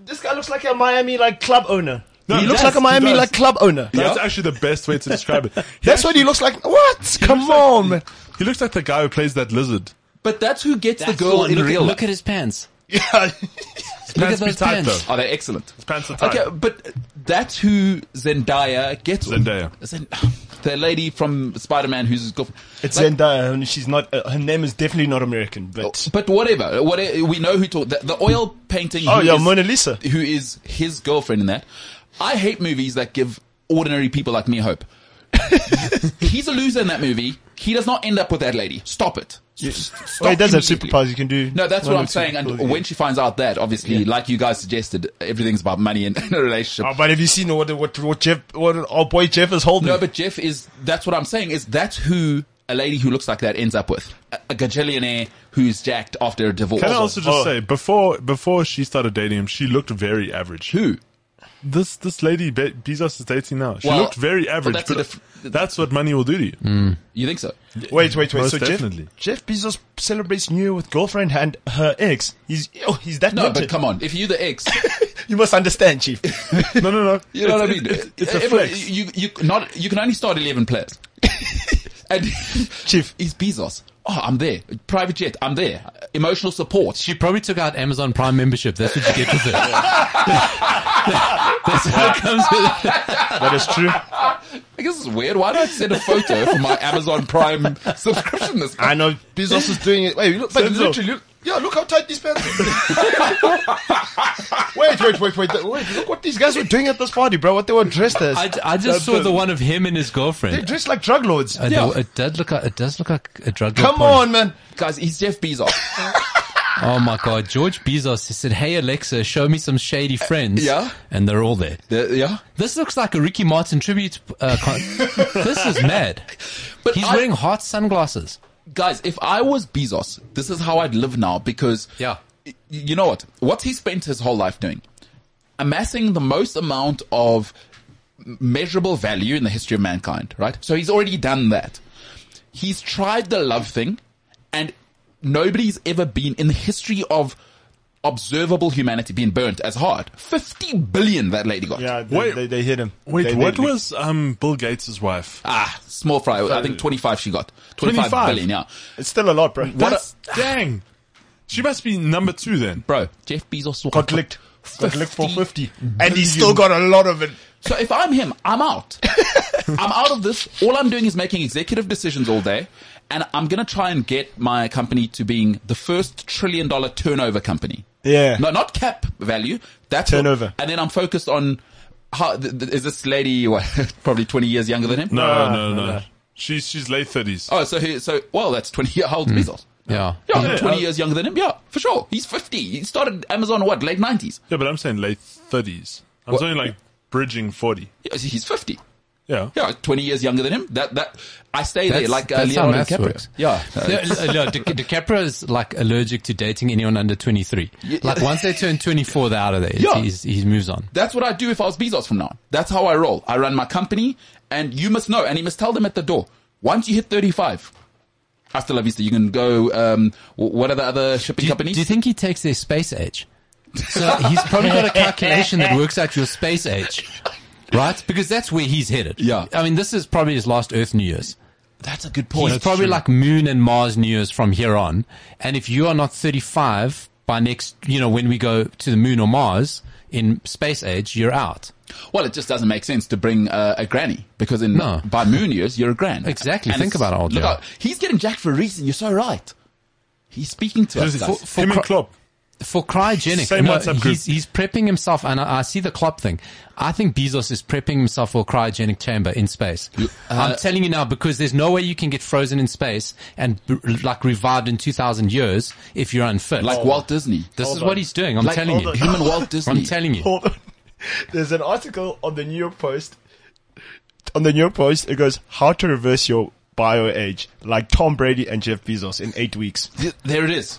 S4: This guy looks like a Miami like club owner. he
S5: he
S4: looks
S5: does,
S4: like a
S5: he
S4: Miami
S5: does.
S4: like club owner.
S5: that's actually the best way to describe it. He
S4: That's what he looks like. What? Come on, man.
S5: He looks like the guy who plays that lizard.
S2: But that's who gets
S3: That's
S2: the girl
S3: one.
S2: in
S3: look,
S2: real
S3: at,
S2: life.
S3: look at his pants.
S4: Yeah.
S3: Look
S5: Pants
S3: at
S5: be
S3: those
S5: tight,
S3: pants.
S2: Are they excellent?
S5: Pants are tight.
S2: Okay, but that's who Zendaya gets with.
S5: Zendaya.
S2: Zen- the lady from Spider-Man who's his girlfriend.
S4: It's
S2: Like,
S4: Zendaya, and she's not. Uh, her name is definitely not American, but
S2: But whatever, whatever, we know who taught the, the oil painting.
S4: oh,
S2: who
S4: yeah,
S2: is-
S4: Mona Lisa.
S2: who is his girlfriend in that. I hate movies that give ordinary people like me hope. He's a loser in that movie. He does not end up with that lady. Stop it. S- s-
S4: Oh, he
S2: stop
S4: does have
S2: immediately.
S4: superpowers. You can do.
S2: No, that's
S4: one
S2: what
S4: or
S2: I'm
S4: two
S2: saying. And
S4: things.
S2: when she finds out that, obviously, like you guys suggested, everything's about money and, and a relationship.
S5: Um,
S4: Oh, but have you seen what what what Jeff, what our boy Jeff is holding?
S2: no, but Jeff is, that's what I'm saying, is that's who a lady who looks like that ends up with. A, a gajillionaire who's jacked after a divorce.
S5: Can I also just
S4: Oh.
S5: say before before she started dating him, she looked very average.
S2: who?
S5: This this lady Be- Bezos is dating now. She
S2: Well,
S5: looked very
S2: well,
S5: average.
S2: that's a
S5: but
S2: diff-
S5: that's what money will do to you.
S2: You think so?
S4: wait, wait, wait.
S5: Most
S4: So
S5: definitely.
S4: Jeff Jeff Bezos celebrates New Year with girlfriend and her ex. He's oh, he's that.
S2: No,
S4: minted.
S2: but come on. If you're the ex,
S4: You must understand, Chief.
S5: No, no, no.
S2: You know what I mean?
S5: It's, it's a
S2: Every-
S5: flex.
S2: You, you, not, you can only start 11 players. and
S4: Chief.
S2: he's Bezos. Oh, I'm there. Private jet. I'm there. Emotional support.
S3: She probably took out Amazon Prime membership. That's what you get with it. That's what comes with it.
S4: That is true.
S2: I guess it's weird. Why don't I send a photo for my Amazon Prime subscription this month?
S4: I know Bezos is doing it. Wait, look, but
S5: Senzo.
S4: literally, look, yeah, look how tight these pants are. wait, wait, wait, wait, th- wait. Look what these guys were doing at this party, bro. What they were dressed as.
S3: I, I just saw the one of him and his girlfriend.
S4: They're dressed like drug lords.
S3: Uh,
S2: Yeah.
S3: the- It does look like it does look like a drug. lord
S4: Come
S3: party.
S4: on, man.
S2: Guys, he's Jeff Bezos.
S3: Oh my god, George Bezos he said, "Hey Alexa, show me some shady friends."
S2: yeah.
S3: and they're all there.
S2: The- yeah.
S3: This looks like a Ricky Martin tribute. Uh, con- this is mad.
S2: But
S3: He's
S2: I-
S3: wearing hot sunglasses.
S2: Guys, if I was Bezos, this is how I'd live now because
S3: Yeah.
S2: y- you know what? What's he spent his whole life doing? Amassing the most amount of m- measurable value in the history of mankind, right? So he's already done that. He's tried the love thing and nobody's ever been in the history of observable humanity being burnt as hard. 50 billion that lady got.
S4: Yeah, they,
S5: Wait.
S4: they, they hit him.
S5: Wait,
S4: They-
S5: what
S4: they-
S5: was um, Bill Gates' wife?
S2: Ah, small fry. I think 25 she got. 25
S5: 25?
S2: billion, yeah.
S4: It's still a lot, bro.
S2: What
S5: That's, dang. She must be number two then.
S2: Bro, Jeff Bezos
S4: Got licked. Got licked for
S2: 50
S4: 50. And he's still got a lot of it.
S2: So if I'm him, I'm out. I'm out of this. All I'm doing is making executive decisions all day. And I'm going to try and get my company to being the first trillion dollar turnover company.
S4: Yeah.
S2: No, not cap value. That's
S4: Turnover.
S2: and then I'm focused on how, th- th- is this lady, what, probably 20 years younger than him?
S5: No,
S4: Ah,
S5: no, no. She's she's late thirties.
S2: Oh, so he, so, well, that's 20 year old Bezos.
S3: Yeah.
S2: Yeah, I'm 20 years younger than him. Yeah, for sure. He's 50. He started Amazon, what, late 90s?
S5: Yeah, but I'm saying late thirties. I'm
S2: What-
S5: saying like bridging forty.
S2: Yeah, He's 50.
S5: Yeah.
S2: Yeah, 20 years younger than him. That, that, I stay there
S3: That's-
S2: like uh,
S3: that's how
S2: Leonardo
S3: maths
S2: DiCaprio.
S3: works.
S2: Yeah.
S3: No, no, no, uh, Di- DiCaprio is like allergic to dating anyone under 23. Like once they turn 24, they're out of there.
S2: Yeah.
S3: He's, he moves on.
S2: That's what I do if I was Bezos from now on. That's how I roll. I run my company and you must know and you must tell them at the door. Once you hit 35, hasta la vista, you can go, um, w- what are the other shipping
S3: Do you,
S2: companies?
S3: do you think he takes their space age? So he's probably got a calculation that works out your space age, right? Because that's where he's headed.
S2: Yeah.
S3: I mean, this is probably his last Earth New Year's.
S2: That's a good
S3: He's
S2: point.
S3: probably like Moon and Mars New Year's from here on. And if you are not 35 by next, you know, when we go to the Moon or Mars in space age, you're out.
S2: Well, it just doesn't make sense to bring uh, a granny because in
S3: No.
S2: by moon years you're a gran.
S3: Exactly. Think
S2: it's-
S3: about old
S2: Look
S3: Joe.
S2: out, he's getting jacked for a reason. You're so right. He's speaking to us.
S5: Just-
S2: guys.
S5: him
S3: for-
S5: and Klopp.
S3: For cryogenic,
S5: Same
S3: no,
S5: WhatsApp group.
S3: he's, he's prepping himself, and I, I see the Klopp thing. I think Bezos is prepping himself for a cryogenic chamber in space. I'm telling you now, because there's no way you can get frozen in space and b- like revived in 2,000 years if you're unfit.
S2: like Walt Disney.
S3: this
S4: Hold
S3: is
S4: on.
S3: what he's doing. I'm
S2: Like,
S3: telling you.
S4: hold on.
S2: Human Walt Disney.
S3: I'm telling you.
S4: Hold on. There's an article on the New York Post. On the New York Post, it goes, How to reverse your bio age, like Tom Brady and Jeff Bezos in eight weeks.
S2: Th- There it is.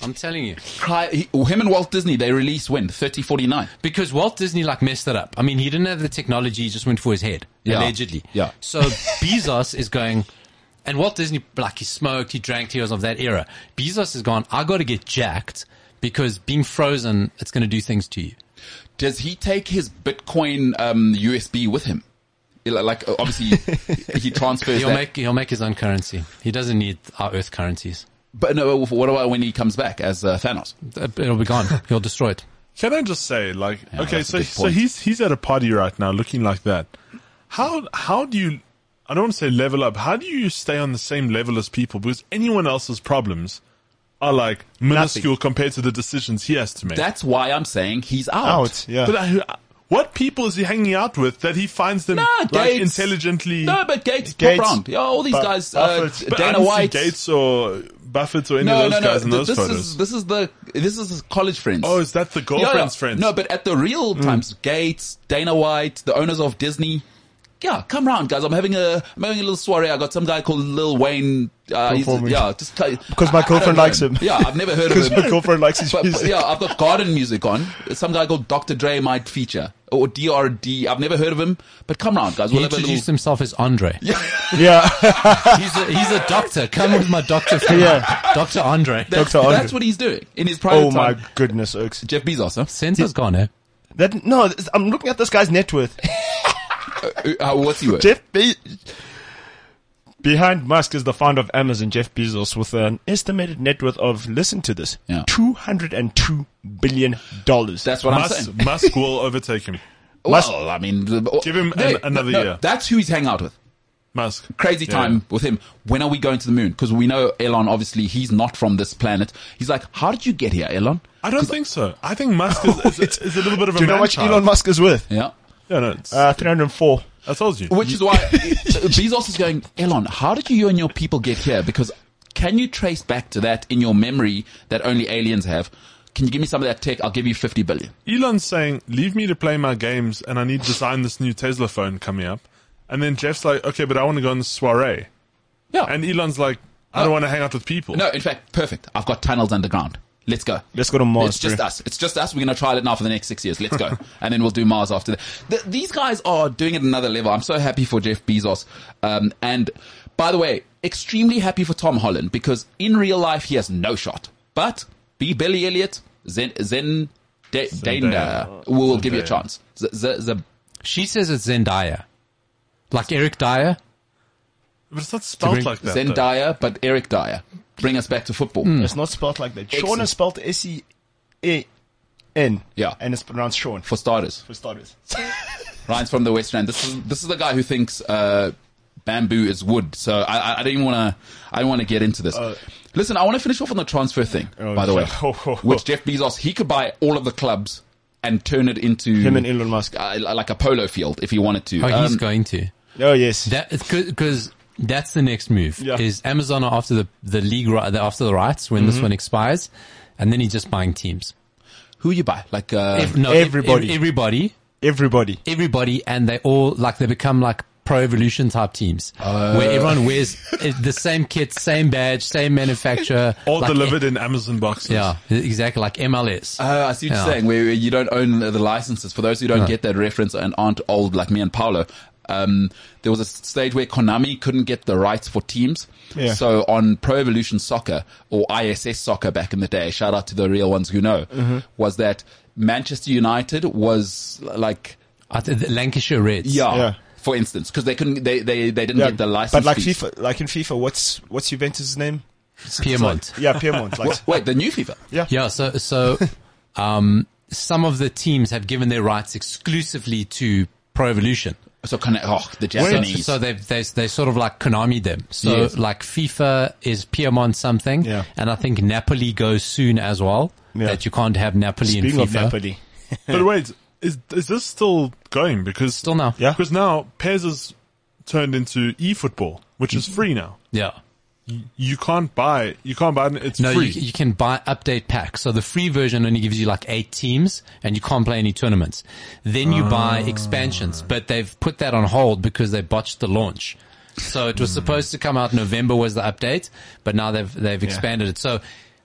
S3: I'm telling you.
S2: Cry, he, him and Walt Disney, they release when? 30, 49.
S3: Because Walt Disney like messed it up. I mean, he didn't have the technology; he just went for his head,
S2: Yeah.
S3: allegedly.
S2: Yeah.
S3: So Bezos is going, and Walt Disney like he smoked, he drank, he was of that era. Bezos is gone. I got to get jacked because being frozen, it's going to do things to you.
S2: Does he take his Bitcoin um, USB with him? Like, uh, obviously, he transfers
S3: He'll
S2: that.
S3: make he'll make his own currency. He doesn't need our Earth currencies.
S2: but no, uh, what about when he comes back as uh, Thanos?
S3: It'll be gone. He'll destroy it.
S5: Can I just say, like, okay,
S2: that's a
S5: so
S2: good
S5: so
S2: point.
S5: he's he's at a party right now, looking like that. How how do you? I don't want to say level up. How do you stay on the same level as people? Because anyone else's problems are like minuscule compared to the decisions he has to make.
S2: That's why I'm saying he's out. uh,
S4: Out, yeah.
S5: But I, what people is he hanging out with that he finds them
S2: No,
S5: like
S2: Gates.
S5: intelligently?
S2: No, but Gates,
S4: Gates,
S2: pop around. Yeah, all these
S4: Bu-
S2: guys, uh,
S4: Buffett.
S5: But I
S2: Dana
S5: don't see
S2: White.
S5: Gates or Buffett or any
S2: no,
S5: of
S2: no,
S5: those
S2: no.
S5: guys in
S2: th-
S5: those
S2: this
S5: photos.
S2: is this is the this is his college friends.
S5: oh, is that the
S2: Yeah, yeah.
S5: girlfriend's friends?
S2: No, but at the real
S4: Mm.
S2: times, Gates, Dana White, the owners of Disney. Yeah, come round, guys. I'm having a I'm having a little soiree. I got some guy called Lil Wayne. Uh, he's,
S4: Performing.
S2: yeah, just tell,
S4: Because my
S2: I- I don't
S4: girlfriend
S2: know
S4: likes him.
S2: Yeah, I've never heard of him.
S4: Because my girlfriend likes his
S2: But, but
S4: music.
S2: yeah, I've got garden music on. Some guy called Dr. Dre might feature or DRD. I've never heard of him, but come round, guys.
S3: He
S2: We'll have a
S3: introduced
S2: little.
S3: himself as Andre.
S4: Yeah.
S3: He's a, he's a doctor. Come with my doctor friend,
S4: Yeah.
S3: Doctor Andre.
S2: That's,
S4: Dr. Andre.
S2: that's what he's doing in his private
S4: oh my
S2: time.
S4: goodness, Oaks.
S2: Jeff Bezos, huh?
S3: Sensor's gone. Eh?
S4: That, no, it's- I'm looking at this guy's net worth.
S2: Uh, uh, what's he worth?
S4: Jeff Be- Behind Musk is the founder of Amazon, Jeff Bezos, with an estimated net worth of, listen to this,
S2: Yeah.
S4: $202 billion.
S2: That's what I'm
S5: Musk,
S2: saying.
S5: Musk will overtake him.
S2: Well, I mean, the-
S5: Give him
S2: Hey,
S5: an- another
S2: no, no,
S5: year.
S2: That's who he's hanging out with.
S5: Musk.
S2: Crazy
S5: Yeah.
S2: time with him. When are we going to the moon? Because we know Elon. Obviously, he's not from this planet. He's like, how did you get here, Elon?
S5: I don't think so. I think Musk is, is, is a little bit of
S4: Oh,
S5: a
S4: Do you know how
S5: man
S4: much
S5: child.
S4: Elon Musk is worth?
S2: Yeah.
S5: Yeah, no, it's-
S4: Uh, 304.
S5: I told you.
S2: Which is why Bezos is going, Elon, how did you and your people get here? Because can you trace back to that in your memory that only aliens have? Can you give me some of that tech? I'll give you 50 billion.
S5: Elon's saying, leave me to play my games and I need to design this new Tesla phone coming up. And then Jeff's like, okay, but I want to go on the soiree.
S2: Yeah.
S5: And Elon's like, I don't want to hang out with people.
S2: no, in fact, perfect. I've got tunnels underground. Let's go.
S4: Let's go to Mars,
S2: It's just
S4: bro.
S2: us. It's just us. We're going to trial it now for the next six years. Let's go. and then we'll do Mars after that. Th- these guys are doing it another level. I'm so happy for Jeff Bezos. Um, and by the way, extremely happy for Tom Holland because in real life, he has no shot. But be Billy Elliot, Zen, Zen, De- Dana will give you a
S5: Zendaya.
S2: chance. Z- Z- Z-
S3: She says it's Zendaya. Like Eric Dyer?
S5: But it's not spelled
S3: bring
S5: like that. though.
S2: Zendaya, but Eric Dyer. Bring us back to football.
S4: It's not spelled like that. Sean
S2: Excellent.
S4: is spelled S-E-A-N.
S2: Yeah.
S4: And it's pronounced Sean, for,
S2: For starters.
S4: for starters.
S2: Ryan's from the West End. This is this is the guy who thinks uh, bamboo is wood. So I, I, I don't even want to. I don't want to get into this.
S4: Uh,
S2: Listen, I want to finish off on the transfer thing.
S4: Oh,
S2: by the way, which Jeff Bezos he could buy all of the clubs and turn it into
S4: Him and Elon Musk.
S2: uh, like a polo field if he wanted to.
S3: Oh, he's
S2: Um,
S3: going to.
S4: Oh, yes.
S3: That because that's the next move.
S4: Yeah.
S3: Is Amazon are after the the league ri- they're after the rights when this one expires, and then he's just buying teams.
S2: who you buy? Like uh,
S3: If- no, ev-
S4: Everybody.
S3: ev- everybody,
S4: Everybody.
S3: everybody, and they all like they become like pro evolution type teams where everyone wears uh, the same kit, same badge, same manufacturer,
S5: All
S3: like, eh,
S5: delivered in Amazon boxes.
S3: Yeah, exactly. Like MLS.
S2: Oh, I see what
S3: Yeah.
S2: you're saying. Where where you don't own the the licenses. For those who don't get that reference and aren't old like me and Paolo, um, there was a s- stage where Konami couldn't get the rights for teams.
S4: Yeah.
S2: So on Pro Evolution Soccer or ISS Soccer back in the day, shout out to the real ones who know,
S4: Mm-hmm.
S2: was that Manchester United was l- like
S3: I think the Lancashire Reds.
S2: yeah,
S4: Yeah.
S2: for instance, because they couldn't they they, they didn't get the license.
S4: But like
S2: fees.
S4: FIFA, like in FIFA, what's, what's Juventus' name?
S3: Piemont.
S4: Yeah, Piemont. Like,
S2: Wait, the new FIFA.
S3: Yeah, so so um, some of the teams have given their rights exclusively to Pro Evolution.
S2: So kind of oh, the
S3: So,
S2: Japanese.
S3: so they've they they sort of like Konami them. So
S2: Yes.
S3: like FIFA is Piemont something,
S4: Yeah.
S3: and I think Napoli goes soon as well.
S4: Yeah.
S3: That you can't have Napoli
S4: Speaking
S3: in
S4: of
S3: FIFA.
S4: Napoli.
S5: But wait, is, is this still going? Because
S3: Still now.
S4: Yeah.
S5: Because now Pez has turned into eFootball, which
S3: Mm.
S5: is free now.
S3: Yeah.
S5: You can't buy. You can't buy. it, It's
S3: No,
S5: free.
S3: you, you can buy update packs. So the free version only gives you like eight teams and you can't play any tournaments. Then you buy expansions, but they've put that on hold because they botched the launch. So it was supposed to come out November was the update, but now they've, they've expanded it. So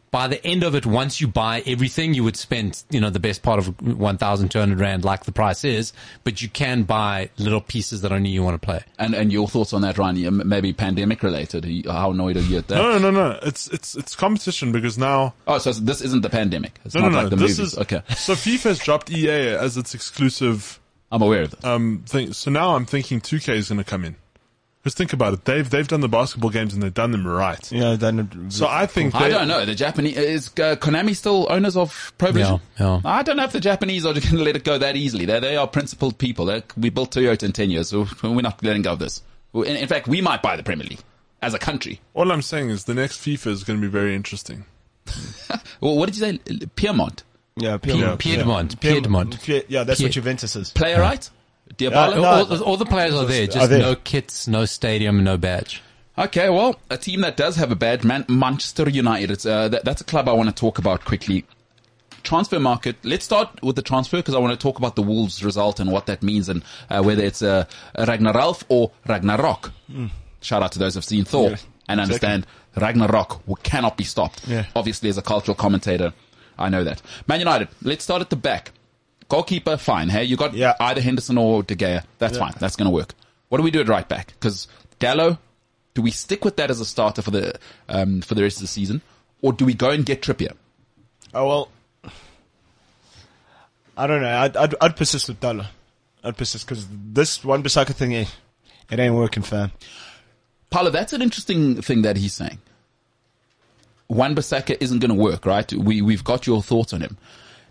S3: by the end of it, once you buy everything, you would spend, you know, the best part of 1,200 Rand, like the price is, but you can buy little pieces that only you want to play.
S2: and and your thoughts on that, Ryan? M- Maybe pandemic related. You- How annoyed are you at that?
S5: no, no, no, no. It's it's it's competition because now
S2: Oh, so this isn't the pandemic. It's
S5: no,
S2: not
S5: no, no.
S2: like the
S5: this
S2: movies.
S5: is
S2: okay.
S5: So FIFA's dropped EA as its exclusive
S2: I'm aware of this.
S5: um thing. So now I'm thinking 2K is going to come in. Because think about it, they've they've done the basketball games and they've done them right.
S4: Yeah, then.
S5: So I think
S2: I
S5: they-
S2: don't know. The Japanese is uh, Konami still owners of Provision?
S3: Yeah, yeah.
S2: I don't know if the Japanese are just going to let it go that easily. They they are principled people. They're, we built Toyota in ten years, so we're not letting go of this. In, in fact, we might buy the Premier League as a country.
S5: All I'm saying is the next FIFA is going to be very interesting.
S2: Well, what did you say? Piemont
S4: Yeah,
S3: Piemont. Piedmont. Piedmont.
S4: Pie- Yeah, that's what
S3: Pie-
S4: Juventus is.
S2: player right?
S4: Uh,
S2: Diabala.
S4: no,
S3: All, all- all the players are there, just
S4: there.
S3: no kits, no stadium, no badge.
S2: Okay, well, a team that does have a bad man, Manchester United. It's, uh, that, that's a club I want to talk about quickly. Transfer market. Let's start with the transfer because I want to talk about the Wolves result and what that means and uh, whether it's uh, Ragnaralf or Ragnarok. Shout out to those who've seen Thor and understand Ragnarok w- cannot be stopped.
S4: Yeah.
S2: Obviously, as a cultural commentator, I know that. Man United. Let's start at the back. Goalkeeper, fine. Hey, you got
S4: Yeah.
S2: either Henderson or De Gea. That's fine. That's going to work. What do we do at right back? Because Dallo, do we stick with that as a starter for the um, for the rest of the season, or do we go and get Trippier?
S4: Oh, well. I don't know. I'd, I'd, I'd persist with Dalla. I'd persist because this one Bissaka thing, eh, it ain't working, fam.
S2: Paolo, that's an interesting thing that he's saying. Wan Bissaka isn't going to work, right? We we've got your thoughts on him.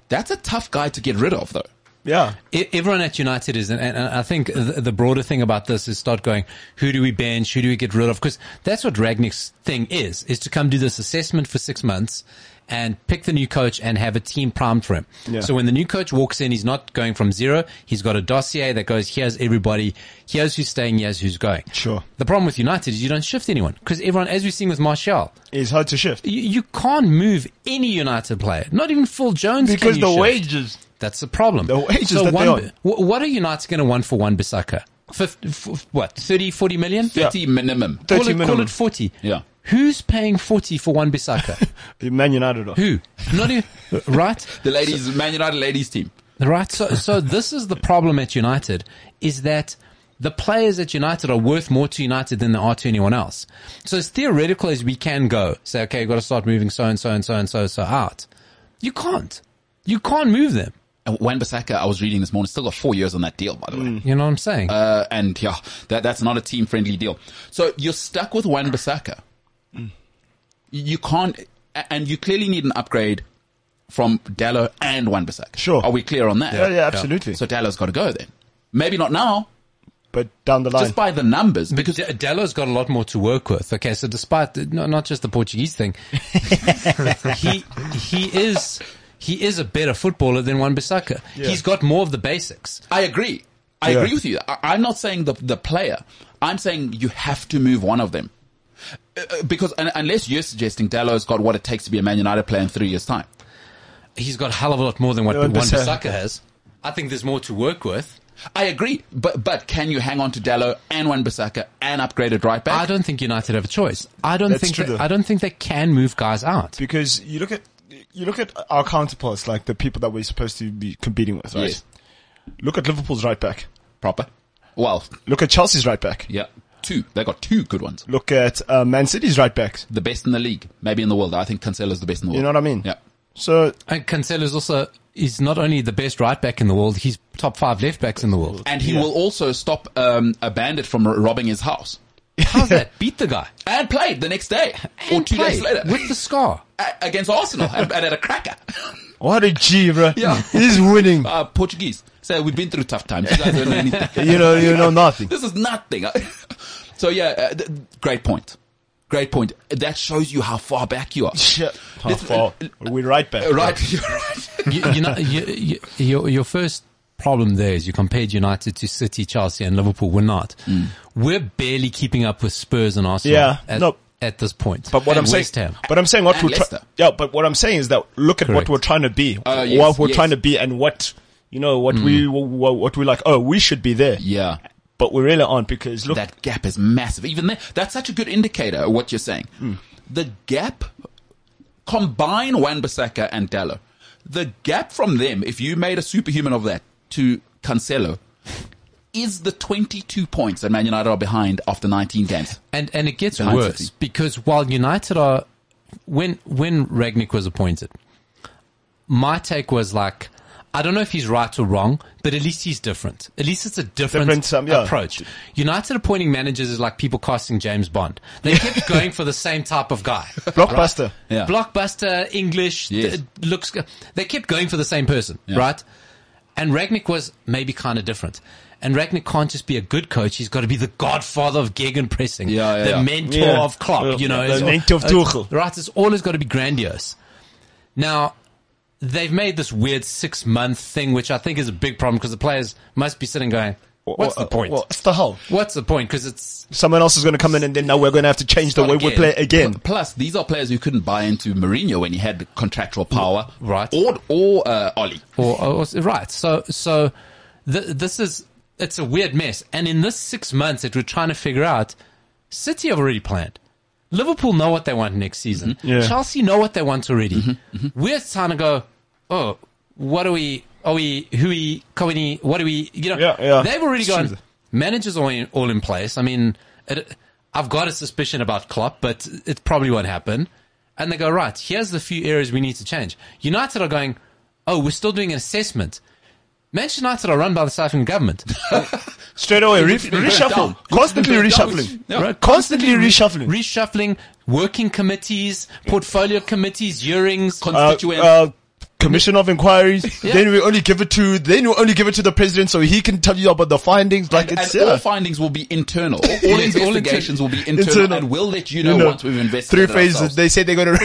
S2: That's a tough guy to get rid of, though.
S4: Yeah.
S3: E- Everyone at United is, and and I think the the broader thing about this is start going, who do we bench? Who do we get rid of? Because that's what Ragnick's thing is, is to come do this assessment for six months and pick the new coach and have a team primed for him. So when the new coach walks in, he's not going from zero. He's got a dossier that goes, here's everybody, here's who's staying, here's who's going.
S4: Sure.
S3: The problem with United is you don't shift anyone because everyone, as we've seen with Martial,
S4: It's hard to shift.
S3: you, you can't move any United player, not even Phil Jones. can
S4: Because
S3: you
S4: the
S3: shift.
S4: wages.
S3: That's the problem.
S4: The wages
S3: so
S4: that they
S3: one,
S4: are.
S3: wh- What are United's going to want for one Bissaka? Fif- f- what, 30, 40 million?
S2: Thirty minimum.
S4: Thir- 30
S3: call, it, call
S4: minimum.
S3: it 40.
S2: Yeah.
S3: Who's paying 40 for one Bissaka?
S4: Man United. are-
S3: Who? Not even, right?
S2: The ladies, Man United ladies team.
S3: Right. So, so this is the problem at United is that the players at United are worth more to United than they are to anyone else. So as theoretical as we can go, say, okay, you've got to start moving so and so and so and so, so out. You can't. You can't move them.
S2: And Wan Bissaka, I was reading this morning, still got four years on that deal, by the way.
S4: Mm.
S3: You know what I'm saying?
S2: Uh, and yeah, that, that's not a team friendly deal. So you're stuck with Wan Bissaka. You can't, a- and you clearly need an upgrade from Dallo and Wan Bissaka.
S4: Sure.
S2: Are we clear on that?
S4: Yeah, yeah, absolutely.
S2: So Dallo's got to go then. Maybe not now,
S4: But down the line.
S2: just by the numbers. Because
S3: Because Dello's got a lot more to work with. Okay, so despite the, no, not just the Portuguese thing, he he is he is a better footballer than Wan Bissaka. He's got more of the basics.
S2: I agree. I
S4: Yeah.
S2: agree with you. I, I'm not saying the, the player. I'm saying you have to move one of them. Uh, uh, because un- unless you're suggesting Dallo's got what it takes to be a Man United player in three years' time.
S3: He's got a hell of a lot more than what Wan
S4: Wan Bissaka.
S3: Bissaka has. I think there's more to work with.
S2: I agree, but but can you hang on to Dallo and Wan Bissaka and upgraded right back?
S3: I don't think United have a choice. I don't
S4: That's
S3: think
S4: true,
S3: they-
S4: though.
S3: I don't think they can move guys out.
S4: because you look at you look at our counterparts, like the people that we're supposed to be competing with, right?
S2: Yes.
S4: Look at Liverpool's right back.
S2: Proper. Well,
S4: Look at Chelsea's right back.
S2: yeah, two. They got two good ones.
S4: Look at uh, Man City's right backs.
S2: The best in the league, maybe in the world. I think Cancelo's the best in the world.
S4: You know what I mean?
S2: Yeah.
S4: So
S3: And Cancelo's also is not only the best right back in the world, he's top five left backs in the world.
S2: And he will also stop um, a bandit from r- robbing his house.
S3: How's that? Beat the guy.
S2: And played the next day or
S3: And
S2: two days
S3: play
S2: later
S3: with the scar.
S2: a- against Arsenal and, and at a cracker.
S4: what a G, bro.
S2: Yeah.
S4: he's winning.
S2: Uh, Portuguese. So we've been through tough times. You guys don't know anything.
S4: You know, you know nothing.
S2: This is nothing. so yeah, uh, th- great point. Great point. That shows you how far back you are.
S4: Shit. How
S2: Listen,
S4: far? oh. We're right back.
S2: Oh, Right, you're right.
S3: you, you know, you, you, your, your first problem there is you compared United to City, Chelsea, and Liverpool. We're not. We're barely keeping up with Spurs and Arsenal.
S4: Mm. Yeah,
S3: at,
S4: no.
S3: at this point.
S4: But what
S3: And
S4: I'm
S3: West
S4: saying,
S3: Ham.
S4: but I'm saying what
S2: And
S4: we're trying,
S2: Leicester.
S4: yeah, but what I'm saying is that look at
S3: Correct.
S4: what we're trying to be,
S2: Uh, yes,
S4: what we're
S2: yes.
S4: trying to be, and what you know, what we, what, what we're like. Oh, we should be there,
S2: Yeah.
S4: but we really aren't because look,
S2: That gap is massive. Even there, that's such a good indicator of what you're saying. The gap, combine Wan Bissaka and Dallo. The gap from them, if you made a superhuman of that to Cancelo, is the 22 points that Man United are behind after 19 games.
S3: And and it gets
S2: Behind
S3: worse
S2: City.
S3: because while United are when when Ragnick was appointed, my take was like I don't know if he's right or wrong, but at least he's different. At least it's a different,
S4: Different, um, yeah.
S3: approach. United appointing managers is like people casting James Bond. They kept going for the same type of guy.
S4: blockbuster.
S2: Yeah.
S3: Blockbuster, English,
S2: Yes.
S3: th- looks. g- They kept going for the same person,
S2: Yeah.
S3: right? And Ragnick was maybe kind of different. And Ragnick can't just be a good coach. He's got to be the godfather of gegenpressing,
S2: Yeah, yeah,
S3: the
S2: yeah.
S3: mentor
S4: Yeah.
S3: of Klopp,
S4: Yeah.
S3: you know.
S4: The
S3: it's-
S4: mentor of
S3: it's-
S4: Tuchel.
S3: Right, it's always got to be grandiose. Now, they've made this weird six-month thing, which I think is a big problem because the players must be sitting going, what's the point?
S4: What's the hell?
S3: What's the point? Because it's
S4: Someone else is going to come in, and then now we're going to have to change the
S2: Not
S4: way we
S2: again.
S4: play again.
S2: Plus, these are players who couldn't buy into Mourinho when he had contractual power,
S3: Right.
S2: Or or uh, Ollie.
S3: or, or oh, right. So so th- this is it's a weird mess. And in this six months that we're trying to figure out, City have already planned. Liverpool know what they want next season. Chelsea know what they want already. We're trying to go. Oh, what are we? Are we? Who we? Can we? What are we? You know,
S4: Yeah, yeah.
S3: they've already
S4: It's
S3: gone.
S4: true.
S3: Managers all in, all in place. I mean, it, I've got a suspicion about Klopp, but it probably won't happen. And they go, right, here's the few areas we need to change. United are going, oh, we're still doing an assessment. Manchester United are run by the South African government.
S4: Straight away, re-
S2: been burnt down.
S4: reshuffle. Constantly
S2: It's been burnt
S4: reshuffling.
S2: down. Yeah.
S4: Right? Constantly reshuffling.
S3: Reshuffling working committees, portfolio committees, hearings.
S4: uh,
S2: Constituent.
S4: uh, commission of inquiries.
S3: Yeah.
S4: Then we only give it to then we only give it to the president so he can tell you about the findings. Like
S2: and
S4: it's
S2: all
S4: yeah.
S2: findings will be internal. All, all
S3: Yes, all
S2: investigations will be internal,
S4: Internal.
S2: and we'll let you know,
S4: You know,
S2: once we've
S4: three
S2: investigated.
S4: phases.
S2: ourselves.
S4: They say they're gonna.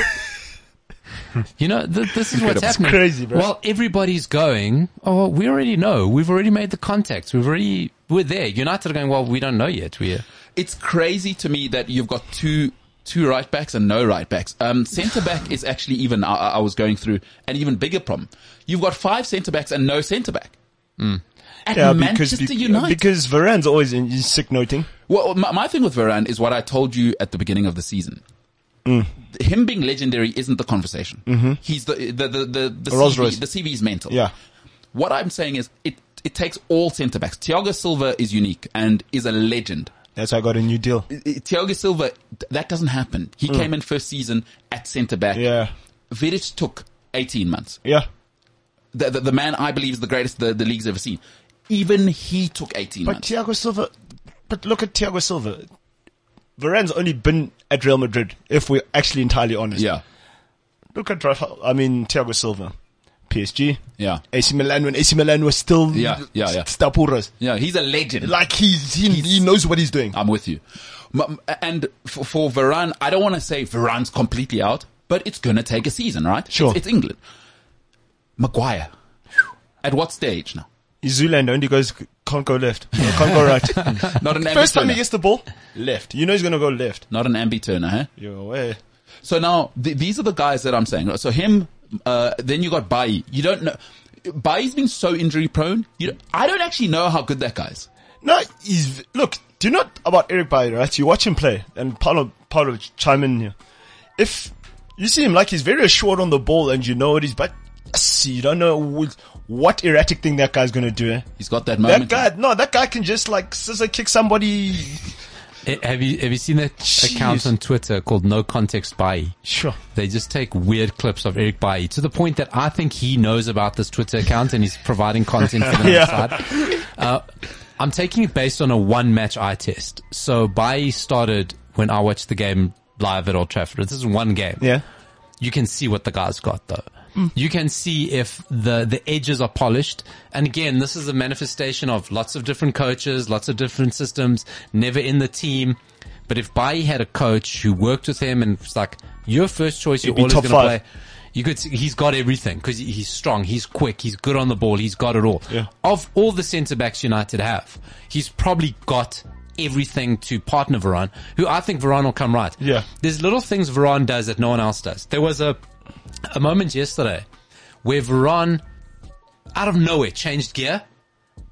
S3: You know, th- this is what's
S4: It's
S3: happening.
S4: crazy, bro.
S3: Well, everybody's going, oh, well, we already know. We've already made the contacts. We've already, we're there. United are going, well, we don't know yet. We're,
S2: It's crazy to me that you've got two two right backs and no right backs. Um, centre back is actually even I, I I was going through an even bigger problem. You've got five centre backs and no centre back. At
S4: yeah, because
S2: Manchester
S4: bec-
S2: United.
S4: because Varane's always in, he's sick noting.
S2: Well, my, my thing with Varane is what I told you at the beginning of the season.
S4: Mm.
S2: Him being legendary isn't the conversation.
S4: Mm-hmm.
S2: He's the the the the, the,
S4: Rolls
S2: CV,
S4: Royce.
S2: the CV is mental.
S4: Yeah.
S2: What I'm saying is it it takes all centre backs. Thiago Silva is unique and is a legend.
S4: That's how I got a new deal.
S2: I- I- Thiago Silva th- that doesn't happen. He came in first season at centre back.
S4: Hmm. Yeah,
S2: Vidic took 18 months.
S4: yeah.
S2: The, the the man I believe is the greatest the, the league's ever seen. Even he took 18
S4: But
S2: months.
S4: Thiago Silva, but look at Thiago Silva. Varane's only been at Real Madrid, if we're actually entirely honest.
S2: yeah.
S4: Look at Rafael, I mean Thiago Silva, PSG,
S2: Yeah.
S4: AC Milan when AC Milan was still
S2: Yeah, yeah, yeah.
S4: Stapuras.
S2: Yeah, he's a legend.
S4: Like he's, Uh, he he knows what he's doing.
S2: I'm with you. M- m- And for, for Varane, I don't want to say Varane's completely out, but it's going to take a season, right?
S4: Sure.
S2: It's, it's England. Maguire. At what stage now?
S4: Zulander only goes can't go left, can't go right.
S2: Not an ambi
S4: First time
S2: turner.
S4: he gets the ball, left. You know he's gonna go left.
S2: Not an ambi turner, huh?
S4: Yo, way.
S2: So now th- these are the guys that I'm saying. So him, uh, then you got Bai. You don't know. Bai's been so injury prone. You don't, I don't actually know how good that guy is.
S4: No, he's look. Do you know about Eric Bailly, right? You watch him play, and Paulo Paulo chime in here. If you see him, like he's very assured on the ball, and you know it is, but yes, you don't know what- what erratic thing that guy's gonna do. Eh?
S2: He's got that
S4: That
S2: moment.
S4: guy, no, that guy can just like scissor kick somebody.
S3: Eh, have you, have you seen that account
S4: Jeez.
S3: on Twitter called No Context Bai?
S4: Sure.
S3: They just take weird clips of Eric Bai to the point that I think he knows about this Twitter account and he's providing content for them
S4: Yeah.
S3: outside. Uh, I'm taking it based on a one match eye test. So Bai started when I watched the game live at Old Trafford. This is one game.
S4: Yeah.
S3: You can see what the guy's got though. You can see if the, the edges are polished. And again, this is a manifestation of lots of different coaches, lots of different systems, never in the team. But if Bai had a coach who worked with him and it's like, your first choice, you're
S4: be
S3: always
S4: top
S3: going to
S4: five.
S3: play. You could, see- he's got everything because he's strong, he's quick, he's good on the ball, he's got it all.
S4: Yeah.
S3: Of all the centre backs United have, he's probably got everything to partner Varane, who I think Varane will come right.
S4: Yeah.
S3: There's little things Varane does that no one else does. There was a, a moment yesterday where Varane, out of nowhere, changed gear,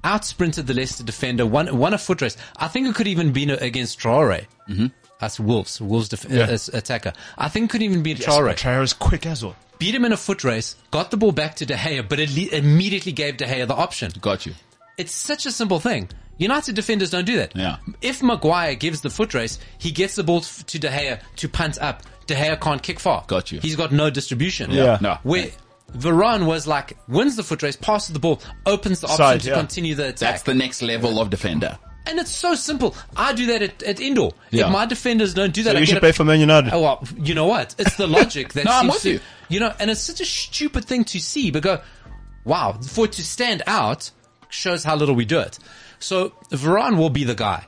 S3: out sprinted the Leicester defender, won, won a foot race. I think it could even been against Traore. Mm-hmm. That's Wolves, Wolves def- uh, as attacker. I think it could even be Traore
S4: Traore's quick as well.
S3: beat him in a foot race, got the ball back to De Gea, but it le- immediately gave De Gea the option.
S2: Got you.
S3: It's such a simple thing. United defenders don't do that.
S2: Yeah.
S3: If Maguire gives the foot race, he gets the ball f- to De Gea to punt up. De Gea can't kick far.
S2: Got you.
S3: He's got no distribution.
S4: Yeah.
S2: No.
S3: Where Varane was like, wins the foot race, passes the ball, opens the option
S4: Side,
S3: to
S4: yeah.
S3: continue the attack.
S2: That's the next level of defender.
S3: and it's so simple. I do that at, at indoor.
S2: Yeah.
S3: If my defenders don't do that, I
S4: you
S3: get
S4: should
S3: a-
S4: play for Man United.
S3: Oh well, you know what? It's the logic that
S2: No, I'm
S3: seems
S2: with
S3: to,
S2: you.
S3: know, and it's such a stupid thing to see, but go, wow, for it to stand out shows how little we do it. So Varane will be the guy.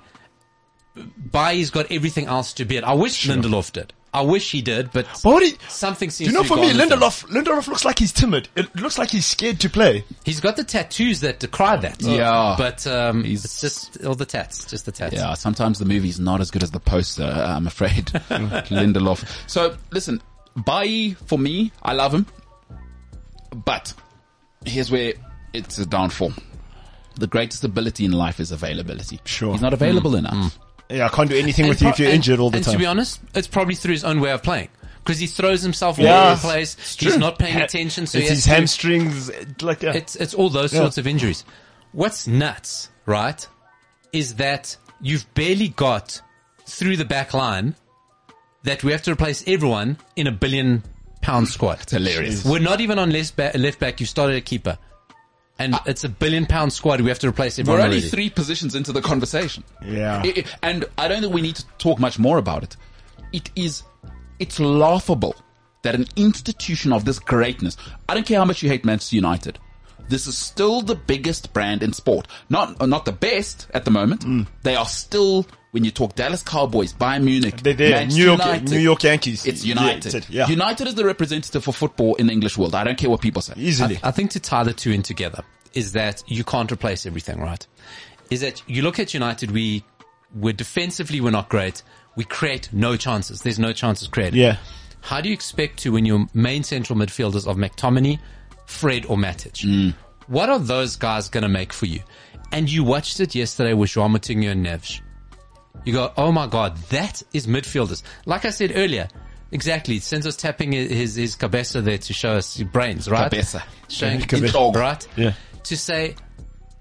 S3: Bai's got everything else to be it. I wish Lindelof did. I wish he did, but
S4: But what he-
S3: something seems.
S4: You know,
S3: to
S4: for
S3: be
S4: me,
S3: gone with him.
S4: Lindelof, Lindelof looks like he's timid. It looks like he's scared to play.
S3: he's got the tattoos that decry that.
S2: Yeah.
S3: but um, it's just all the tats, just the tats.
S2: Yeah, sometimes the movie's not as good as the poster, uh, I'm afraid. Lindelof. So, listen, Bai, for me, I love him. But here's where it's a downfall. The greatest ability in life is availability.
S4: Sure. Hmm.
S2: He's not available enough.
S4: Yeah, I can't do anything with
S3: And
S4: you if
S3: pro-
S4: you're
S3: and-
S4: injured all the
S3: and
S4: time.
S3: To be honest, it's probably through his own way of playing because he throws himself all
S4: Yeah.
S3: over the place. He's not paying attention, so he
S4: it's
S3: has
S4: his
S3: to-
S4: hamstrings, like yeah.
S3: It's it's all those
S4: Yeah.
S3: sorts of injuries. What's nuts, right, is that you've barely got through the back line that we have to replace everyone in a billion pound squad.
S2: Hilarious.
S3: We're not even on left back, left back. You started a keeper. and
S4: Ah.
S3: it's a billion pound squad. We have to replace
S2: We're
S3: everyone
S2: only
S3: already.
S2: three positions into the conversation.
S4: Yeah.
S2: I- I- and I don't think we need to talk much more about it. It is, it's laughable that an institution of this greatness, I don't care how much you hate Manchester United, this is still the biggest brand in sport. Not, uh, not the best at the moment.
S4: Mm.
S2: They are still, when you talk Dallas Cowboys, Bayern Munich,
S4: They're there.
S2: Manchester
S4: New York,
S2: United,
S4: New York Yankees.
S2: It's
S4: Yeah,
S2: United.
S4: it, Yeah.
S2: United is the representative for football in the English world. I don't care what people say.
S4: Easily.
S3: I think to tie the two in together is that you can't replace everything, right? Is that you look at United, we, we're defensively, we're not great. We create no chances. There's no chances created.
S4: Yeah.
S3: How do you expect to when your main central midfielders of McTominay, Fred or Matic? What are those guys going to make for you? And you watched it yesterday with João Moutinho and Neves. You go, oh my God, that is midfielders. Like I said earlier, exactly. Senzo's tapping his, his, his cabeza there to show us his brains, right?
S2: Cabeza.
S3: Showing
S2: Cabeza.
S3: dog, right?
S4: Yeah.
S3: To say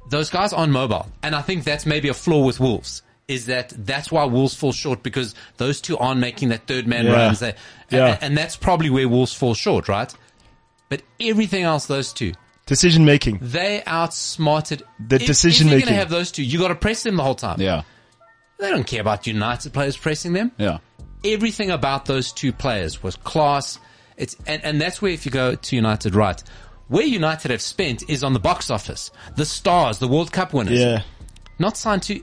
S3: those guys aren't mobile. And I think that's maybe a flaw with Wolves. Is that that's why Wolves fall short because those two aren't making that third man
S4: Yeah.
S3: runs. They,
S4: Yeah.
S3: and, and that's probably where Wolves fall short, right? But everything else, those two,
S4: Decision making.
S3: they outsmarted
S4: The
S3: If-
S4: decision
S3: If you're
S4: making.
S3: going to have those two, you got to press them the whole time.
S2: Yeah.
S3: They don't care about United players pressing them.
S2: Yeah.
S3: Everything about those two players was class. It's and, and that's where if you go to United, right, where United have spent is on the box office, the stars, the World Cup winners,
S4: Yeah.
S3: not signed to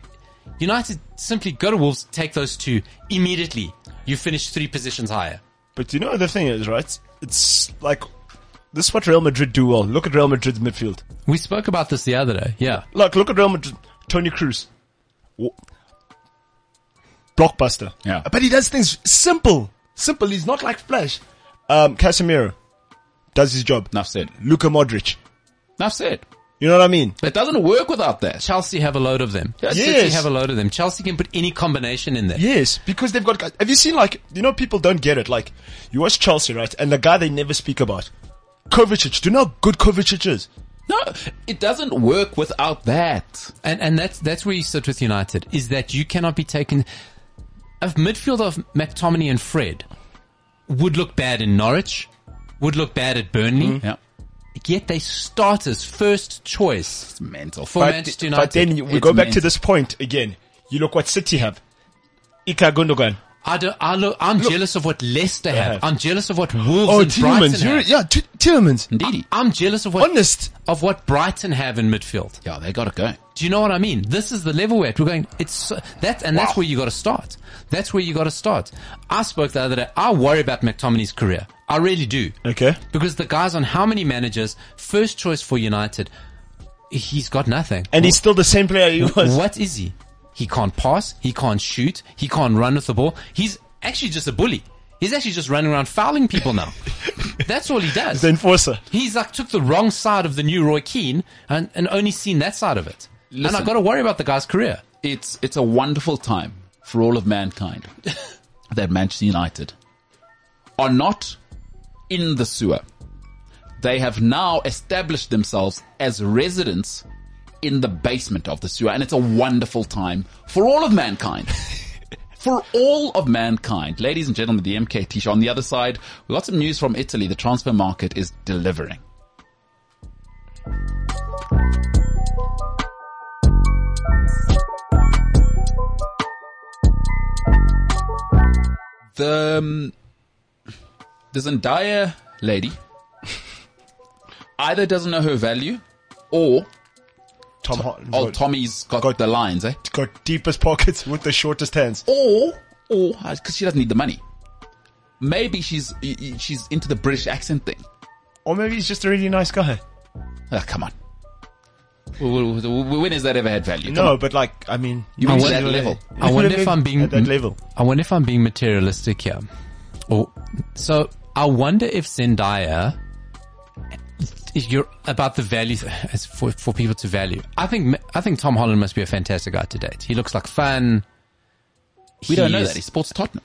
S3: United. Simply go to Wolves, take those two immediately. You finish three positions higher.
S4: But you know what the thing is, right? It's like this is what Real Madrid do well. Look at Real Madrid's midfield.
S3: We spoke about this the other day. Yeah,
S4: Look, look at Real Madrid. Tony Cruz. W- Blockbuster.
S2: Yeah.
S4: But he does things simple. Simple. He's not like Flash. Um, Casemiro does his job.
S2: Enough said.
S4: Luka Modric.
S2: Enough said.
S4: You know what I mean?
S2: It doesn't work without that.
S3: Chelsea have a load of them.
S2: Yes.
S3: City
S4: Yes.
S3: have a load of them. Chelsea can put any combination in there.
S4: Yes, because they've got guys. Have you seen like you know people don't get it. Like you watch Chelsea, right? And the guy they never speak about, Kovacic. Do you know how good Kovacic is?
S2: No, it doesn't work without that.
S3: And and that's that's where you sit with United is that you cannot be taken. A midfield of McTominay and Fred would look bad in Norwich, would look bad at
S4: Mm-hmm.
S3: Burnley,
S2: Yeah.
S3: yet they start as first choice
S2: It's mental.
S3: for Manchester United.
S4: But then you- we
S2: It's
S4: go back to
S2: mental.
S4: this point again. You look what City have. Ika Gundogan.
S3: I don't, I look, I'm jealous of what Leicester have.
S4: Yeah.
S3: I'm jealous of what Wolves
S4: Uh-huh. Oh,
S3: and Brighton eh?
S4: Tielemans. You're-
S3: have.
S4: Yeah, T- Tielemans.
S2: Indeedy.
S3: I'm jealous of what
S4: Honest.
S3: of what Brighton have in midfield.
S2: Yeah, they got to go.
S3: Do you know what I mean? This is the level we're at. We're going, it's so- that, and that's where you got to start. That's where you got to start. I spoke the other day. I worry about McTominay's career. I really do.
S4: Okay.
S3: Because the guy's on how many managers, first choice for United, he's got nothing.
S4: And he's still the same player he was.
S3: what is he? He can't pass. He can't shoot. He can't run with the ball. He's actually just a bully. He's actually just running around fouling people now. that's all he does.
S4: The enforcer.
S3: He's like took the wrong side of the new Roy Keane and, and only seen that side of it. and
S2: Listen.
S3: I've got to worry about the guy's career.
S2: It's it's a wonderful time for all of mankind that Manchester United are not in the sewer. They have now established themselves as residents in the basement of the sewer, and it's a wonderful time for all of mankind. for all of mankind, ladies and gentlemen, the MKT show. On the other side, we got some news from Italy. The transfer market is delivering. the um, this entire lady either doesn't know her value or
S4: oh, Tom Holland.
S2: old Tommy's got,
S4: got-
S2: the lines, eh?
S4: got deepest pockets with the shortest hands.
S2: Or or because she doesn't need the money. Maybe she's y- y- she's into the British accent thing.
S4: Or maybe he's just a really nice guy.
S2: Ah, come on. W- w- w- When has that ever had value? Come
S4: No,
S2: on.
S4: but like, I mean,
S2: you mean that level?
S3: I wonder if I'm being
S4: at that level.
S3: I wonder if I'm being materialistic here. Or so I wonder if Zendaya if you're about the value as for, for people to value. I think I think Tom Holland must be a fantastic guy to date. He looks like fun.
S2: We don't know
S3: He's-
S2: that. He sports Tottenham.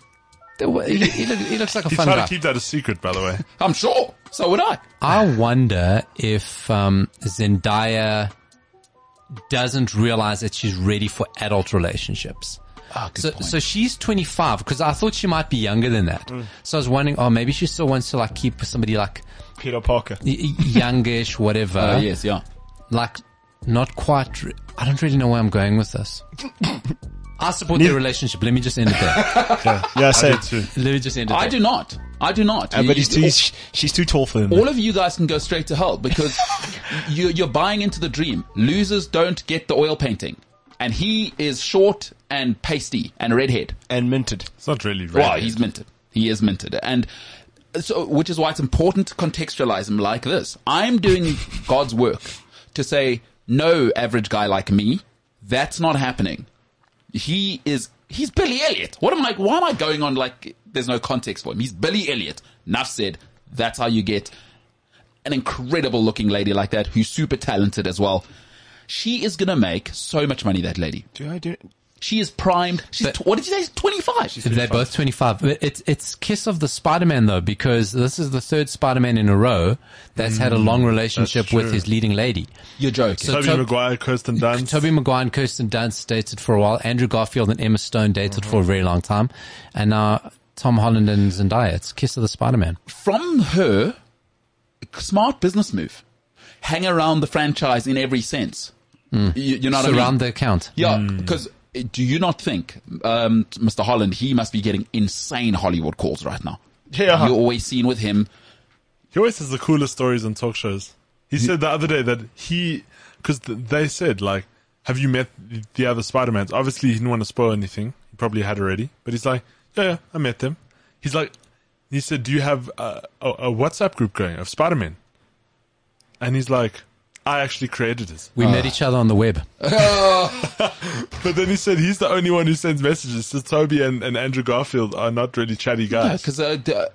S3: he, he look- he looks like a
S5: He's
S3: fun
S5: trying
S3: guy.
S5: to keep that a secret, by the way.
S2: I'm sure. So would I.
S3: I wonder if um, Zendaya doesn't realize that she's ready for adult relationships.
S2: Ah, good
S3: So,
S2: point.
S3: so she's 25 because I thought she might be younger than that. So I was wondering, oh, maybe she still wants to like keep somebody like
S4: Peter Parker.
S3: y- y- youngish, whatever.
S2: Oh, Uh, yes, yeah.
S3: like not quite. Re- I don't really know where I'm going with this. I support
S4: Neither-
S3: their relationship. Let me just end it there.
S4: Yeah, same.
S5: too.
S3: Let me just end it.
S2: I
S3: there.
S2: do not. I do not.
S4: Uh,
S2: You-
S4: but he's
S2: you-
S4: too, he's, she's too tall for him.
S2: all of you guys can go straight to hell because you, you're buying into the dream. Losers don't get the oil painting. And he is short and pasty and redhead.
S4: and minted.
S5: It's not really red.
S2: Well, he's minted. He is minted. And so, which is why it's important to contextualize him like this. I'm doing God's work to say, no, average guy like me, that's not happening. He is, he's Billy Elliot. What am I, why am I going on like there's no context for him? He's Billy Elliot. Enough said. That's how you get an incredible looking lady like that who's super talented as well. She is going to make so much money, that lady.
S4: Do I do?
S2: She is primed. She's,
S3: But-
S2: tw- what did you say? She's 25.
S3: They're both 25. But It's, it's Kiss of the Spider-Man though, because this is the third Spider-Man in a row that's had a long relationship with
S5: Mm, true.
S3: his leading lady.
S2: You're joking.
S3: So
S5: Toby
S3: Tob-
S5: Maguire, Kirsten Dunst.
S3: Toby Maguire and Kirsten Dunst dated for a while. Andrew Garfield and Emma Stone dated
S5: Mm-hmm.
S3: for a very long time. And now Tom Holland and Zendaya. It's Kiss of the Spider-Man.
S2: from her, smart business move. Hang around the franchise in every sense. You, you know what I mean?
S3: Hmm. Surround Hmm. the account.
S2: yeah, because do you not think, um, Mr. Holland, he must be getting insane Hollywood calls right now?
S4: Yeah.
S2: You're always seen with him.
S5: He always has the coolest stories on talk shows. He said the other day that he, because th- they said like, "Have you met th- the other Spider-Mans?" Obviously, he didn't want to spoil anything. He probably had already, but he's like, "Yeah, yeah, I met them." He's like, he said, "Do you have uh, a, a WhatsApp group going of Spider-Man?" And he's like, "I actually created it."
S3: We met each other on the web.
S5: But then he said he's the only one who sends messages. So Toby and, and Andrew Garfield are not really chatty guys.
S2: Because uh, d- uh,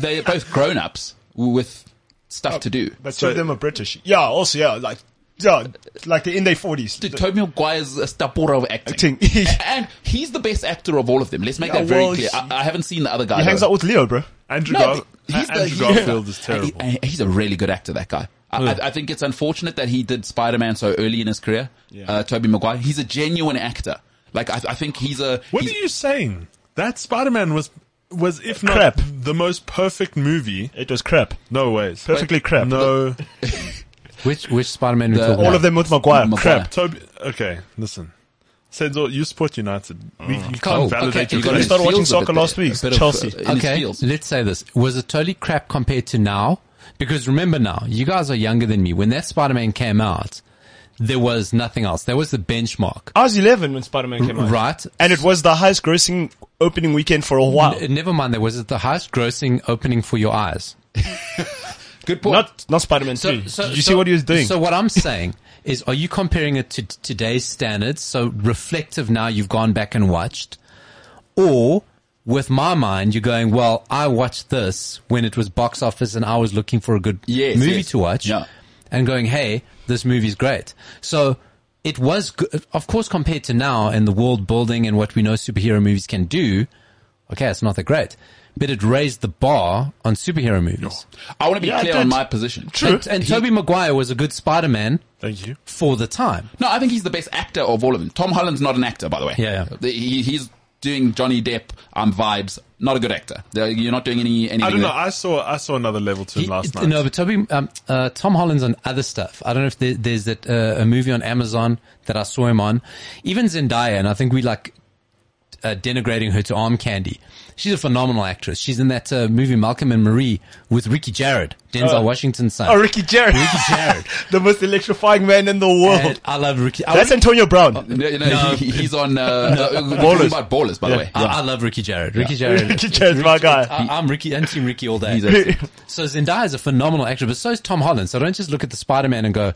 S2: they're both grown ups with stuff to do.
S4: But two
S5: So-
S4: of them are British. Yeah, also, yeah, like, yeah, like they're in their 40s.
S2: Dude, Toby Maguire's a stapora of acting.
S4: Acting. He-
S2: and he's the best actor of all of them. Let's make
S4: Yeah,
S2: that very
S4: well,
S2: clear. I, I haven't seen the other guy.
S4: he hangs
S2: though.
S4: out with Leo, bro.
S5: Andrew,
S2: No,
S5: Gar-
S2: but he's the-
S5: Andrew
S2: he-
S5: Garfield is
S2: And he-
S5: terrible.
S2: and he's a really good actor, that guy. I, I, I think it's unfortunate that he did Spider Man so early in his career. Uh, Toby Maguire, he's a genuine actor. Like I, I think he's a.
S5: What
S2: he's-
S5: are you saying? That Spider-Man was was if not
S4: Crap.
S5: the most perfect movie.
S4: It was crap.
S5: No ways.
S4: Perfectly crap.
S5: No.
S3: Which, which Spider-Man we talking
S4: All
S3: about?
S4: of them with Maguire.
S2: Maguire.
S4: Crap.
S5: Toby. Okay, listen. Senzo, you support United. We, you can't
S2: Oh,
S5: validate
S2: okay,
S5: your
S2: you got
S5: claim.
S2: his
S4: started watching
S2: fields a
S4: soccer
S2: bit
S4: last
S2: there,
S4: week,
S2: a bit of,
S4: Chelsea.
S2: uh, in his
S3: okay,
S2: fields.
S3: let's say this. Was it totally crap compared to now? Because remember now, you guys are younger than me. When that Spider-Man came out, there was nothing else. That was the benchmark.
S4: I was 11 when Spider-Man came out.
S3: Right?
S4: And it was the highest grossing opening weekend for a while.
S3: N- Never mind, there was the highest grossing opening for your eyes.
S2: Good point.
S4: Not, not Spider-Man 2. Hmm. Did you see what he was doing?
S3: So what I'm saying is, are you comparing it to t- today's standards? So reflective now you've gone back and watched or with my mind, you're going, well, I watched this when it was box office and I was looking for a good
S2: Yes,
S3: movie
S2: yes.
S3: to watch
S2: Yeah.
S3: and going, Hey, this movie's great. So it was good. Of course, compared to now and the world building and what we know superhero movies can do. Okay. It's not that great, but it raised the bar on superhero movies.
S2: I want to be
S4: Yeah,
S2: clear on
S4: dude.
S2: my position.
S3: And, and Toby Maguire was a good Spider-Man
S5: Thank you.
S3: for the time.
S2: No, I think he's the best actor of all of them. Tom Holland's not an actor, by the way.
S3: Yeah, yeah.
S2: The- He, he's doing Johnny Depp um, vibes. Not a good actor. The- You're not doing any. Anything
S5: I don't know.
S2: there.
S5: I saw I saw another level to him
S3: He-
S5: last
S3: it-
S5: night.
S3: No, but Toby, um, uh, Tom Holland's on other stuff. I don't know if there, there's that uh, a movie on Amazon that I saw him on. Even Zendaya, and I think we like uh, denigrating her to arm candy. She's a phenomenal actress. She's in that uh, movie Malcolm and Marie with Ricky Jarrett, Denzel Washington's son.
S4: oh, Ricky Jarrett.
S3: Ricky Jarrett.
S4: the most electrifying man in the world.
S3: And Oh, I love Ricky. I,
S4: That's
S3: would-
S4: Antonio Brown.
S2: No, no, he, he's on. Uh, no, we're talking about ballers, by the way.
S3: I, I love Ricky Jarrett. Ricky Jarrett.
S4: Ricky Jarrett's my guy.
S3: I, I'm Ricky. I'm Team Ricky all day.
S2: He's a-
S3: So Zendaya is a phenomenal actor, but so is Tom Holland. So don't just look at the Spider Man and go,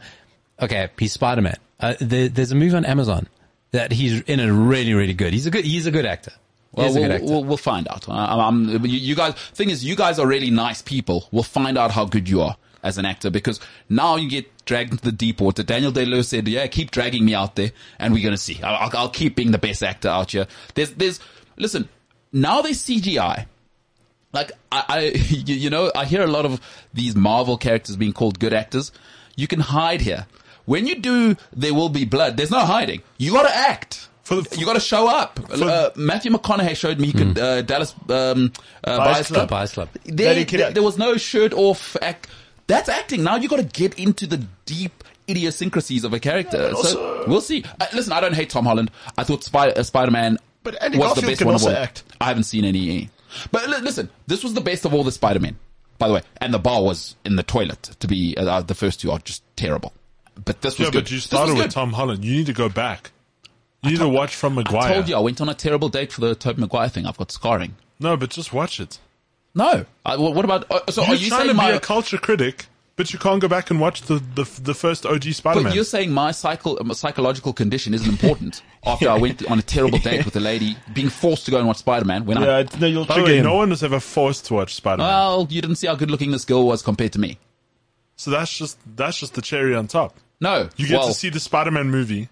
S3: okay, he's Spider Man. Uh, there, there's a movie on Amazon that he's in it really, really good. He's a good, he's a good actor.
S2: Well,
S3: he's a
S2: we'll,
S3: good actor.
S2: we'll, we'll find out. I, I'm, I'm- you, you guys, thing is, you guys are really nice people. We'll find out how good you are as an actor because now you get dragged into the deep water. Daniel Day Lewis said, "Yeah, keep dragging me out there, and we're gonna see. I- I'll, I'll keep being the best actor out here." There's, there's, listen. Now there's CGI. Like I, I you, you know, I hear a lot of these Marvel characters being called good actors. You can hide here. When you do, there will be blood. There's no hiding. You got to act.
S5: For the-
S2: you got to show up. uh, Matthew McConaughey showed me he could uh, Dallas um, uh,
S4: Buyers
S2: Buyers
S4: Club.
S2: Club.
S3: Hmm. Bias Club.
S2: There,
S4: That he could
S2: there,
S4: act.
S2: there was no shirt off act. That's acting. Now you got to get into the deep idiosyncrasies of a character. So we'll see. Uh, listen, I don't hate Tom Holland. I thought Spy- uh, Spider-Man
S4: But Andy
S2: was the
S4: Garfield
S2: best
S4: can
S2: one of
S4: also
S2: all.
S4: act.
S2: I haven't seen any. E. But li- listen, this was the best of all the Spider-Men, by the way. And the bar was in the toilet. To be uh, uh, the first two are just terrible. But this was
S5: Yeah,
S2: good.
S5: but you
S2: This was
S5: started with
S2: good.
S5: Tom Holland. You need to go back. You need to watch from Maguire.
S2: I told you I went on a terrible date for the Tobey Maguire thing. I've got scarring.
S5: No, but just watch it.
S2: No. I, wh- what about? Uh, so
S5: You're
S2: are you
S5: trying to
S2: saying my?
S5: be a culture critic, but you can't go back and watch the the, the first OG
S2: but
S5: Spider-Man.
S2: you're saying my psycho, my psychological condition isn't important after I went on a terrible date with a lady, being forced to go and watch Spider Man when
S4: Yeah,
S2: I.
S4: it's, no, you'll
S5: By the
S4: trigger
S5: way,
S4: him.
S5: no one was ever forced to watch Spider-Man,
S2: Well, you didn't see how good looking this girl was compared to me.
S5: so that's just that's just the cherry on top.
S2: No.
S5: You get
S2: well,
S5: to see the Spider-Man movie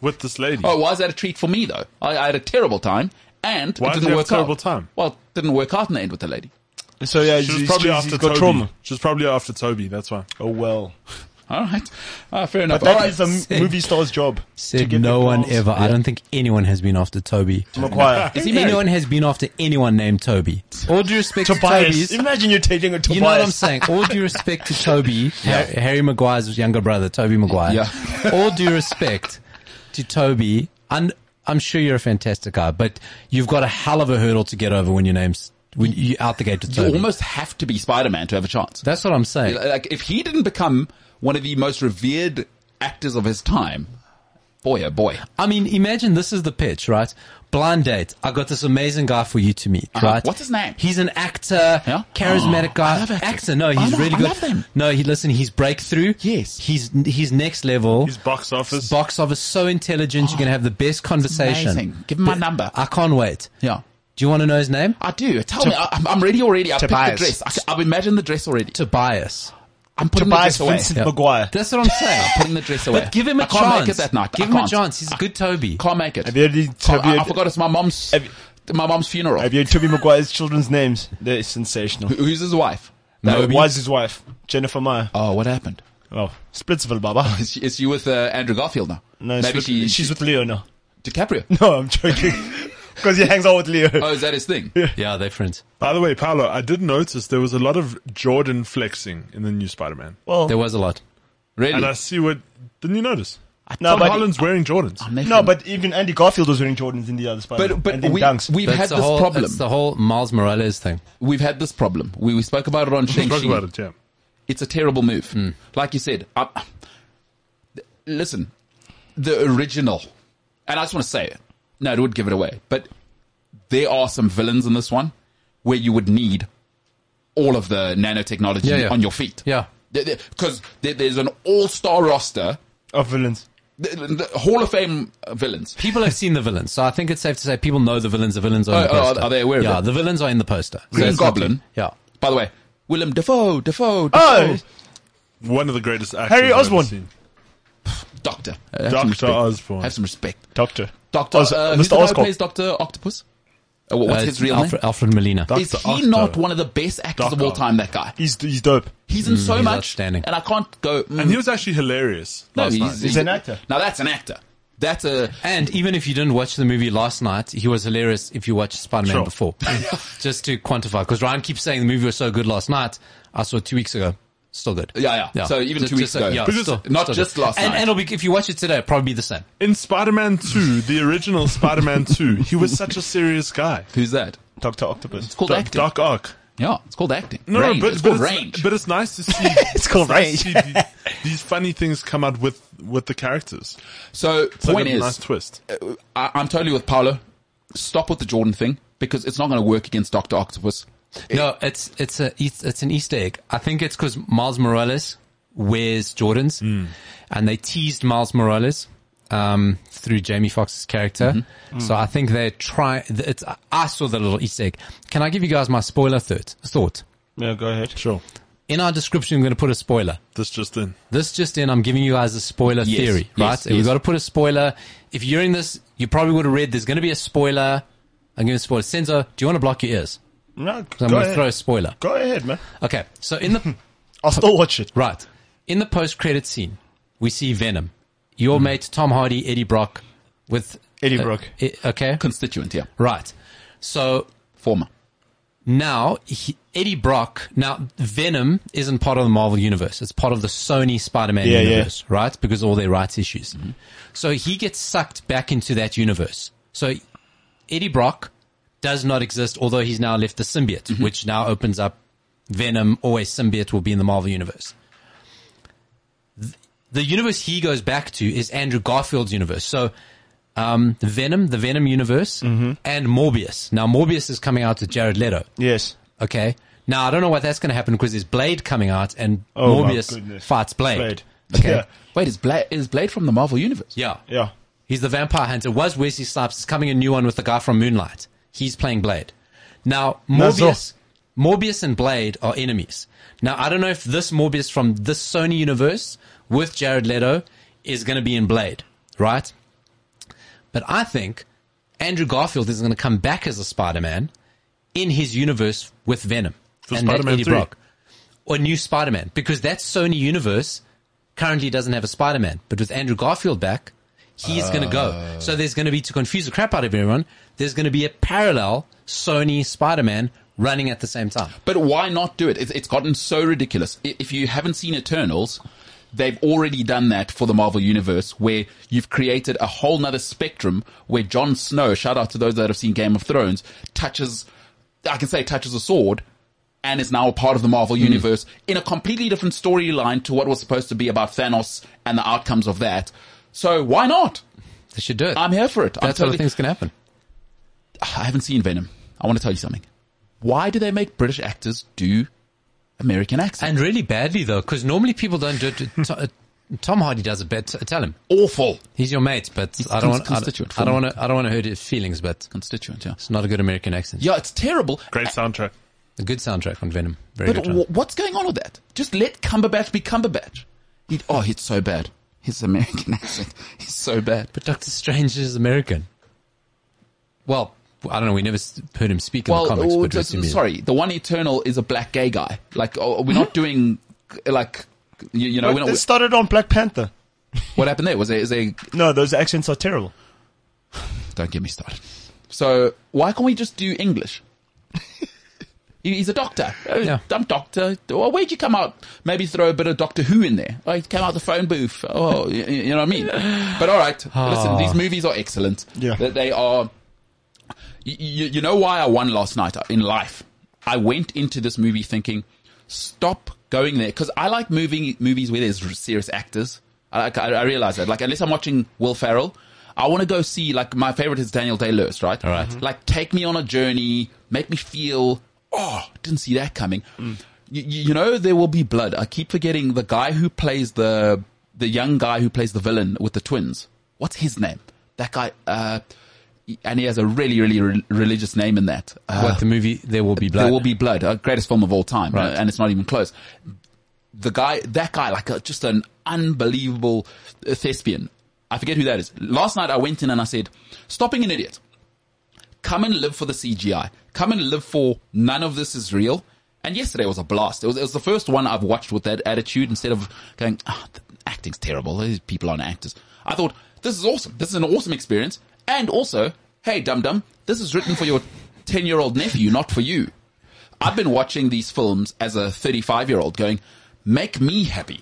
S5: with this lady.
S2: Oh, why is that a treat for me though? I, I had a terrible time, and
S5: Why
S2: it
S5: did
S2: didn't
S5: you have
S2: work
S5: a terrible
S2: out.
S5: time?
S2: Well, it didn't work out in the end with the lady.
S4: So yeah,
S5: she
S4: he's,
S5: was probably
S4: he's,
S5: after
S4: he's got
S5: Toby.
S4: trauma.
S5: She was probably after Toby. That's why.
S4: Oh well,
S2: All right, uh, fair enough.
S4: but that
S2: All right.
S4: is a m- movie star's job.
S3: Said no one ever. I don't think anyone has been after Toby.
S4: Maguire.
S2: Is he married?
S3: Anyone has been after anyone named Toby. All due respect to
S4: Tobias.
S3: Toby's.
S4: Imagine you're dating a Tobias.
S3: You know what I'm saying? All due respect to Toby, Har- Harry Maguire's younger brother, Toby Maguire.
S2: Yeah.
S3: All due respect to Toby. And I'm sure you're a fantastic guy, but you've got a hell of a hurdle to get over when your name's when you out the gate to
S2: you
S3: Toby.
S2: almost have to be Spider Man to have a chance.
S3: That's what I'm saying.
S2: like if he didn't become one of the most revered actors of his time, boy oh boy.
S3: I mean, imagine this is the pitch, right? Blind date. I got this amazing guy for you to meet,
S2: Uh-huh.
S3: right?
S2: What's his name?
S3: He's an actor,
S2: Yeah?
S3: charismatic
S2: Oh,
S3: guy,
S2: I love actors.
S3: actor. No,
S2: I
S3: he's
S2: love-
S3: really
S2: I
S3: good.
S2: love them.
S3: No, he listen. He's breakthrough.
S2: Yes.
S3: he's he's next level.
S5: His box office.
S3: box office so intelligent. You're gonna have the best conversation.
S2: Oh, amazing. Give him my number.
S3: I can't wait.
S2: Yeah.
S3: Do you want to know his name?
S2: I do. Tell me, I, I'm- I'm ready already. I picked the
S4: Tobias.
S2: dress. I, I've imagined the dress already.
S3: Tobias.
S2: I'm putting
S4: Tobias
S2: the dress away.
S4: Vincent Maguire.
S3: That's what I'm saying.
S2: I'm putting the dress away.
S3: but give him a
S2: I can't
S3: chance.
S2: make it that night.
S3: Give
S2: I
S3: him
S2: can't.
S3: a chance. He's a good Toby.
S2: Can't make it.
S4: Have you heard the
S3: Oh,
S2: Can't-
S4: Toby?
S2: I, I forgot it's my mom's.
S4: Have you-
S2: my mom's funeral.
S4: Have you heard Toby Maguire's children's names? They're sensational.
S2: Who- Who's his wife?
S4: That
S3: Moby?
S4: was his wife, Jennifer Meyer.
S2: Oh, what happened?
S4: Oh, Splitsville, Baba.
S2: Is she, is she with uh, Andrew Garfield now?
S4: No,
S2: maybe
S4: Split-
S2: she,
S4: she's with Leo now.
S2: DiCaprio.
S4: No, I'm joking. Because he hangs out with Leo.
S2: Oh, is that his thing?
S3: Yeah, they're friends.
S5: By the way, Paolo, I did notice there was a lot of Jordan flexing in the new Spider-Man,
S4: well,
S3: There was a lot.
S2: Really?
S5: and I see what. Didn't you notice?
S4: No,
S5: Tom
S4: but-
S5: Holland's wearing Jordans.
S4: no, but even Andy Garfield was wearing Jordans in the other Spider-Man.
S2: but but
S4: and then
S2: we,
S4: dunks.
S2: we've
S3: That's
S2: had
S3: the
S2: this
S3: whole,
S2: problem.
S3: That's the whole Miles Morales thing.
S2: we've had this problem. We, we spoke about it on Shang
S5: Talk about
S2: Chi.
S5: it, yeah.
S2: It's a terrible move. Like you said, I, listen, the original, and I just want to say it. No, it would give it away. But there are some villains in this one where you would need all of the nanotechnology
S3: Yeah, yeah.
S2: on your feet.
S3: Yeah.
S2: Because there, there's an all-star roster,
S4: of villains.
S2: the, the- the Hall of Fame uh, villains.
S3: People have seen the villains, so I think it's safe to say people know the villains. The villains are in the
S2: Oh, oh,
S3: poster.
S2: are they aware of
S3: Yeah,
S2: it?
S3: the villains are in the poster. So
S2: Green
S3: it's not-
S2: Goblin.
S3: Yeah.
S2: By the way, Willem Dafoe, Dafoe, Dafoe,
S4: Oh,
S5: One of the greatest actors.
S4: Harry
S5: I've ever
S4: Osborn.
S5: seen.
S2: Doctor. Uh, have some
S5: Dr.
S2: respect.
S5: Osborn.
S2: Have some respect.
S4: Doctor.
S2: Doctor,
S4: Oz-
S2: uh, who's
S4: Mr.
S2: the guy who
S4: Oscorp.
S2: plays Doctor Octopus? Uh, wha- what's
S3: Uh,
S2: his real
S3: Alfred,
S2: name?
S3: Alfred Molina.
S2: Is
S5: Dr.
S2: he
S5: Octo.
S2: not one of the best actors of all
S5: Doctor.
S2: time? That guy.
S4: He's, he's dope.
S2: He's in so
S3: Mm, he's
S2: much,
S3: outstanding.
S2: and I can't go. mm,
S5: And he was actually hilarious
S2: no,
S5: last
S2: he's,
S5: night.
S4: He's an actor.
S2: Now that's an actor. That's a
S3: And even if you didn't watch the movie last night, he was hilarious if you watched Spider-Man
S5: Sure.
S3: before. Just to quantify, because Ryan keeps saying the movie was so good last night. I saw it two weeks ago. Still good.
S2: Yeah, yeah. So even two weeks ago.
S3: yeah,
S5: Because
S3: still-
S2: not
S3: still
S2: just
S3: good.
S2: last
S3: and,
S2: night.
S3: And it'll be, if you watch it today, it'll probably be the same.
S5: In Spider-Man 2, the original Spider-Man 2, he was such a serious guy.
S2: who's that?
S4: Doctor Octopus.
S2: It's called
S5: Doc,
S2: acting.
S5: Doc Ock.
S2: Yeah, it's called acting.
S5: No,
S2: range.
S5: but
S2: it's
S5: but
S2: called
S5: it's,
S2: range.
S5: but it's nice to see.
S4: It's called
S5: nice to
S4: range.
S5: see the- these funny things come out with with the characters.
S2: so
S5: It's like
S2: point
S5: a
S2: is, uh,
S5: nice twist.
S2: I, I'm totally with Paolo. Stop with the Jordan thing because it's not going to work against Doctor Octopus.
S3: No, it's it's a it's it's an Easter egg. I think it's because Miles Morales wears Jordans,
S2: Hmm.
S3: and they teased Miles Morales um, through Jamie Foxx's character.
S2: Mm-hmm.
S3: So I think they're trying. It's I saw the little Easter egg. Can I give you guys my spoiler thought? Thought
S4: Yeah, go ahead.
S5: Sure.
S3: in our description, I'm going to put a spoiler.
S5: This just in.
S3: This just in, I'm giving you guys a spoiler
S2: Yes,
S3: theory,
S2: yes,
S3: right? And We've
S2: yes.
S3: got to put a spoiler. If you're in this, you probably would have read there's going to be a spoiler. I'm giving a spoiler. Senzo, do you want to block your ears?
S4: No, go
S3: 'Cause I'm going to
S4: ahead.
S3: throw a spoiler.
S4: Go ahead, man.
S3: Okay, so in the
S4: I'll still watch it.
S3: Right. In the post credit scene, we see Venom. Your mate Tom Hardy, Eddie Brock with
S4: Eddie Brock.
S3: eh, okay?
S2: Constituent, yeah,
S3: Right. So
S2: former.
S3: Now, he, Eddie Brock, now Venom isn't part of the Marvel universe. It's part of the Sony Spider-Man
S4: Yeah, Mm-hmm. yeah.
S3: universe, right? Because of all their rights issues. So he gets sucked back into that universe. So Eddie Brock does not exist, although he's now left the symbiote,
S4: Mm-hmm.
S3: which now opens up Venom, always symbiote will be in the Marvel universe. Th- The universe he goes back to is Andrew Garfield's universe. So, um, Venom, the Venom universe,
S4: Mm-hmm.
S3: and Morbius. Now, Morbius is coming out with Jared Leto.
S4: Yes.
S3: Okay. Now, I don't know what that's going to happen because there's Blade coming out and
S4: Oh, my
S3: Morbius
S4: goodness.
S3: fights Blade.
S4: Blade.
S3: Okay.
S4: Yeah.
S2: Wait, is Blade is Blade from the Marvel universe?
S3: Yeah.
S4: Yeah.
S3: He's the vampire hunter. Was Wesley Snipes. It's coming a new one with the guy from Moonlight. He's playing Blade. Now, Morbius, Morbius and Blade are enemies. Now, I don't know if this Morbius from this Sony universe with Jared Leto is going to be in Blade, right? But I think Andrew Garfield is going to come back as a Spider-Man in his universe with Venom
S5: For
S3: and that
S5: Spider-Man
S3: Eddie
S5: 3.
S3: Brock or new Spider-Man because that Sony universe currently doesn't have a Spider-Man. But with Andrew Garfield back, he's going to go. So there's going to be to confuse the crap out of everyone. There's going to be a parallel Sony Spider-Man running at the same time.
S2: But why not do it? It's, it's gotten so ridiculous. I- If you haven't seen Eternals, they've already done that for the Marvel Universe, where you've created a whole nother spectrum where Jon Snow, shout out to those that have seen Game of Thrones, touches, I can say touches a sword, and is now a part of the
S3: Hmm.
S2: Marvel Universe in a completely different storyline to what was supposed to be about Thanos and the outcomes of that. So why not?
S3: They should do it.
S2: I'm here for it. I'm
S3: That's what I think's going to happen.
S2: I haven't seen Venom. I want to tell you something. Why do they make British actors do American accents?
S3: And really badly though, because normally people don't do it. to- to- uh, Tom Hardy does it, but t- tell him
S2: awful
S3: he's your mate. But I
S2: cons-
S3: don't want. I
S2: constituent
S3: don't- I
S2: for
S3: don't
S2: me.
S3: want to. I don't want to hurt his feelings. But
S2: constituent. Yeah,
S3: it's not a good American accent.
S2: yeah, it's terrible.
S5: Great soundtrack.
S3: A good soundtrack on Venom. Very
S2: But
S3: good. one.
S2: w- what's going on with that? Just let Cumberbatch be Cumberbatch. He, oh, it's so bad. His American accent is so bad.
S3: But Doctor Strange is American. Well, I don't know. We never s- heard him speak in
S2: well,
S3: the comics.
S2: oh,
S3: but
S2: just-
S3: we've seen-
S2: sorry, the one Eternal is a black gay guy. Like, oh, we're not doing like you, you know. We're
S4: But
S2: not,
S4: this started on Black Panther.
S2: what happened there was there, is there
S4: No, those accents are terrible.
S2: Don't get me started. So why can't we just do English? He- He's a doctor. Oh,
S3: Yeah.
S2: Dumb doctor. Well, where'd you come out? Maybe throw a bit of Doctor Who in there. Oh, he came out the phone booth. Oh, y- y- you know what I mean? But all right. Listen, these movies are excellent.
S4: Yeah.
S2: They- They are. You, you know why I won last night uh, in life? I went into this movie thinking, stop going there. Because I like movie, movies where there's r- serious actors. I, like, I, I realize that. Like, unless I'm watching Will Ferrell, I want to go see, like, my favorite is Daniel Day Lewis, right? All
S3: right. Mhm.
S2: Like, take me on a journey, make me feel, oh, didn't see that coming. You, you know, there will be blood. I keep forgetting the guy who plays the, the young guy who plays the villain with the twins. What's his name? That guy, uh, and he has a really, really re- religious name in that. Uh,
S3: What the movie? There will be blood.
S2: There will be blood, uh, greatest film of all time,
S3: Right.
S2: uh, and it's not even close. The guy, that guy, like a, just an unbelievable uh, thespian. I forget who that is. Last night I went in and I said, "Stopping an idiot. Come and live for the CGI. Come and live for none of this is real." And yesterday was a blast. It was, it was the first one I've watched with that attitude instead of going, oh, the acting's terrible. These people aren't actors. I thought, this is awesome. This is an awesome experience. And also, hey, dum dum, this is written for your 10 year old nephew, not for you. I've been watching these films as a 35 year old going, make me happy.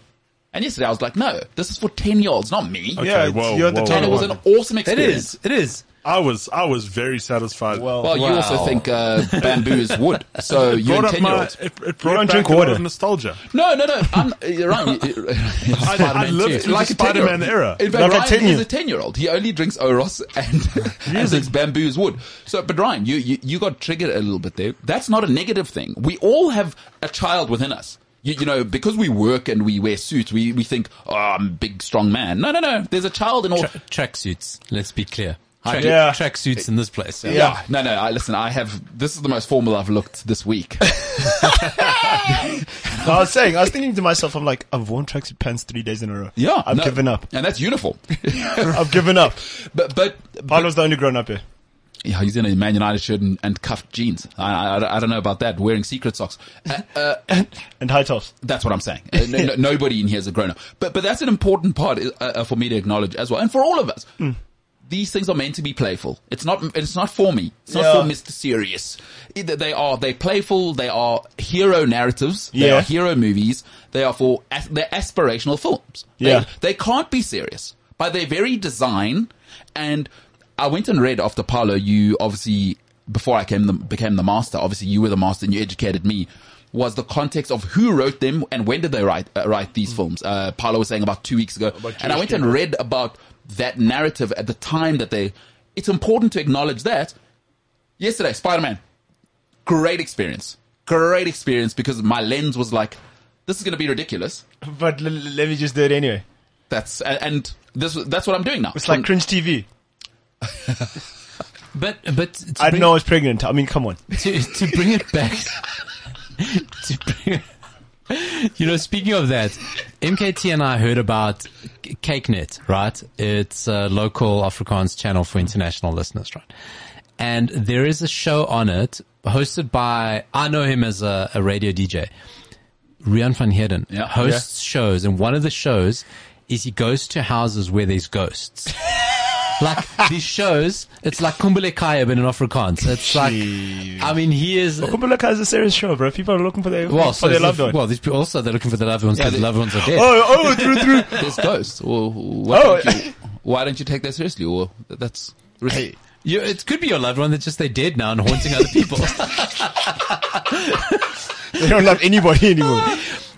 S2: And yesterday I was like, no, this is for 10 year olds, not me.
S5: Okay,
S4: yeah, it's-
S5: whoa,
S4: you're the
S5: whoa,
S2: And it
S4: tiny
S5: whoa.
S2: was an awesome
S3: It
S2: experience.
S3: is. It is.
S5: I was I was very satisfied.
S4: Well,
S2: Well, you
S3: Wow.
S2: also think uh, bamboo is wood. So you and
S5: brought up
S2: 10 year
S5: my,
S2: olds.
S5: it, it brought
S4: don't
S5: back
S4: drink
S5: a lot
S4: water.
S5: of nostalgia.
S2: No, no, no. I'm, you're wrong.
S5: I, I lived through the Spider-Man era.
S2: In fact,
S4: Like a
S2: Ryan
S4: 10-year-old.
S2: is a ten-year-old. He only drinks Oros and, and drinks bamboo's wood. So, but Ryan, you, you you got triggered a little bit there. That's not a negative thing. We all have a child within us. You, you know, because we work and we wear suits, we, we think, oh, I'm a big, strong man. No, no, no. There's a child in all.
S3: Tra- track suits. Let's be clear. Track,
S4: Yeah.
S3: track suits in this place.
S2: yeah. No, no. I, listen, I have. This is the most formal I've looked this week.
S4: I was saying, I was thinking to myself, I'm like, I've worn tracksuit pants three days in a row.
S2: Yeah.
S4: I've
S2: no.
S4: given up.
S2: And that's uniform.
S4: I've given up.
S2: but, but,
S4: Paulo's the only grown up here.
S2: Yeah, he's in a Man United shirt and, and cuffed jeans. I, I, I don't know about that. Wearing secret socks. Uh, uh,
S4: And high tops.
S2: that's what I'm saying. Uh, no, no-
S4: Hmm.
S2: nobody in here is a grown up. But but that's an important part uh, uh, for me to acknowledge as well, and for all of us. these things are meant to be playful. It's not, it's not for me. It's not
S4: Yeah.
S2: for Mr. Serious. Either they are, they playful, they are hero narratives, they
S4: Yeah.
S2: are hero movies, they are for, as- they're aspirational films. They-
S4: Yeah.
S2: They can't be serious by their very design. And I went and read after Paolo, you obviously, before I came the, became the master, obviously you were the master and you educated me, was the context of who wrote them and when did they write, uh, write these films. Uh, Paolo was saying about two weeks ago. And I
S4: Jewish
S2: went and read about that narrative at the time that they, it's important to acknowledge that yesterday, Spider-Man, great experience, great experience because my lens was like, this is going to be ridiculous.
S4: But l- l- let me just do it anyway.
S2: That's and, and this that's what I'm doing now.
S4: It's like cringe TV.
S3: But but to
S4: I
S3: bring-
S4: didn't know I was pregnant. I mean, come on.
S3: to, to bring it back. to bring, you know, speaking of that, MKT and I heard about C- CakeNet, right? It's a local Afrikaans channel for international listeners, right? And there is a show on it hosted by, I know him as a, a radio DJ. Rian van Heerden
S2: Yeah.
S3: hosts shows, and one of the shows is he goes to houses where there's ghosts. like these shows, it's like Kumbule Kaya but in Afrikaans. It's like, I mean, he is.
S4: Kumbulaka is a serious show, bro. People are looking for their for
S3: Well, so
S4: Oh, their
S3: there's
S4: loved
S3: the-
S4: one.
S3: well, these people also they're looking for the loved ones.
S2: Yeah,
S3: the
S2: they-
S3: loved ones are dead.
S4: oh, oh, through, through.
S2: there's ghosts. Or why,
S4: Oh.
S2: don't you, why don't you take that seriously? Or that's
S4: Hey,
S3: You, it could be your loved one that's just they're dead now and haunting other people.
S4: they don't love anybody anymore.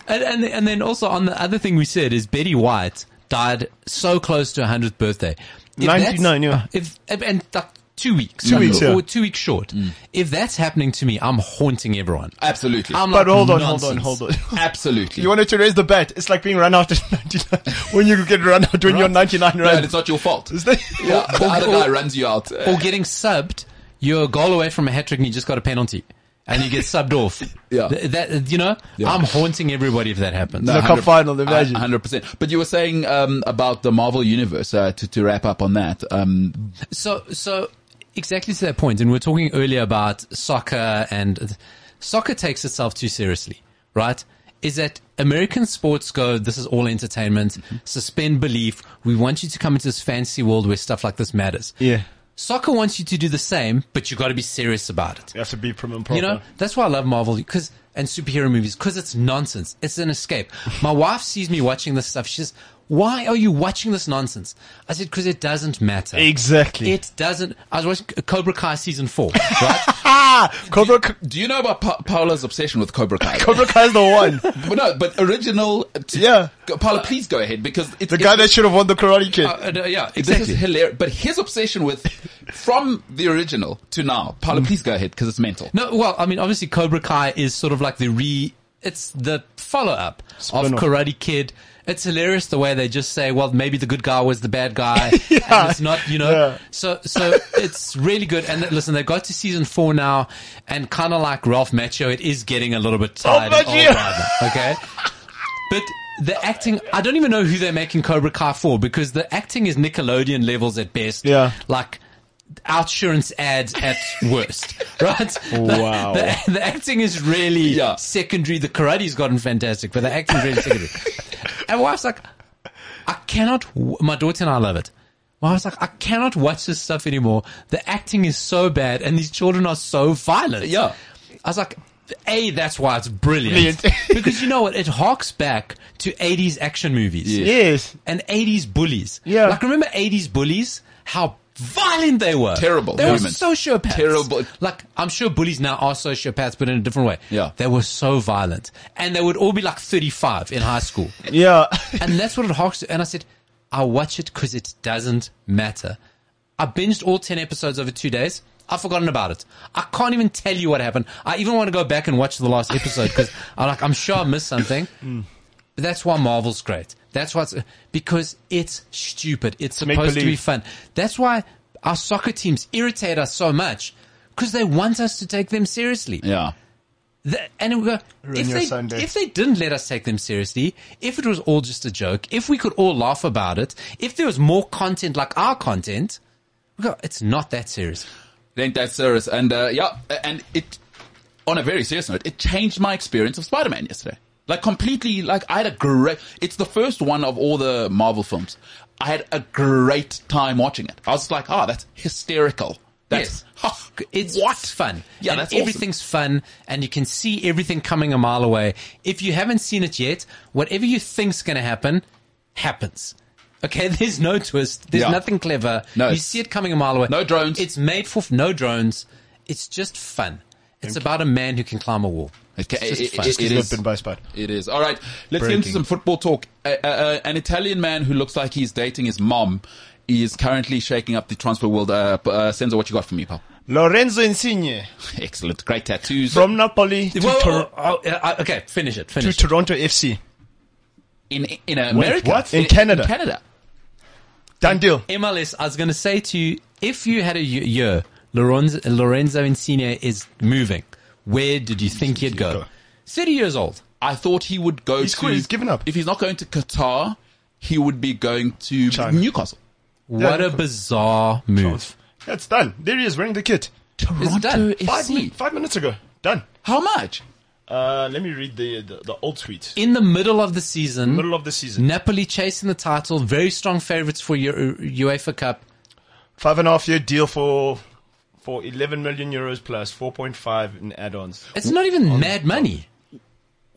S3: and, and and then also on the other thing we said is Betty White died so close to her hundredth birthday. If that's-
S4: 99, yeah.
S3: If and- and like two weeks,
S4: Two weeks, yeah. Mm.
S3: or two weeks short. If that's happening to me, I'm haunting everyone.
S2: absolutely,
S3: I'm
S4: But
S3: like,
S4: hold on,
S3: nonsense.
S4: hold on, hold on.
S2: absolutely.
S4: Um, You wanted to raise the bet. It's like being run out at 99. when you get run out when you're 99
S2: No, and
S4: right?
S2: it's not your fault.
S4: Is that-
S2: Yeah, the other guy runs you out.
S3: Or getting subbed, you're a goal away from a hat trick and you just got a penalty. And you get subbed off.
S2: Yeah.
S3: Th- That, you know, I'm haunting everybody if that happens.
S4: the cup final, imagine.
S2: Hundred percent. But you were saying um, about the Marvel universe. Uh, to to wrap up on that, um,
S3: So, so exactly to that point, and we we're talking earlier about soccer and soccer takes itself too seriously, right? Is that American sports go, this is all entertainment, suspend belief. We want you to come into this fantasy world where stuff like this matters.
S4: yeah.
S3: Soccer wants you to do the same, but you got to be serious about it.
S4: You have to be prim and proper.
S3: You know, that's why I love Marvel because and superhero movies because it's nonsense. It's an escape. My wife sees me watching this stuff. She says, "Why are you watching this nonsense?" I said, "Because it doesn't matter."
S4: Exactly.
S3: It doesn't. I was watching Cobra Kai season four. Uh, Right?
S4: ah! Cobra, Kai-
S2: do you know about pa- Paola's obsession with Cobra Kai?
S4: Cobra Kai is the one.
S2: But no, but original.
S4: Yeah.
S2: Paola, please go ahead because it's
S4: The guy that should have won the Karate Kid.
S3: Uh, uh, yeah,
S2: This
S3: exactly.
S2: is hilarious. But his obsession with, from the original to now, Paolo, please go ahead because it's mental.
S3: Mm. No, well, I mean, obviously, Cobra Kai is sort of like the re. It's the follow up of
S4: Spin-off.
S3: Karate Kid. It's hilarious the way they just say, "Well, maybe the good guy was the bad guy," and it's not, you know.
S4: Yeah.
S3: So, so it's really good. And th- listen, they got to season four now, and kind of like Ralph Macchio, it is getting a little
S4: Oh,
S3: bit tired. and
S4: Macchio!
S3: old right now, okay, but. The acting, I don't even know who they're making Cobra Kai for because the acting is Nickelodeon levels at best.
S4: Yeah.
S3: Like outsurance ads at worst, right?
S4: Wow.
S3: The, the acting is really
S2: Yeah.
S3: secondary. The karate's gotten fantastic, but the acting's really secondary. and wife's like, I cannot, w- my daughter and I love it. My wife's like, I cannot watch this stuff anymore. The acting is so bad and these children are so violent.
S2: Yeah.
S3: I was like, A, that's why it's brilliant.
S4: Brilliant.
S3: because you know what? It harks back to 80s action movies
S4: yes.
S3: and 80s bullies.
S4: Yeah.
S3: Like, remember 80s bullies? How violent they were.
S2: Terrible
S3: They
S2: humans.
S3: were sociopaths.
S2: Terrible.
S3: Like, I'm sure bullies now are sociopaths, but in a different way.
S2: Yeah.
S3: They were so violent. And they would all be like 35 in high school.
S4: Yeah.
S3: and that's what it harks to. And I said, I watch it because it doesn't matter. I binged all 10 episodes over two days. I've forgotten about it. I can't even tell you what happened. I even want to go back and watch the last episode because I'm like, I'm sure I missed something. But that's why Marvel's great. That's why it's, because it's stupid. It's supposed to be
S4: make-believe.
S3: fun. That's why our soccer teams irritate us so much because they want us to take them seriously.
S2: Yeah.
S3: The- and we go, if
S4: your
S3: they,
S4: Sunday.
S3: if they didn't let us take them seriously, if it was all just a joke, if we could all laugh about it, if there was more content like our content, we go, it's not that serious.
S2: It ain't that serious. And, uh, yeah, and it, on a very serious note, it changed my experience of Spider-Man yesterday. Like completely, like I had a great, it's the first one of all the Marvel films. I had a great time watching it. I was like, ah, that's hysterical. That's,
S3: Yes. It's
S2: what?
S3: fun.
S2: Yeah,
S3: and
S2: that's awesome.
S3: everything's fun, and you can see everything coming a mile away. If you haven't seen it yet, whatever you think's going to happen, happens. Okay, there's no twist. There's
S2: Yeah.
S3: nothing clever.
S2: No,
S3: you
S2: it's-
S3: see it coming a mile away.
S2: No drones.
S3: It's made for f- no drones. It's just fun. It's about a man who can climb a wall.
S2: Okay,
S3: It's just
S2: it-
S3: fun.
S2: it- it
S4: He's
S2: is-
S4: not been by spider.
S2: It is. All right. Let's get into
S3: Breaking.
S2: some football talk. Uh, uh, uh, an Italian man who looks like he's dating his mom is currently shaking up the transfer world. Uh, p- uh, Senzo, what you got for me, pal?
S4: Lorenzo Insigne
S2: Excellent. Great tattoos.
S4: from Napoli to,
S3: Whoa,
S4: Tor-
S3: oh, uh, uh, okay, finish it.
S4: to
S3: Finish. it.
S4: Toronto FC.
S2: in in America.
S4: what? In Canada.
S2: In Canada.
S4: Done deal.
S3: MLS, I was going to say to you, if you had a y- year, Lorenzo, Lorenzo Insigne is moving. Where did you think he'd go?
S4: go?
S3: 30 years old.
S2: I thought he would go
S4: He's
S2: to.
S4: quit, he's given up.
S2: If he's not going to Qatar, he would be going to
S4: China.
S2: Newcastle.
S3: What a bizarre move.
S4: That's done. There he is wearing the kit.
S2: Toronto
S3: done.
S4: Five, min-
S2: FC.
S4: five minutes ago. Done.
S2: How much?
S4: Uh, let me read the, the the old tweet.
S3: In the middle of the season,
S4: Middle of the season.
S3: Napoli chasing the title, very strong favorites for U- UEFA Cup.
S4: Five and a half year deal for for 11 million euros plus 4.5 in add-ons.
S3: It's not even mad money.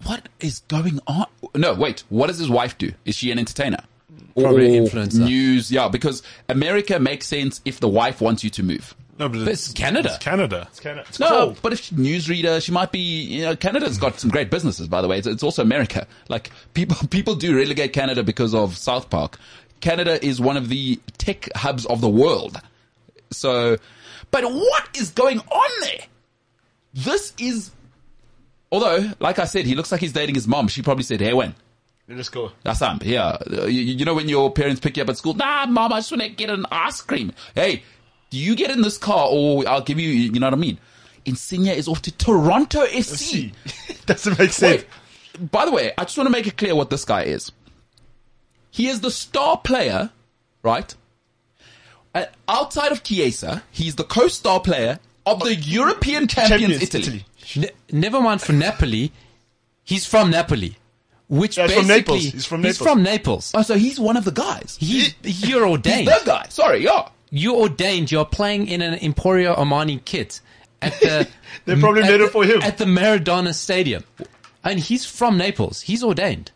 S2: What is going on? No, wait. What does his wife do? Is she an entertainer?
S3: Probably
S2: Or
S3: influencer.
S2: News, yeah, because America makes sense if the wife wants you to move.
S5: No, but
S3: But it's
S5: it's,
S3: Canada.
S5: it's Canada.
S4: It's kind of it's
S2: No,
S4: cold.
S2: but if she's a newsreader, she might be. You know, Canada's got some great businesses, by the way. It's, it's also America. Like people, people do relegate Canada because of South Park. Canada is one of the tech hubs of the world. So, but what is going on there? This is. Although, like I said, he looks like he's dating his mom. She probably said, "Hey, when."
S4: Let us go.
S2: That's um, yeah. Uh, You, you know when your parents pick you up at school? Nah, mom, I just want to get an ice cream. Hey, do you get in this car or I'll give you, you know what I mean? Insigne is off to Toronto FC.
S4: See. Doesn't make sense.
S2: Wait, by the way, I just want to make it clear what this guy is. He is the star player, right? Uh, outside of Chiesa, he's the co-star player of the European champions,
S4: Champions
S2: Italy.
S4: Italy.
S3: Ne- never mind for Napoli. He's from Napoli, which
S4: Yeah, he's
S3: basically
S4: from Naples. He's from
S3: He's
S4: Naples.
S3: from Naples.
S2: Oh, so he's one of the guys.
S3: He's, you're ordained.
S2: That guy. Sorry, yeah.
S3: you ordained, you're playing in an Emporio Armani kit at the.
S4: They probably
S3: at
S4: made
S3: the-
S4: it for him.
S3: At the Maradona Stadium. And he's from Naples. He's ordained.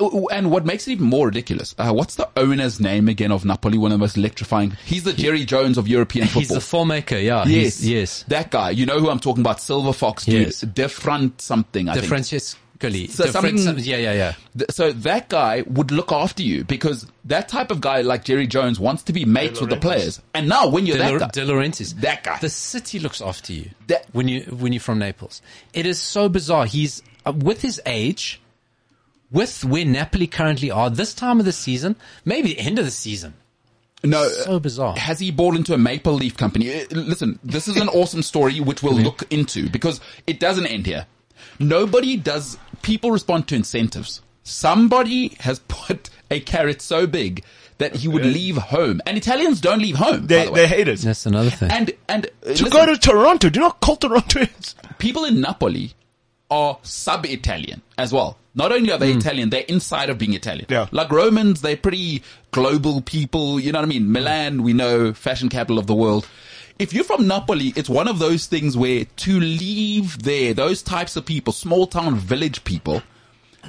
S2: Oh, And what makes it even more ridiculous, uh, what's the owner's name again of Napoli? One of the most electrifying. He's the Jerry Jones of European
S3: He's
S2: football.
S3: a filmmaker, yeah.
S2: yes,
S3: He's, yes.
S2: that guy. You know who I'm talking about? Silver Fox, dude.
S3: Yes.
S2: Different something. I
S3: The
S2: think.
S3: Francescoli.
S2: So
S3: the Fran-
S2: something-
S3: yeah, yeah, yeah.
S2: Th- So that guy would look after you because that type of guy, like Jerry Jones, wants to be mates with the
S4: Laurentiis.
S2: players. And now, when you're
S3: De,
S2: that
S3: La-
S2: guy,
S3: De Laurentiis.
S2: That guy.
S3: The city looks after you
S2: That-
S3: when you when you're from Naples. It is so bizarre. He's uh, with his age, with where Napoli currently are this time of the season, maybe the end of the season.
S2: no,
S3: So bizarre.
S2: Has he bought into a maple leaf company? Uh, Listen, this is an awesome story which we'll look into because it doesn't end here. Nobody does, people respond to incentives. Somebody has put a carrot so big that he would leave home. And Italians don't leave home. by
S4: They
S2: the way.
S4: they hate us.
S3: That's another thing.
S2: and, and, uh,
S4: To
S2: listen,
S4: go to Toronto, do not call Toronto. It's-
S2: people in Napoli are sub-Italian as well. Not only are they Italian, they're inside of being Italian.
S4: Yeah.
S2: Like Romans, they're pretty global people. You know what I mean? Milan, we know, fashion capital of the world. If you're from Napoli, it's one of those things where to leave there, those types of people, small town village people,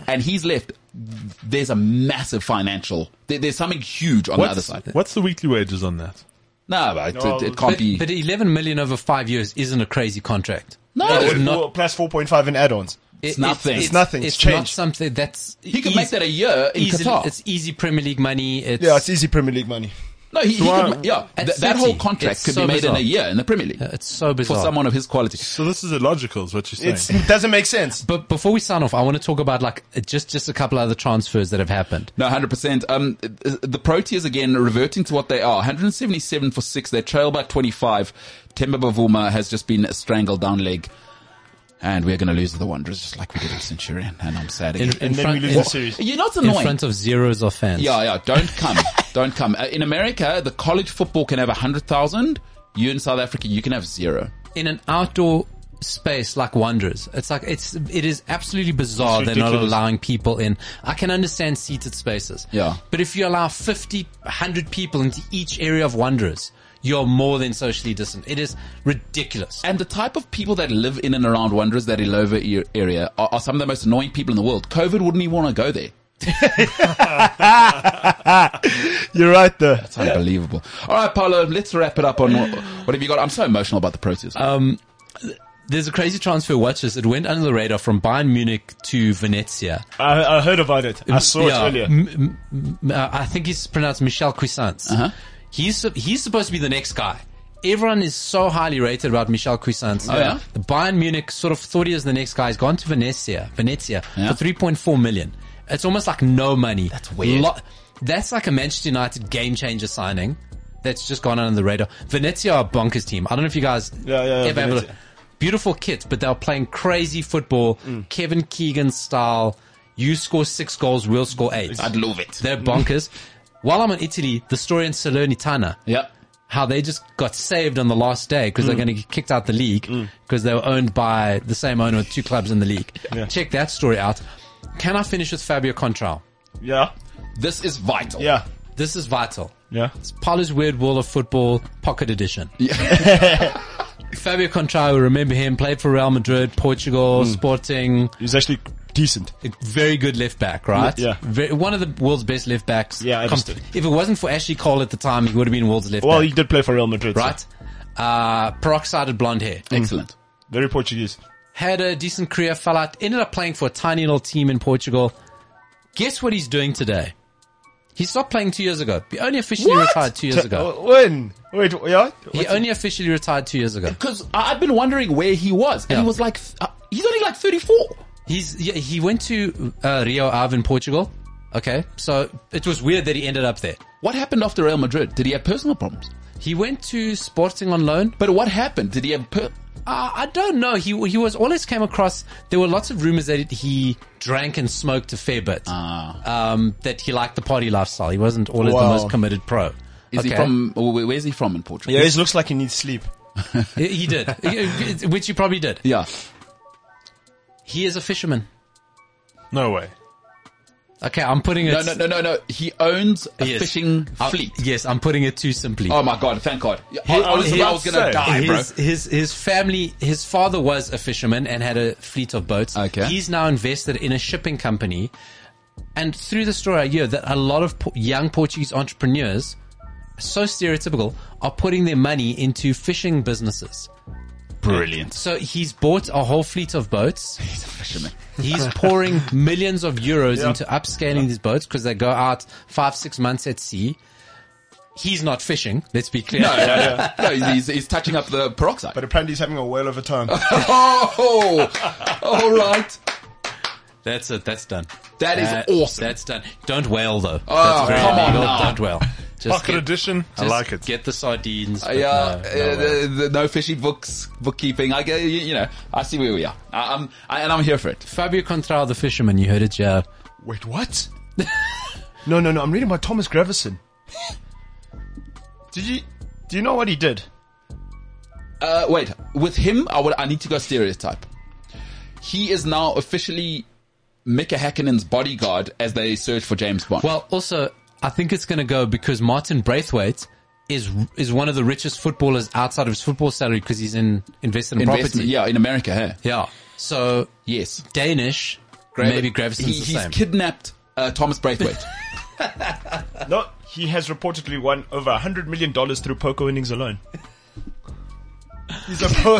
S2: and he's left, there's a massive financial, there, there's something huge on the other
S5: What's,
S2: side.
S5: what's the weekly wages on that?
S2: No, but it, it, it can't
S3: but,
S2: be.
S3: but 11 million over five years isn't a crazy contract.
S2: no,
S3: it's not-
S4: Four- plus 4.5 in add-ons.
S3: It's
S2: nothing. It's
S4: nothing. It's
S3: It's, not
S4: change.
S3: something that's.
S2: he could make that a year in
S3: easy,
S2: Qatar.
S3: It's easy Premier League money. It's,
S4: Yeah, it's easy Premier League money.
S2: No, he, he
S5: I-
S2: could, yeah,
S3: At
S2: th- that
S3: 30,
S2: whole contract
S3: it's
S2: could be
S3: so
S2: made in a
S3: bizarre.
S2: year in the Premier League
S3: Uh, it's so
S2: for
S3: bizarre.
S2: someone of his quality.
S5: So this is illogical, is what you're saying.
S4: It's, it doesn't make sense.
S3: But before we sign off, I want to talk about like uh, just just a couple other transfers that have happened.
S2: No, hundred percent. Um, th- the Proteas again reverting to what they are: 177 for six. They trail by 25. Timber Bavuma has just been strangled down leg, and we're going to lose to the Wanderers just like we did with Centurion. And I'm sad again.
S3: In, in
S4: And then we
S3: front,
S4: lose
S3: in,
S4: the series.
S2: You're not
S3: in
S2: annoying.
S3: front of zeros of fans.
S2: yeah, yeah. Don't come. don't come. Uh, in America, the college football can have hundred thousand. You in South Africa, you can have zero.
S3: In an outdoor space like Wanderers. It's like it's it is absolutely bizarre
S4: It's
S3: they're not
S4: ridiculous.
S3: allowing people in. I can understand seated spaces.
S2: Yeah.
S3: But if you allow 50, 100 people into each area of Wanderers, you're more than socially distant. It is ridiculous.
S2: And the type of people that live in and around Wanderers, that Ilova e- area, are, are some of the most annoying people in the world. COVID wouldn't even want to go there.
S4: You're right there.
S2: It's unbelievable. All right, Paolo, let's wrap it up on what, what have you got? I'm so emotional about the process.
S3: There's a crazy transfer. Watch this. It went under the radar from Bayern Munich to Venezia.
S4: I, I heard about it. I saw
S3: Yeah.
S4: it earlier.
S3: M- m- m- uh, I think he's pronounced Michel Cuisance.
S2: Uh-huh.
S3: He's sup- he's supposed to be the next guy. Everyone is so highly rated about Michel Cuisance.
S2: Oh, yeah?
S3: The Bayern Munich sort of thought he was the next guy. He's gone to Venezia, Venezia
S2: Yeah.
S3: for 3.4 million. It's almost like no money. That's
S2: weird.
S3: that's like a Manchester United game changer signing that's just gone under the radar. Venezia are a bonkers team. I don't know if you guys
S4: Yeah, yeah, yeah,
S3: ever have a look.
S4: Venezia.
S3: Beautiful kits, but they were playing crazy football, Kevin Keegan style. You score six goals, we'll score eight.
S2: I'd love it.
S3: They're bonkers. While I'm in Italy, the story in Salernitana,
S2: Yeah.
S3: how they just got saved on the last day because they're going to get kicked out the league because they were owned by the same owner with two clubs in the league. Check that story out. Can I finish with Fabio Contral?
S4: Yeah.
S2: This is vital.
S4: Yeah.
S3: This is vital.
S4: Yeah.
S3: It's Paolo's Weird World of Football Pocket Edition. Fabio Contral, remember him, played for Real Madrid, Portugal, Sporting,
S4: He's actually decent.
S3: very good left back, right?
S4: Yeah.
S3: Very, one of the world's best left backs.
S4: Yeah, I understood.
S3: if it wasn't for Ashley Cole at the time, he would have been world's left
S4: Well, he
S3: back,
S4: did play for Real Madrid. so
S3: right? Uh, peroxided blonde hair.
S2: Excellent.
S4: Very Portuguese.
S3: Had a decent career, fell out, ended up playing for a tiny little team in Portugal. Guess what he's doing today? He stopped playing two years ago. He only officially retired two years ago.
S4: Uh, When? Wait, yeah?
S3: He only officially retired two years ago.
S2: Because I've been wondering where he was, and
S3: Yeah.
S2: he was like, th- uh, he's only like 34.
S3: He's yeah, he went to uh, Rio Ave in Portugal. Okay, so it was weird that he ended up there.
S2: What happened after Real Madrid? Did he have personal problems?
S3: He went to Sporting on loan.
S2: But what happened? Did he have per-
S3: Uh, I don't know. He he was always came across. There were lots of rumors that he drank and smoked a fair bit.
S2: Ah.
S3: Um, that he liked the party lifestyle. He wasn't always the
S4: Wow.
S3: most committed pro.
S2: Is he
S3: Okay.
S2: from, wh- wh- where's he from in Portugal?
S4: Yeah, it looks like he needs sleep.
S3: He, he did, He- which he probably did.
S2: Yeah.
S3: He is a fisherman.
S5: No way.
S3: Okay, I'm putting it.
S2: No, no, no, no, no. He owns a
S3: Yes.
S2: fishing
S3: I-
S2: fleet.
S3: yes, I'm putting it too simply.
S2: Oh my god, thank god. I, I was,
S3: his-
S2: I was gonna
S5: his-
S2: die, bro.
S3: his, his his family his father was a fisherman and had a fleet of boats.
S2: Okay.
S3: He's now invested in a shipping company. And through the story I hear that a lot of po- young Portuguese entrepreneurs, so stereotypical, are putting their money into fishing businesses.
S2: Brilliant.
S3: So he's bought a whole fleet of boats.
S2: He's a fisherman.
S3: He's pouring millions of euros into upscaling these boats because they go out five, six months at sea. He's not fishing, let's be clear.
S2: No, no, no. no he's, he's, he's touching up the peroxide.
S4: But apparently he's having a whale of a time.
S2: oh, all right.
S3: That's it. That's done.
S2: That is
S3: That-
S2: awesome.
S3: That's done. Don't wail though.
S2: Oh,
S3: that's very
S2: come on
S3: illegal.
S2: now.
S3: Don't wail. Just
S5: Pocket edition. I
S3: just
S5: like it.
S3: Get the sardines. but
S2: yeah, uh,
S3: no, no wail.
S2: the, the, no fishy books, bookkeeping. I get, you, you know, I see where we are. I, I'm, I, and I'm here for it.
S3: Fabio Contral, the fisherman. You heard it, yeah.
S4: Wait, what? no, no, no. I'm reading about Thomas Gravison. Did you do you know what he did?
S2: Uh, wait, with him, I would, I need to go stereotype. He is now officially Mika Hakkinen's bodyguard as they search for James Bond.
S3: Well, also, I think it's going to go because Martin Braithwaite is is one of the richest footballers outside of his football salary because he's in invested in
S2: investment,
S3: property.
S2: yeah, in America, hey?
S3: Yeah. So
S2: yes.
S3: Danish, maybe Gravison's
S2: He-
S3: the
S2: he's
S3: same.
S2: kidnapped uh, Thomas Braithwaite.
S4: No, he has reportedly won over hundred million dollars through poker winnings alone. He's a po-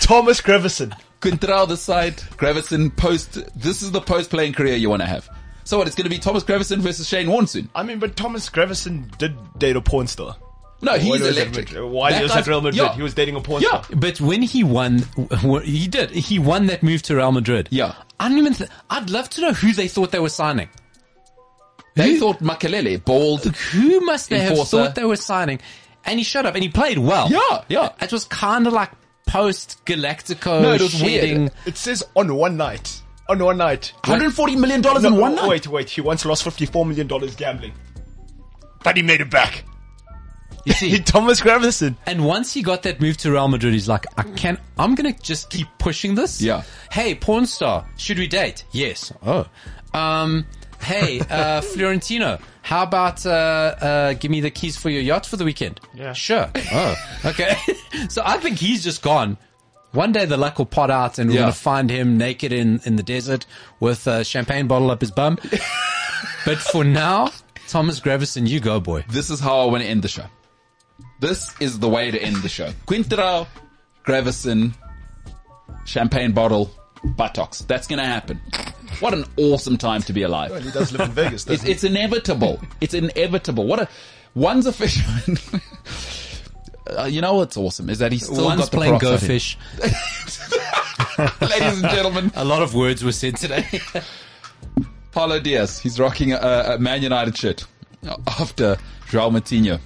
S4: Thomas Gravison.
S2: Quintral the side, Gravison post. This is the post playing career you want to have. So what? It's going to be Thomas Gravison versus Shane Warne soon.
S4: I mean, but Thomas Gravison did date a porn star.
S2: No,
S4: While
S2: he's
S4: he was at
S2: electric.
S4: Madrid- While
S2: That
S4: he was
S2: guy's-
S4: at Real Madrid,
S2: yeah.
S4: he was dating a porn
S2: Yeah.
S4: star.
S3: But when he won, w- w- he did. He won that move to Real Madrid.
S2: Yeah.
S3: I don't even. Th- I'd love to know who they thought they were signing.
S2: They thought Makalele, bald.
S3: Who must they
S2: Enforcer.
S3: have thought they were signing? And he showed up and he played well.
S2: Yeah, yeah.
S3: It was kind of like post Galactico.
S2: No, it was
S3: shedding.
S2: weird.
S4: It says on one night. On one night.
S2: 140 million dollars
S4: No,
S2: in one night.
S4: Wait, wait. He once lost fifty-four million dollars gambling, but he made it back.
S3: You see,
S4: Thomas Gravison.
S3: And once he got that move to Real Madrid, he's like, I can I'm gonna just keep pushing this.
S2: Yeah.
S3: Hey, porn star, should we date? Yes. Oh. Um. Hey, uh, Florentino, how about uh, uh, give me the keys for your yacht for the weekend? Yeah. Sure. Oh. Okay. so I think he's just gone. One day the luck will pot out, and we're
S2: Yeah.
S3: gonna find him naked in in the desert with a champagne bottle up his bum. but for now, Thomas Gravison, you go, boy.
S2: This is how I want to end the show. This is the way to end the show. Quintero, Gravison, champagne bottle, buttocks. That's going to happen. What an awesome time to be alive.
S4: He does live in Vegas.
S2: It's, it's inevitable. It's inevitable. What a one's a fisherman. Uh, you know what's awesome is that he's still
S3: One's
S2: got the
S3: playing
S2: peroxide
S3: go
S2: in.
S3: fish.
S2: Ladies and gentlemen,
S3: A lot of words were said today.
S2: Paulo Diaz. He's rocking a, a Man United shirt after Joao Matinho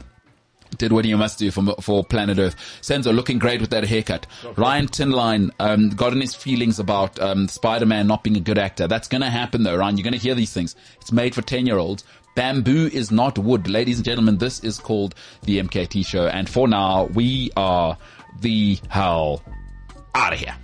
S2: did what he must do for for planet Earth. Senzo looking great with that haircut. Ryan Tinline um, got in his feelings about um, Spider Man not being a good actor. That's going to happen though, Ryan. You're going to hear these things. It's made for ten year olds. Bamboo is not wood, ladies and gentlemen. This is called the MKT Show, and for now we are the hell out of here.